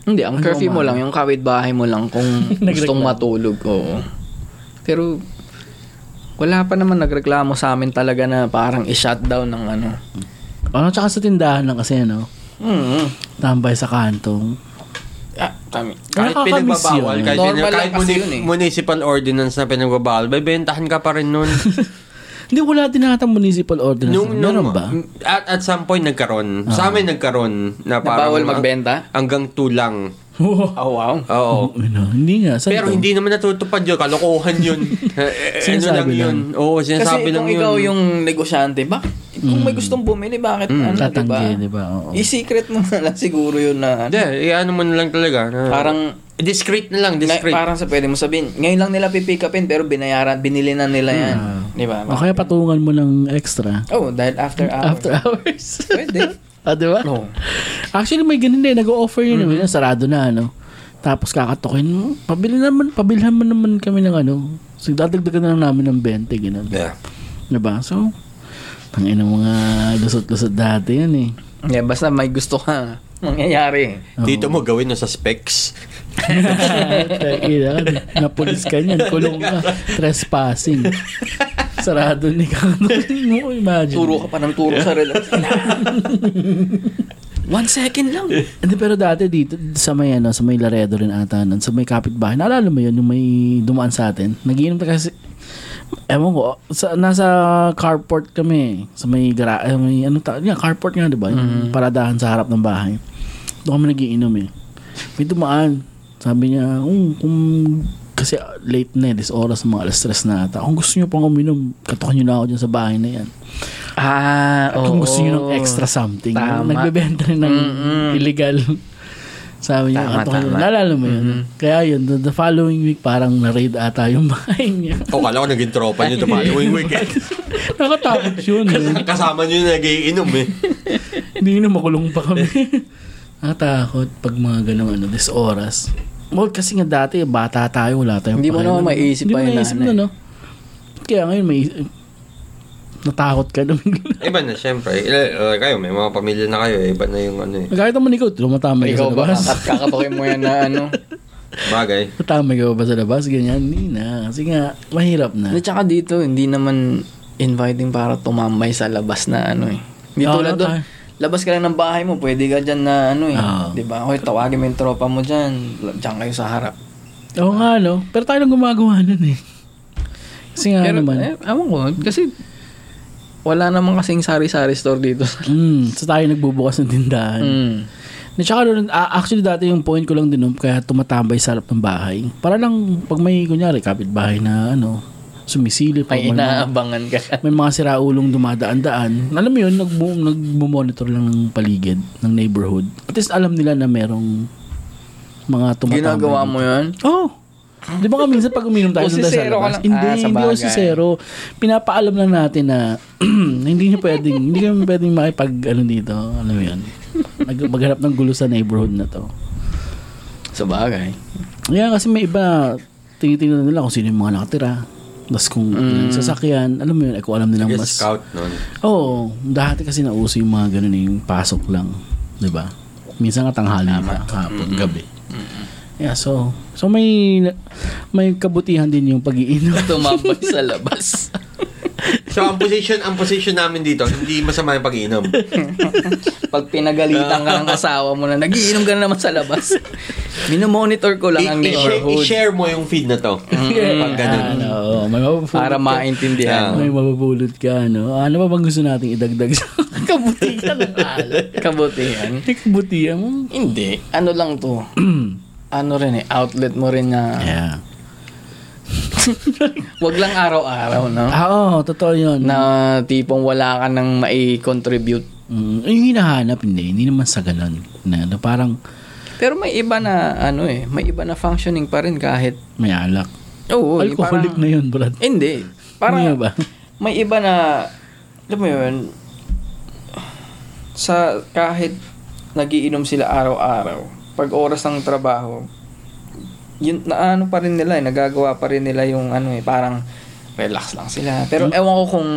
Speaker 4: Hindi, ang
Speaker 2: Ano
Speaker 4: curfew mo
Speaker 2: man?
Speaker 4: lang, yung kawit-bahay mo lang kung
Speaker 2: Nagreklamo.
Speaker 4: gustong matulog. Oo. Pero wala pa naman nagreklamo sa amin talaga na parang i-shutdown ng ano.
Speaker 2: ano, tsaka sa tindahan lang kasi, no? Hmm.
Speaker 4: Mm.
Speaker 2: Tambay sa kantong.
Speaker 4: Ah, kami.
Speaker 3: Kahit
Speaker 2: Nakakamiss
Speaker 3: pinagbabawal,
Speaker 2: yun.
Speaker 3: kahit,
Speaker 4: Normal
Speaker 3: pina-
Speaker 4: lang
Speaker 3: kahit
Speaker 4: kasi
Speaker 3: muni-
Speaker 4: yun eh.
Speaker 3: municipal ordinance na pinagbabawal, bebentahan ka pa rin nun.
Speaker 2: Hindi, wala din natang municipal ordinance.
Speaker 3: nung,
Speaker 2: Meron
Speaker 3: nung,
Speaker 2: ba?
Speaker 3: At, at some point nagkaroon. Sa amin nagkaroon na parang
Speaker 4: Bawal
Speaker 2: ano
Speaker 4: Ah.
Speaker 3: ang-
Speaker 4: magbenta?
Speaker 3: Hanggang two lang.
Speaker 4: Oh, wow.
Speaker 3: Oo.
Speaker 2: Ano, hindi nga. Saan
Speaker 3: Pero
Speaker 2: to?
Speaker 3: hindi naman natutupad yun. Kalokohan yun. Eh, eh, ano
Speaker 2: Sinasabi
Speaker 3: lang yun. Oo, sinasabi
Speaker 4: Kasi
Speaker 3: lang
Speaker 4: kung
Speaker 3: yun.
Speaker 4: ikaw yung negosyante, bakit?
Speaker 2: Mm.
Speaker 4: Kung may gustong bumili, bakit? ano,
Speaker 2: Tatanggi,
Speaker 4: diba?
Speaker 2: di ba? Oo.
Speaker 4: I-secret mo na lang siguro yun na
Speaker 3: Hindi, ano mo na lang talaga. na-
Speaker 4: parang
Speaker 3: Discreet na lang,
Speaker 4: na,
Speaker 3: discreet.
Speaker 4: parang sa pwede mo sabihin, ngayon lang nila pipick upin pero binayaran, binili na nila yan.
Speaker 2: Ah.
Speaker 4: Di ba?
Speaker 2: O kaya patungan mo ng extra.
Speaker 4: Oh, dahil after hours.
Speaker 2: After hours.
Speaker 4: Pwede.
Speaker 2: ah, di ba?
Speaker 4: Oo.
Speaker 2: Actually, may ganun din. Nag-offer yun. mm Sarado na, ano. Tapos kakatokin, "Hmm, pabili naman, pabilhan mo naman kami ng ano. So, dadagdagan na lang namin ng 20, ganun.
Speaker 3: Yeah.
Speaker 2: Diba? So, tangin ng mga lusot-lusot dati yan eh.
Speaker 4: Yeah, basta may gusto ka, mangyayari.
Speaker 3: Dito mo gawin no sa specs.
Speaker 2: Tangina, napulis ka niyan, kulong ka, trespassing. Sarado ni kakatokin mo, imagine.
Speaker 4: Turo ka pa ng turo sa relax. One second lang.
Speaker 2: Hindi, pero dati dito, sa may, ano, sa may Laredo rin ata, nun, sa may kapitbahay, naalala mo yun, yung may dumaan sa atin, nagiinom na kasi, ewan ko, sa, nasa carport kami, sa may, gara, eh, may ano ta, yeah, carport nga, di ba? Yung Paradahan sa harap ng bahay. Doon kami nagiinom eh. May dumaan. Sabi niya, um, kung kasi ah, late na eh, this oras, mga alas stress na ata. Kung gusto niyo pang uminom, katokan niyo na ako dyan sa bahay na yan.
Speaker 4: Ah, oo.
Speaker 2: Kung gusto nyo ng extra something.
Speaker 4: Tama.
Speaker 2: Nagbebenta rin ng
Speaker 4: Mm-mm.
Speaker 2: illegal. Sabi niya,
Speaker 4: Tama,
Speaker 2: ato kayo.
Speaker 4: tama.
Speaker 2: Naalala mo yun. Kaya yun, the, the following week, parang na-raid ata yung bahay niya.
Speaker 3: O, Oh, kala ko naging tropa nyo tumalawing week eh.
Speaker 2: Nakatakot yun. eh.
Speaker 3: Kasama nyo na nagiinom eh.
Speaker 2: Hindi na makulong pa kami. Nakatakot pag mga ganung ano, this oras. Well, kasi nga dati, bata tayo, wala tayong
Speaker 4: Hindi mo
Speaker 2: pakialam.
Speaker 4: naman maiisip
Speaker 2: Hindi
Speaker 4: pa
Speaker 2: mo
Speaker 4: yung
Speaker 2: naisip
Speaker 4: nanay.
Speaker 2: na, no? Kaya ngayon, may... Natakot ka na bigla.
Speaker 3: Iba na, syempre. Eh, eh, kayo, may mga pamilya na kayo. eh. Iba na yung ano eh.
Speaker 2: Kahit naman ikaw, tumatama ka sa
Speaker 4: Ikaw ba?
Speaker 2: labas.
Speaker 4: Kakat- Kakatokin mo yan na ano.
Speaker 3: Bagay.
Speaker 2: Tumatama ka ba sa labas? Ganyan, hindi na. Kasi nga, mahirap na.
Speaker 4: At saka dito, hindi naman inviting para tumambay sa labas na ano eh. Hindi
Speaker 2: Oo,
Speaker 4: tulad
Speaker 2: no,
Speaker 4: doon.
Speaker 2: tayo.
Speaker 4: Labas ka lang ng bahay mo, pwede ka dyan na ano eh.
Speaker 2: Oo.
Speaker 4: Di ba? Hoy, tawagin mo yung tropa mo dyan. Diyan kayo sa harap.
Speaker 2: Oo nga, no? Pero tayo lang gumagawa nun eh. Kasi nga naman.
Speaker 4: eh, ewan ko. Kasi, wala naman kasing sari-sari store dito.
Speaker 2: Mm, so tayo nagbubukas ng tindahan.
Speaker 4: Mm.
Speaker 2: Na tsaka doon, ah, actually dati yung point ko lang din nun, kaya tumatambay sa harap ng bahay. Para lang pag may kunyari kapitbahay na ano, sumisilip.
Speaker 4: May
Speaker 2: o may, mga-
Speaker 4: inaabangan ka.
Speaker 2: may mga siraulong dumadaan-daan. Alam mo yun, nagbu- nagbumonitor lang ng paligid, ng neighborhood. At least alam nila na merong mga tumatambay.
Speaker 4: Ginagawa mo yun?
Speaker 2: Oo. Oh. Di ba ka minsan pag uminom tayo
Speaker 4: O si
Speaker 2: doon tayo sa
Speaker 4: Zero ka
Speaker 2: labas?
Speaker 4: lang.
Speaker 2: Hindi,
Speaker 4: Ah, sa
Speaker 2: hindi ako si
Speaker 4: bagay.
Speaker 2: Zero. Pinapaalam lang natin na na hindi niyo pwedeng, hindi kami pwedeng makipag, ano dito, ano yun. Mag, maghanap ng gulo sa neighborhood na to.
Speaker 4: Sa bagay.
Speaker 2: Kaya kasi may iba, tinitingnan nila kung sino yung mga nakatira. Tapos kung
Speaker 4: Mm.
Speaker 2: ilan yung sasakyan, alam mo yun, eh, kung alam nilang
Speaker 3: Yes,
Speaker 2: mas...
Speaker 3: scout nun.
Speaker 2: Oo, oh, dati kasi nauso yung mga ganun eh, yung pasok lang, 'di ba? Minsan nga tanghali pa, hapon, gabi. Yeah, so so may may kabutihan din yung pagiinom.
Speaker 4: Tumambay sa labas.
Speaker 3: So, ang position, ang position namin dito, hindi masama yung pag-inom.
Speaker 4: Pag pinagalitan ka ng asawa mo na nagiinom ka na naman sa labas, minomonitor ko lang ang
Speaker 3: I- i-share-
Speaker 4: neighborhood Mm.
Speaker 3: I-share mo yung feed na to. Pag ganun.
Speaker 2: Ano, oo, may mabubulot
Speaker 4: para maintindihan.
Speaker 2: May mabubulot ka, no? Ah, Ano ba bang gusto nating idagdag sa kabutihan ng alak?
Speaker 4: Kabutihan.
Speaker 2: Yung kabutihan mo?
Speaker 4: Hindi. Ano lang to? ano rin eh, outlet mo rin na
Speaker 2: Yeah.
Speaker 4: wag lang araw-araw, no?
Speaker 2: Ah, oo, totoo yun.
Speaker 4: Na tipong wala ka nang mai-contribute.
Speaker 2: Mm, yung hinahanap, hindi. Hindi naman sa ganun. Na, na parang
Speaker 4: Pero may iba na, ano eh, may iba na functioning pa rin kahit,
Speaker 2: may alak.
Speaker 4: oo, eh,
Speaker 2: Alcoholic
Speaker 4: parang,
Speaker 2: na yun, Brad.
Speaker 4: hindi.
Speaker 2: Ano nga
Speaker 4: Parang,
Speaker 2: ba?
Speaker 4: may iba na, alam mo yun, sa kahit nagiinom sila araw-araw, pag oras ng trabaho, yun, na ano pa rin nila, eh, nagagawa pa rin nila yung ano eh, parang relax lang sila. Pero ewan ko kung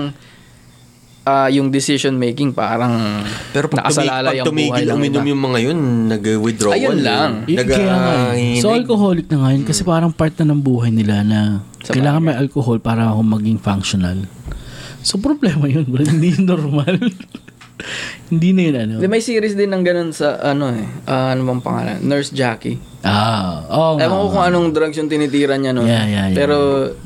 Speaker 4: ah, yung decision making parang
Speaker 3: Pero pag, tumi-
Speaker 4: nakasalalay
Speaker 3: pag
Speaker 4: ang buhay
Speaker 3: tumigil,
Speaker 4: ng
Speaker 3: uminom
Speaker 4: iba.
Speaker 3: yung mga yun, nag-withdrawal.
Speaker 4: Ayun lang.
Speaker 2: Y-
Speaker 3: Nag- ah,
Speaker 2: kaya nga eh. So alcoholic na ngayon kasi parang part na ng buhay nila na
Speaker 4: Sa
Speaker 2: kailangan may alcohol para ako maging functional. So problema yun, bro. Hindi yun normal. Hindi na yun ano.
Speaker 4: Di, may series din ng ganun sa ano eh, ah, ano bang pangalan? Nurse Jackie.
Speaker 2: Ah, oh,
Speaker 4: Ewan ko kung anong drugs yung tinitira niya noon.
Speaker 2: Yeah, yeah, yeah.
Speaker 4: Pero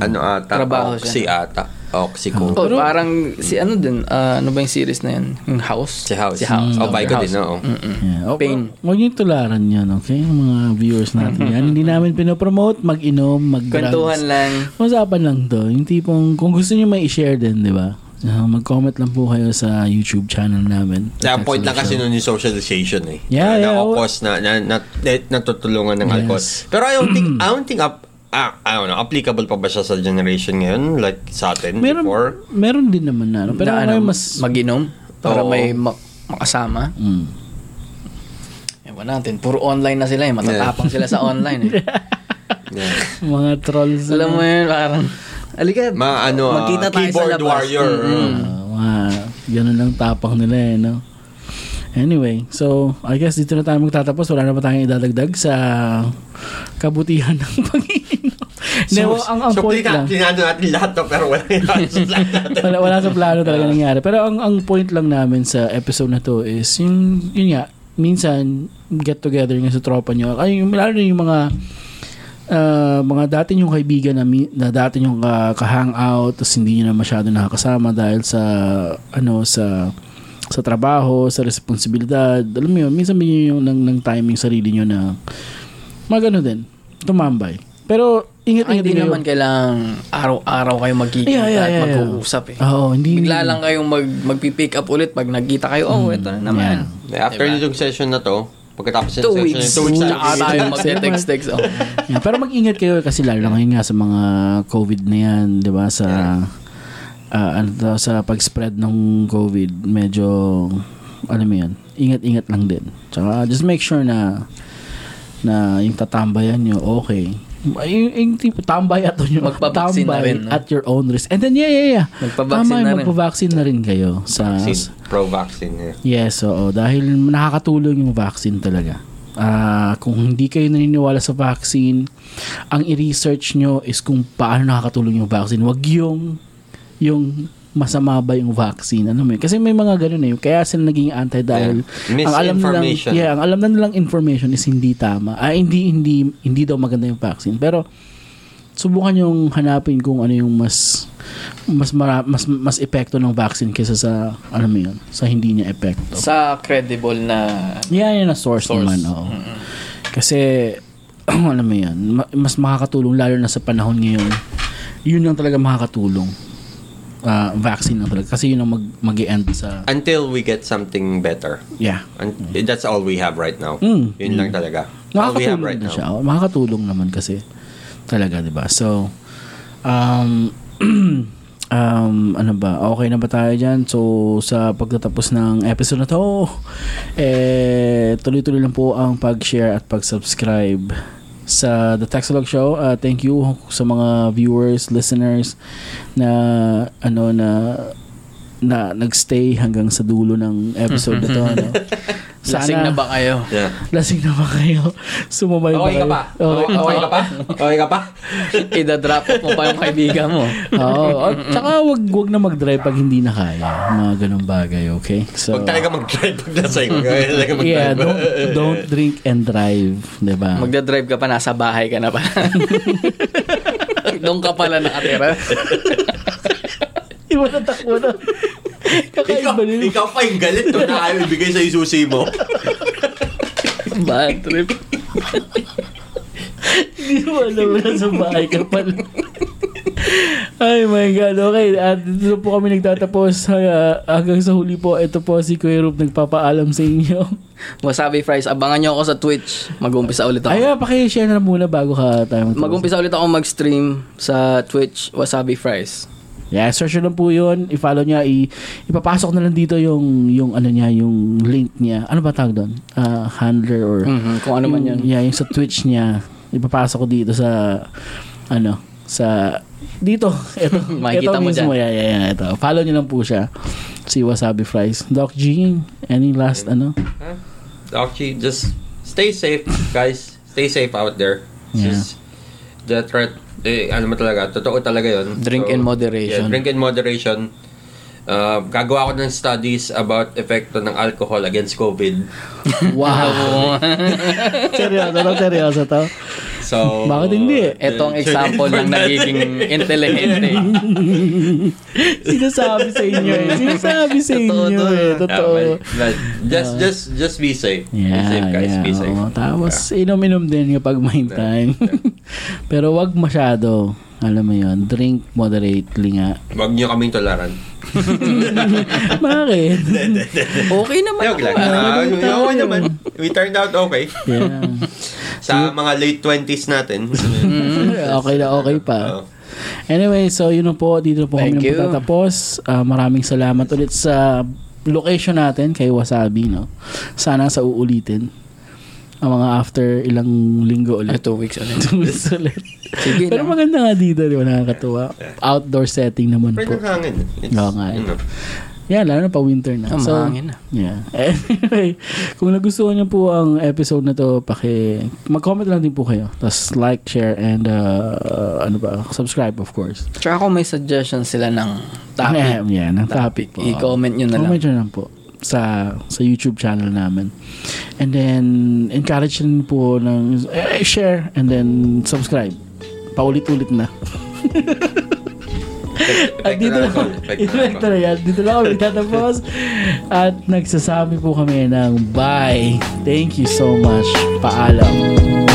Speaker 3: ano ata?
Speaker 4: Trabaho siya.
Speaker 3: Oxy ata. Oxy ko.
Speaker 4: Oh, parang si ano din, ah, ano ba yung series na yan? Yung House?
Speaker 3: Si House.
Speaker 4: Si House.
Speaker 3: Oh, bye ko
Speaker 4: House.
Speaker 3: din, oo.
Speaker 4: Mm-mm.
Speaker 2: Yeah. O, o,
Speaker 4: Pain.
Speaker 2: Huwag niyong tularan yan, okay? Yung Mga viewers natin yan. Hindi namin pinopromote, mag-inom, mag-drugs.
Speaker 4: Kwentuhan lang.
Speaker 2: Usapan lang to. Yung tipong, kung gusto niyo may i-share din, di ba? Ah, mag-comment lang po kayo sa YouTube channel namin.
Speaker 3: Kaya point lang kasi nun yung socialization eh.
Speaker 2: Yeah, yeah. oh.
Speaker 3: na, Na-cause na, na, na, na- natutulungan ng alcohol. Pero I don't think, I don't think, up, ah, I don't know, applicable pa ba siya sa generation ngayon? Like sa atin
Speaker 2: Meron,
Speaker 3: before?
Speaker 2: meron din naman na. ano. Pero
Speaker 4: na, ano,
Speaker 2: ngayon mas...
Speaker 4: Mag-inom? Para
Speaker 3: Oo.
Speaker 4: may ma- makasama?
Speaker 2: Mm.
Speaker 4: Ewan natin. Puro online na sila eh. Matatapang sila sa online eh.
Speaker 3: Yeah.
Speaker 2: Mga trolls. ano?
Speaker 4: Alam mo yun, parang... Alika,
Speaker 3: Mga ano, ah,
Speaker 4: Magkita tayo sa
Speaker 3: keyboard
Speaker 4: labas.
Speaker 3: warrior.
Speaker 2: Ah, mga ganun lang tapang nila eh, no? Anyway, so I guess dito na tayo magtatapos. Wala na ba tayong idadagdag sa kabutihan ng pag-iinom? So, ang, ang
Speaker 3: so,
Speaker 2: point lang.
Speaker 3: tinado natin lahat to, pero wala yung lahat natin.
Speaker 2: wala, wala sa plano talaga nangyari. Pero ang, ang point lang namin sa episode na to is yung, yun nga, minsan get together nga sa tropa nyo. Ay, yung, lalo na yung mga ah, mga dati yung kaibigan na, mi- na dati yung ka, ka-hangout tapos hindi nyo na masyado nakakasama dahil sa ano sa sa trabaho, sa responsibilidad. Alam mo yun, minsan bigyan nyo yung ng, ng timing sarili nyo na magano din, tumambay. Pero
Speaker 4: Ay,
Speaker 2: ingat-ingat
Speaker 4: hindi
Speaker 2: din kayo.
Speaker 4: naman kailang araw-araw kayo magkikita
Speaker 2: Yeah, yeah, yeah,
Speaker 4: at
Speaker 2: yeah.
Speaker 4: mag-uusap eh.
Speaker 2: Oo, hindi.
Speaker 4: Bigla lang kayong mag, magpipick up ulit pag nagkita kayo. Oh, ito na naman.
Speaker 2: yeah.
Speaker 3: After yung session na to, pagkatapos yung
Speaker 4: Diba? Two
Speaker 3: session
Speaker 4: weeks.
Speaker 3: na two weeks,
Speaker 4: Tsaka
Speaker 3: natin-
Speaker 4: tayo magte-text-text. Oh.
Speaker 2: Yeah, pero mag-ingat kayo kasi lalo na ngayon nga sa mga COVID na yan, 'di ba? Sa ah, ano to, sa pag-spread ng COVID, medyo alam mo 'yan. Ingat-ingat lang din. Tsaka just make sure na na yung tatambayan nyo, okay. Yung, yung tipo, tambay at yung
Speaker 4: Magpabaksin na rin, no?
Speaker 2: at your own risk. And then, yeah, yeah, yeah.
Speaker 4: Magpabaksin
Speaker 2: Tama,
Speaker 4: na rin.
Speaker 2: Magpabaksin na rin kayo. Sa,
Speaker 3: Vaccine. Pro-vaccine. eh.
Speaker 2: Yes, oo. Dahil nakakatulong yung vaccine talaga. Ah, kung hindi kayo naniniwala sa vaccine, ang i-research nyo is kung paano nakakatulong yung vaccine. Huwag yung, yung masama ba yung vaccine. Ano mo yun? Kasi may mga ganun eh. Kaya sila naging anti dahil
Speaker 3: Yeah.
Speaker 2: ang alam nilang,
Speaker 3: Misinformation.
Speaker 2: yeah, ang alam na nilang information is hindi tama. Ah, hindi, hindi, hindi daw maganda yung vaccine. Pero, subukan yung hanapin kung ano yung mas mas mara, mas mas epekto ng vaccine kaysa sa ano mo yun sa hindi niya epekto.
Speaker 5: Sa credible na...
Speaker 2: Yan yun na source,
Speaker 5: Source.
Speaker 2: naman, oo. Kasi, oh, alam mo yan, ma- mas makakatulong lalo na sa panahon ngayon. Yun lang talaga makakatulong. Ah, vaccine lang talaga. Kasi yun ang mag, mag end sa,
Speaker 3: Until we get something better.
Speaker 2: yeah.
Speaker 3: And that's all we have right now.
Speaker 2: Mm.
Speaker 3: Yun lang talaga. All we have
Speaker 2: Nakakatulong
Speaker 3: right
Speaker 2: na
Speaker 3: now.
Speaker 2: siya. Oh, Makakatulong naman kasi. Talaga, di ba? So, um, um, ano ba? Okay na ba tayo dyan? So, sa pagtatapos ng episode na to, eh, tuloy-tuloy lang po ang pag-share at pag-subscribe sa The Taxalog Show. Uh, thank you sa mga viewers, listeners na ano na na nagstay hanggang sa dulo ng episode na to. Ano.
Speaker 5: Lasing na ba kayo?
Speaker 3: Yeah.
Speaker 2: Lasing na ba kayo? Sumabay ba
Speaker 4: Okay ka
Speaker 2: kayo?
Speaker 4: pa?
Speaker 2: Oo.
Speaker 4: Okay, okay ka pa?
Speaker 3: Okay ka pa?
Speaker 5: Ida-drop up mo pa yung kaibigan mo.
Speaker 2: Oo. At Tsaka wag, wag na mag-drive pag hindi na kaya. Mga ganun bagay, okay? So,
Speaker 3: Huwag talaga mag-drive pag lasing. Huwag talaga
Speaker 2: yeah,
Speaker 3: mag-drive.
Speaker 2: don't, don't drink and drive, di ba?
Speaker 4: Magdadrive ka pa, nasa bahay ka na pa.
Speaker 5: Doon ka pala nakatira.
Speaker 2: Iwan na takbo na.
Speaker 3: ikaw,
Speaker 2: Kakaiba nila.
Speaker 3: ikaw pa yung galit no, na ayaw ibigay sa susi mo.
Speaker 5: Bad trip.
Speaker 2: Hindi mo alam na sa bahay ka pala. Ay my God, okay. At dito po kami nagtatapos. Ah, hanggang sa huli po, ito po si Kuya Rup nagpapaalam sa inyo.
Speaker 4: Wasabi fries, abangan nyo ako sa Twitch. Mag-uumpisa ulit ako.
Speaker 2: Ay, ah, pakishare na muna bago ka tayo magtapos.
Speaker 4: Mag-uumpisa ulit ako mag-stream sa Twitch, Wasabi Fries.
Speaker 2: Yeah, search nyo lang po yun. I-follow niya. I- ipapasok na lang dito yung, yung ano niya, yung link niya. Ano ba tawag doon? Ah, handler or...
Speaker 4: Mhm, Kung ano man
Speaker 2: yung-
Speaker 4: yan.
Speaker 2: Yeah, yung sa Twitch niya. Ipapasok ko dito sa... Ano? Sa... Dito. Ito. ito
Speaker 4: Makikita mo
Speaker 2: mismo. Yeah, yeah, yeah. Ito. Follow niyo lang po siya. Si Wasabi Fries. Doc G, any last ano?
Speaker 3: Actually, just stay safe, guys. Stay safe out there.
Speaker 2: Yeah.
Speaker 3: Just the threat, eh, ano mo talaga, totoo talaga yun.
Speaker 4: Drink in moderation.
Speaker 3: Yeah, drink in moderation. Uh, gagawa ko ng studies about epekto ng alcohol against COVID.
Speaker 2: Wow. seryoso to, seryoso to.
Speaker 3: So,
Speaker 2: Bakit hindi?
Speaker 4: Ito ang example ng nagiging intelligente.
Speaker 2: Sinasabi sa inyo eh. Sinasabi sa
Speaker 4: Totoo
Speaker 2: inyo
Speaker 4: to,
Speaker 2: eh.
Speaker 4: eh.
Speaker 3: Yeah,
Speaker 2: Totoo.
Speaker 3: well, but just, just, just be safe. be
Speaker 2: Yeah,
Speaker 3: safe, guys.
Speaker 2: yeah,
Speaker 3: be safe.
Speaker 2: oo. Tapos, inom-inom din kapag may time. Pero wag masyado. Alam mo yon drink moderately nga.
Speaker 3: Huwag niyo kaming tularan.
Speaker 2: Bakit?
Speaker 4: Okay naman
Speaker 3: Joke
Speaker 4: ako.
Speaker 3: lang. Ah, yun- yun okay naman. We turned out okay.
Speaker 2: yeah.
Speaker 3: Sa mga late 20s natin.
Speaker 2: Mm-hmm.
Speaker 3: Oh.
Speaker 2: okay na okay
Speaker 3: Oo.
Speaker 2: pa. Anyway, so yun na po. Dito na po
Speaker 4: Thank
Speaker 2: kami
Speaker 4: you.
Speaker 2: natatapos. Ah, maraming salamat ulit sa location natin kay Wasabi. No? Sana sa uulitin. Ang mga after ilang linggo ulit.
Speaker 4: Two weeks ulit.
Speaker 2: Two weeks ulit.
Speaker 4: Sige
Speaker 2: Pero
Speaker 4: na.
Speaker 2: maganda nga dito. Di ba? Nakakatuwa. Outdoor setting naman po.
Speaker 3: Pero ng hangin. It's,
Speaker 2: Oo nga, eh.
Speaker 3: ano,
Speaker 2: Yeah, lalo na pa winter na.
Speaker 4: Ah,
Speaker 2: so,
Speaker 4: mahangin na.
Speaker 2: Yeah. Anyway, kung nagustuhan niyo po ang episode na to, paki mag-comment lang din po kayo. Tapos like, share, and uh, uh, ano ba, subscribe of course.
Speaker 4: Tsaka kung may suggestion sila ng
Speaker 3: Ano
Speaker 4: topic,
Speaker 2: Ang- Yeah, ng topic. po.
Speaker 4: i-comment nyo na lang.
Speaker 2: Comment nyo lang po sa sa YouTube channel namin. And then, encourage din po ng eh, share and then subscribe. Paulit-ulit na. At dito
Speaker 3: epekto ng
Speaker 2: lang,
Speaker 3: alcohol, epekto
Speaker 2: epekto
Speaker 3: ng alcohol.
Speaker 2: na yan. Dito lang kami tatapos. At nagsasabi po kami ng bye. Thank you so much. Paalam.